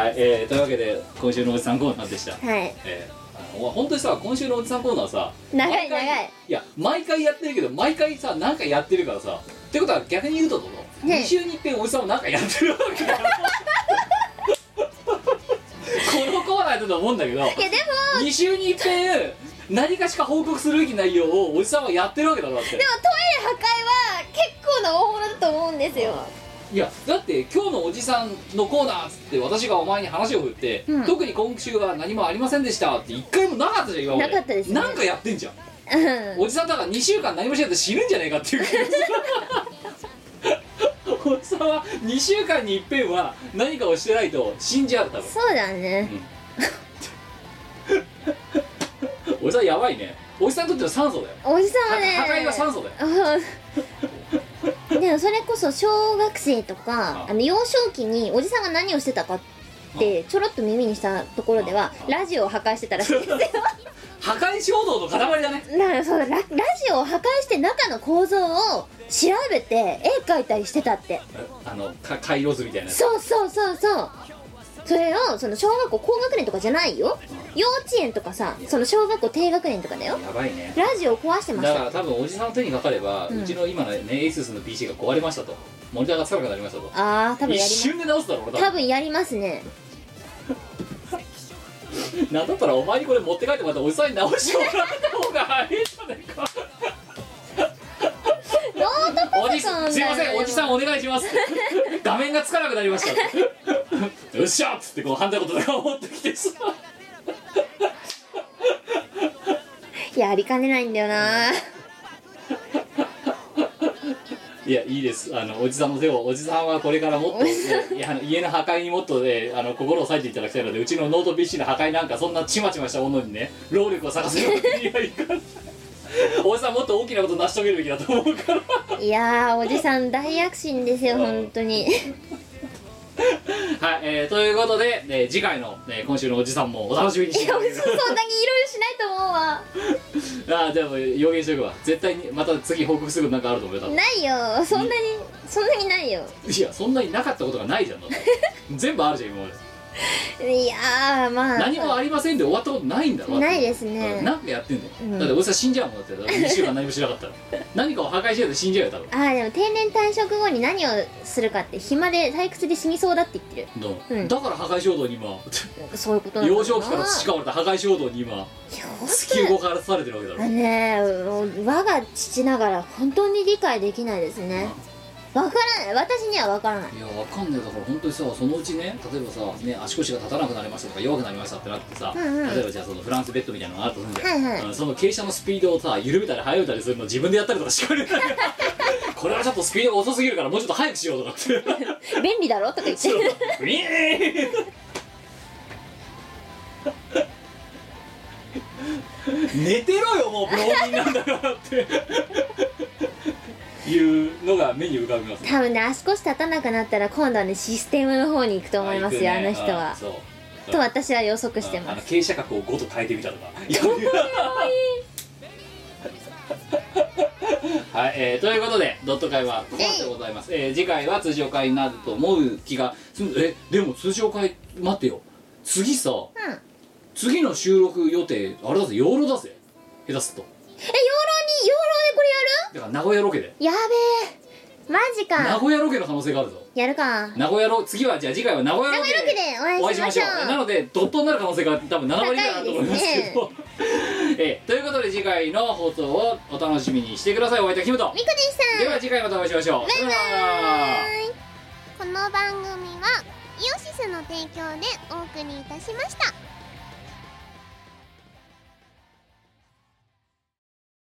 Speaker 3: はい、えー、というわけで今週のおじさんコーナーでした
Speaker 1: はい
Speaker 3: えー、あの本当にさ今週のおじさんコーナーさ
Speaker 1: 長い
Speaker 3: 毎回
Speaker 1: 長い
Speaker 3: いや毎回やってるけど毎回さ何かやってるからさってことは逆に言うとどう、
Speaker 1: ねえ
Speaker 3: 2週に一遍おじさんも何かやってるわ
Speaker 1: [LAUGHS]
Speaker 3: けだよこのコーナーだと思うんだけど
Speaker 1: いやでも
Speaker 3: 2週に一遍何かしか報告するべき内容をおじさんはやってるわけだろだって
Speaker 1: でもトイレ破壊は結構な大物だと思うんですよ
Speaker 3: いやだって今日のおじさんのコーナーっつって私がお前に話を振って、
Speaker 1: うん
Speaker 3: 特に今週は何もありませんでしたって一回もなかったじゃん今まで
Speaker 1: なかったですね
Speaker 3: なんかやってんじゃん
Speaker 1: うん
Speaker 3: おじさんだから2週間何もしなくて死ぬんじゃねえかっていう気がするおじさんは2週間に一遍は何かをしてないと死んじゃう多分
Speaker 1: そうだね
Speaker 3: おじさんやばいねおじさんにとっての酸素だよ
Speaker 1: おじさんはね
Speaker 3: は破壊は酸素だよ
Speaker 1: うんでもそれこそ小学生とか
Speaker 3: あ
Speaker 1: あの幼少期におじさんが何をしてたかってちょろっと耳にしたところではラジオを破壊してたらしいです
Speaker 3: [LAUGHS]
Speaker 1: よ
Speaker 3: 破壊衝動の塊だね
Speaker 1: だからそうララジオを破壊して中の構造を調べて絵描いたりしてたって
Speaker 3: あのか回路図みたいなやつ
Speaker 1: そうそうそうそうそれをその小学校高学年とかじゃないよ幼稚園とかさその小学校低学年とかだよ
Speaker 3: やばいね
Speaker 1: ラジオを壊してまし
Speaker 3: だ
Speaker 1: た
Speaker 3: から多分おじさんの手にかかれば、う
Speaker 1: うん
Speaker 3: ちの今のね ASUS の PC が壊れましたとモニターがつかなくなりましたと
Speaker 1: ああ多分や
Speaker 3: 一
Speaker 1: ります
Speaker 3: 瞬で直すだろ俺
Speaker 1: 多分やりますね
Speaker 3: なんだったらお前にこれ持って帰ってもらったらおじさんに直してもらった方が早いんじゃないか
Speaker 1: ノート
Speaker 3: お
Speaker 1: パ
Speaker 3: じ
Speaker 1: ソコン
Speaker 3: すいませんおじさん
Speaker 1: ん
Speaker 3: お願いします [LAUGHS] 画面がつかなくなりましたよっしゃっつってこうハンダコとか持ってきてさ
Speaker 1: やりかねないんだよない
Speaker 3: やいいですあのおじさんの手をおじさんはこれからもっといやあの家の破壊にもっとねあの心を割いていただきたいのでうちのノート PC の破壊なんかそんなちまちましたものにね労力を探すようにはいかない [LAUGHS] おじさんもっと大きなこと成し遂げるべきだと思うから
Speaker 1: いやーおじさん大躍進ですよ本当に
Speaker 3: はい、えー、ということで、えー次回の、えー今週のおじさんもお楽しみにして
Speaker 1: いやおじさんそんなにいろいろしないと思うわ
Speaker 3: [LAUGHS] ああでも予言しとくわ絶対にまた次報告することなんかあると思うよ多分
Speaker 1: ないよそんなにそんなにないよ
Speaker 3: いやそんなになかったことがないじゃんだ
Speaker 1: [LAUGHS]
Speaker 3: って全部あるじゃん今まで
Speaker 1: いやーまあ
Speaker 3: 何もありませんで終わったことないんだろ
Speaker 1: ないです
Speaker 3: ね
Speaker 1: ね
Speaker 3: なんかやってんの、
Speaker 1: うん
Speaker 3: だっておじさん死んじゃうもんだって2週間何もしなかった
Speaker 1: [LAUGHS]
Speaker 3: ら何かを破壊してて死んじゃうよ多分
Speaker 1: あーでも定年退職後に何をするかって暇で退屈で死にそうだって言ってる
Speaker 3: どう
Speaker 1: うん
Speaker 3: だから破壊衝動に今
Speaker 1: なんかそういうことなの
Speaker 3: 幼
Speaker 1: かな
Speaker 3: 少期から培われた破壊衝動に今
Speaker 1: いや本
Speaker 3: 突
Speaker 1: 当に
Speaker 3: き動かされてるわけだろ
Speaker 1: あのねうん我が父ながら本当に理解できないですねわからない私にはわからない
Speaker 3: いやわかんねえだから本当にさそのうちね例えばさ、ね、足腰が立たなくなりましたとか弱くなりましたってなってさ、
Speaker 1: うんうん
Speaker 3: 例えばじゃあそのフランスベッドみたいなのがあるとするんだよ、
Speaker 1: はいはい
Speaker 3: うんその傾斜のスピードをさ緩めたり速めたりするの自分でやったりとかしてくれない [LAUGHS] これはちょっとスピードが遅すぎるからもうちょっと速くしようとかって
Speaker 1: 便利だろとか言って
Speaker 3: そう
Speaker 1: [LAUGHS]
Speaker 3: ウィーン寝てろよもう病人なんだからっていうのが目に浮かびます
Speaker 1: 多分ね足腰立たなくなったら今度はねシステムの方に行くと思いますよあ,、
Speaker 3: 行くね
Speaker 1: の人は
Speaker 3: あそう
Speaker 1: と私は予測して
Speaker 3: あ
Speaker 1: ま
Speaker 3: の
Speaker 1: す
Speaker 3: 傾斜角を5と変えてみたとかはい、えーということでドット会はここまででございます、えー次回は通常会になると思う気がするえでも通常会待ってよ次さ
Speaker 1: うんえ養
Speaker 3: 次の収録予定あれだぜ養老だぜ下手すっと
Speaker 1: 老に養老でこれ
Speaker 3: だから名古屋ロケで
Speaker 1: やるやべえマジ
Speaker 3: 名
Speaker 1: か
Speaker 3: 古屋ロケの可能性があるぞ
Speaker 1: やるか
Speaker 3: 名古屋ロ次はじゃあ次回は名古屋ロケ
Speaker 1: 名古屋ロケでお会いしましょう
Speaker 3: なのでドットになる可能性が多分7割ぐらいあると思いますけど [LAUGHS] えーということで次回の放送をお楽しみにしてくださいお相手はキムト
Speaker 1: みこでした
Speaker 3: では次回またお会いしましょうさよなら
Speaker 7: この番組はイオシスの提供でお送りいたしました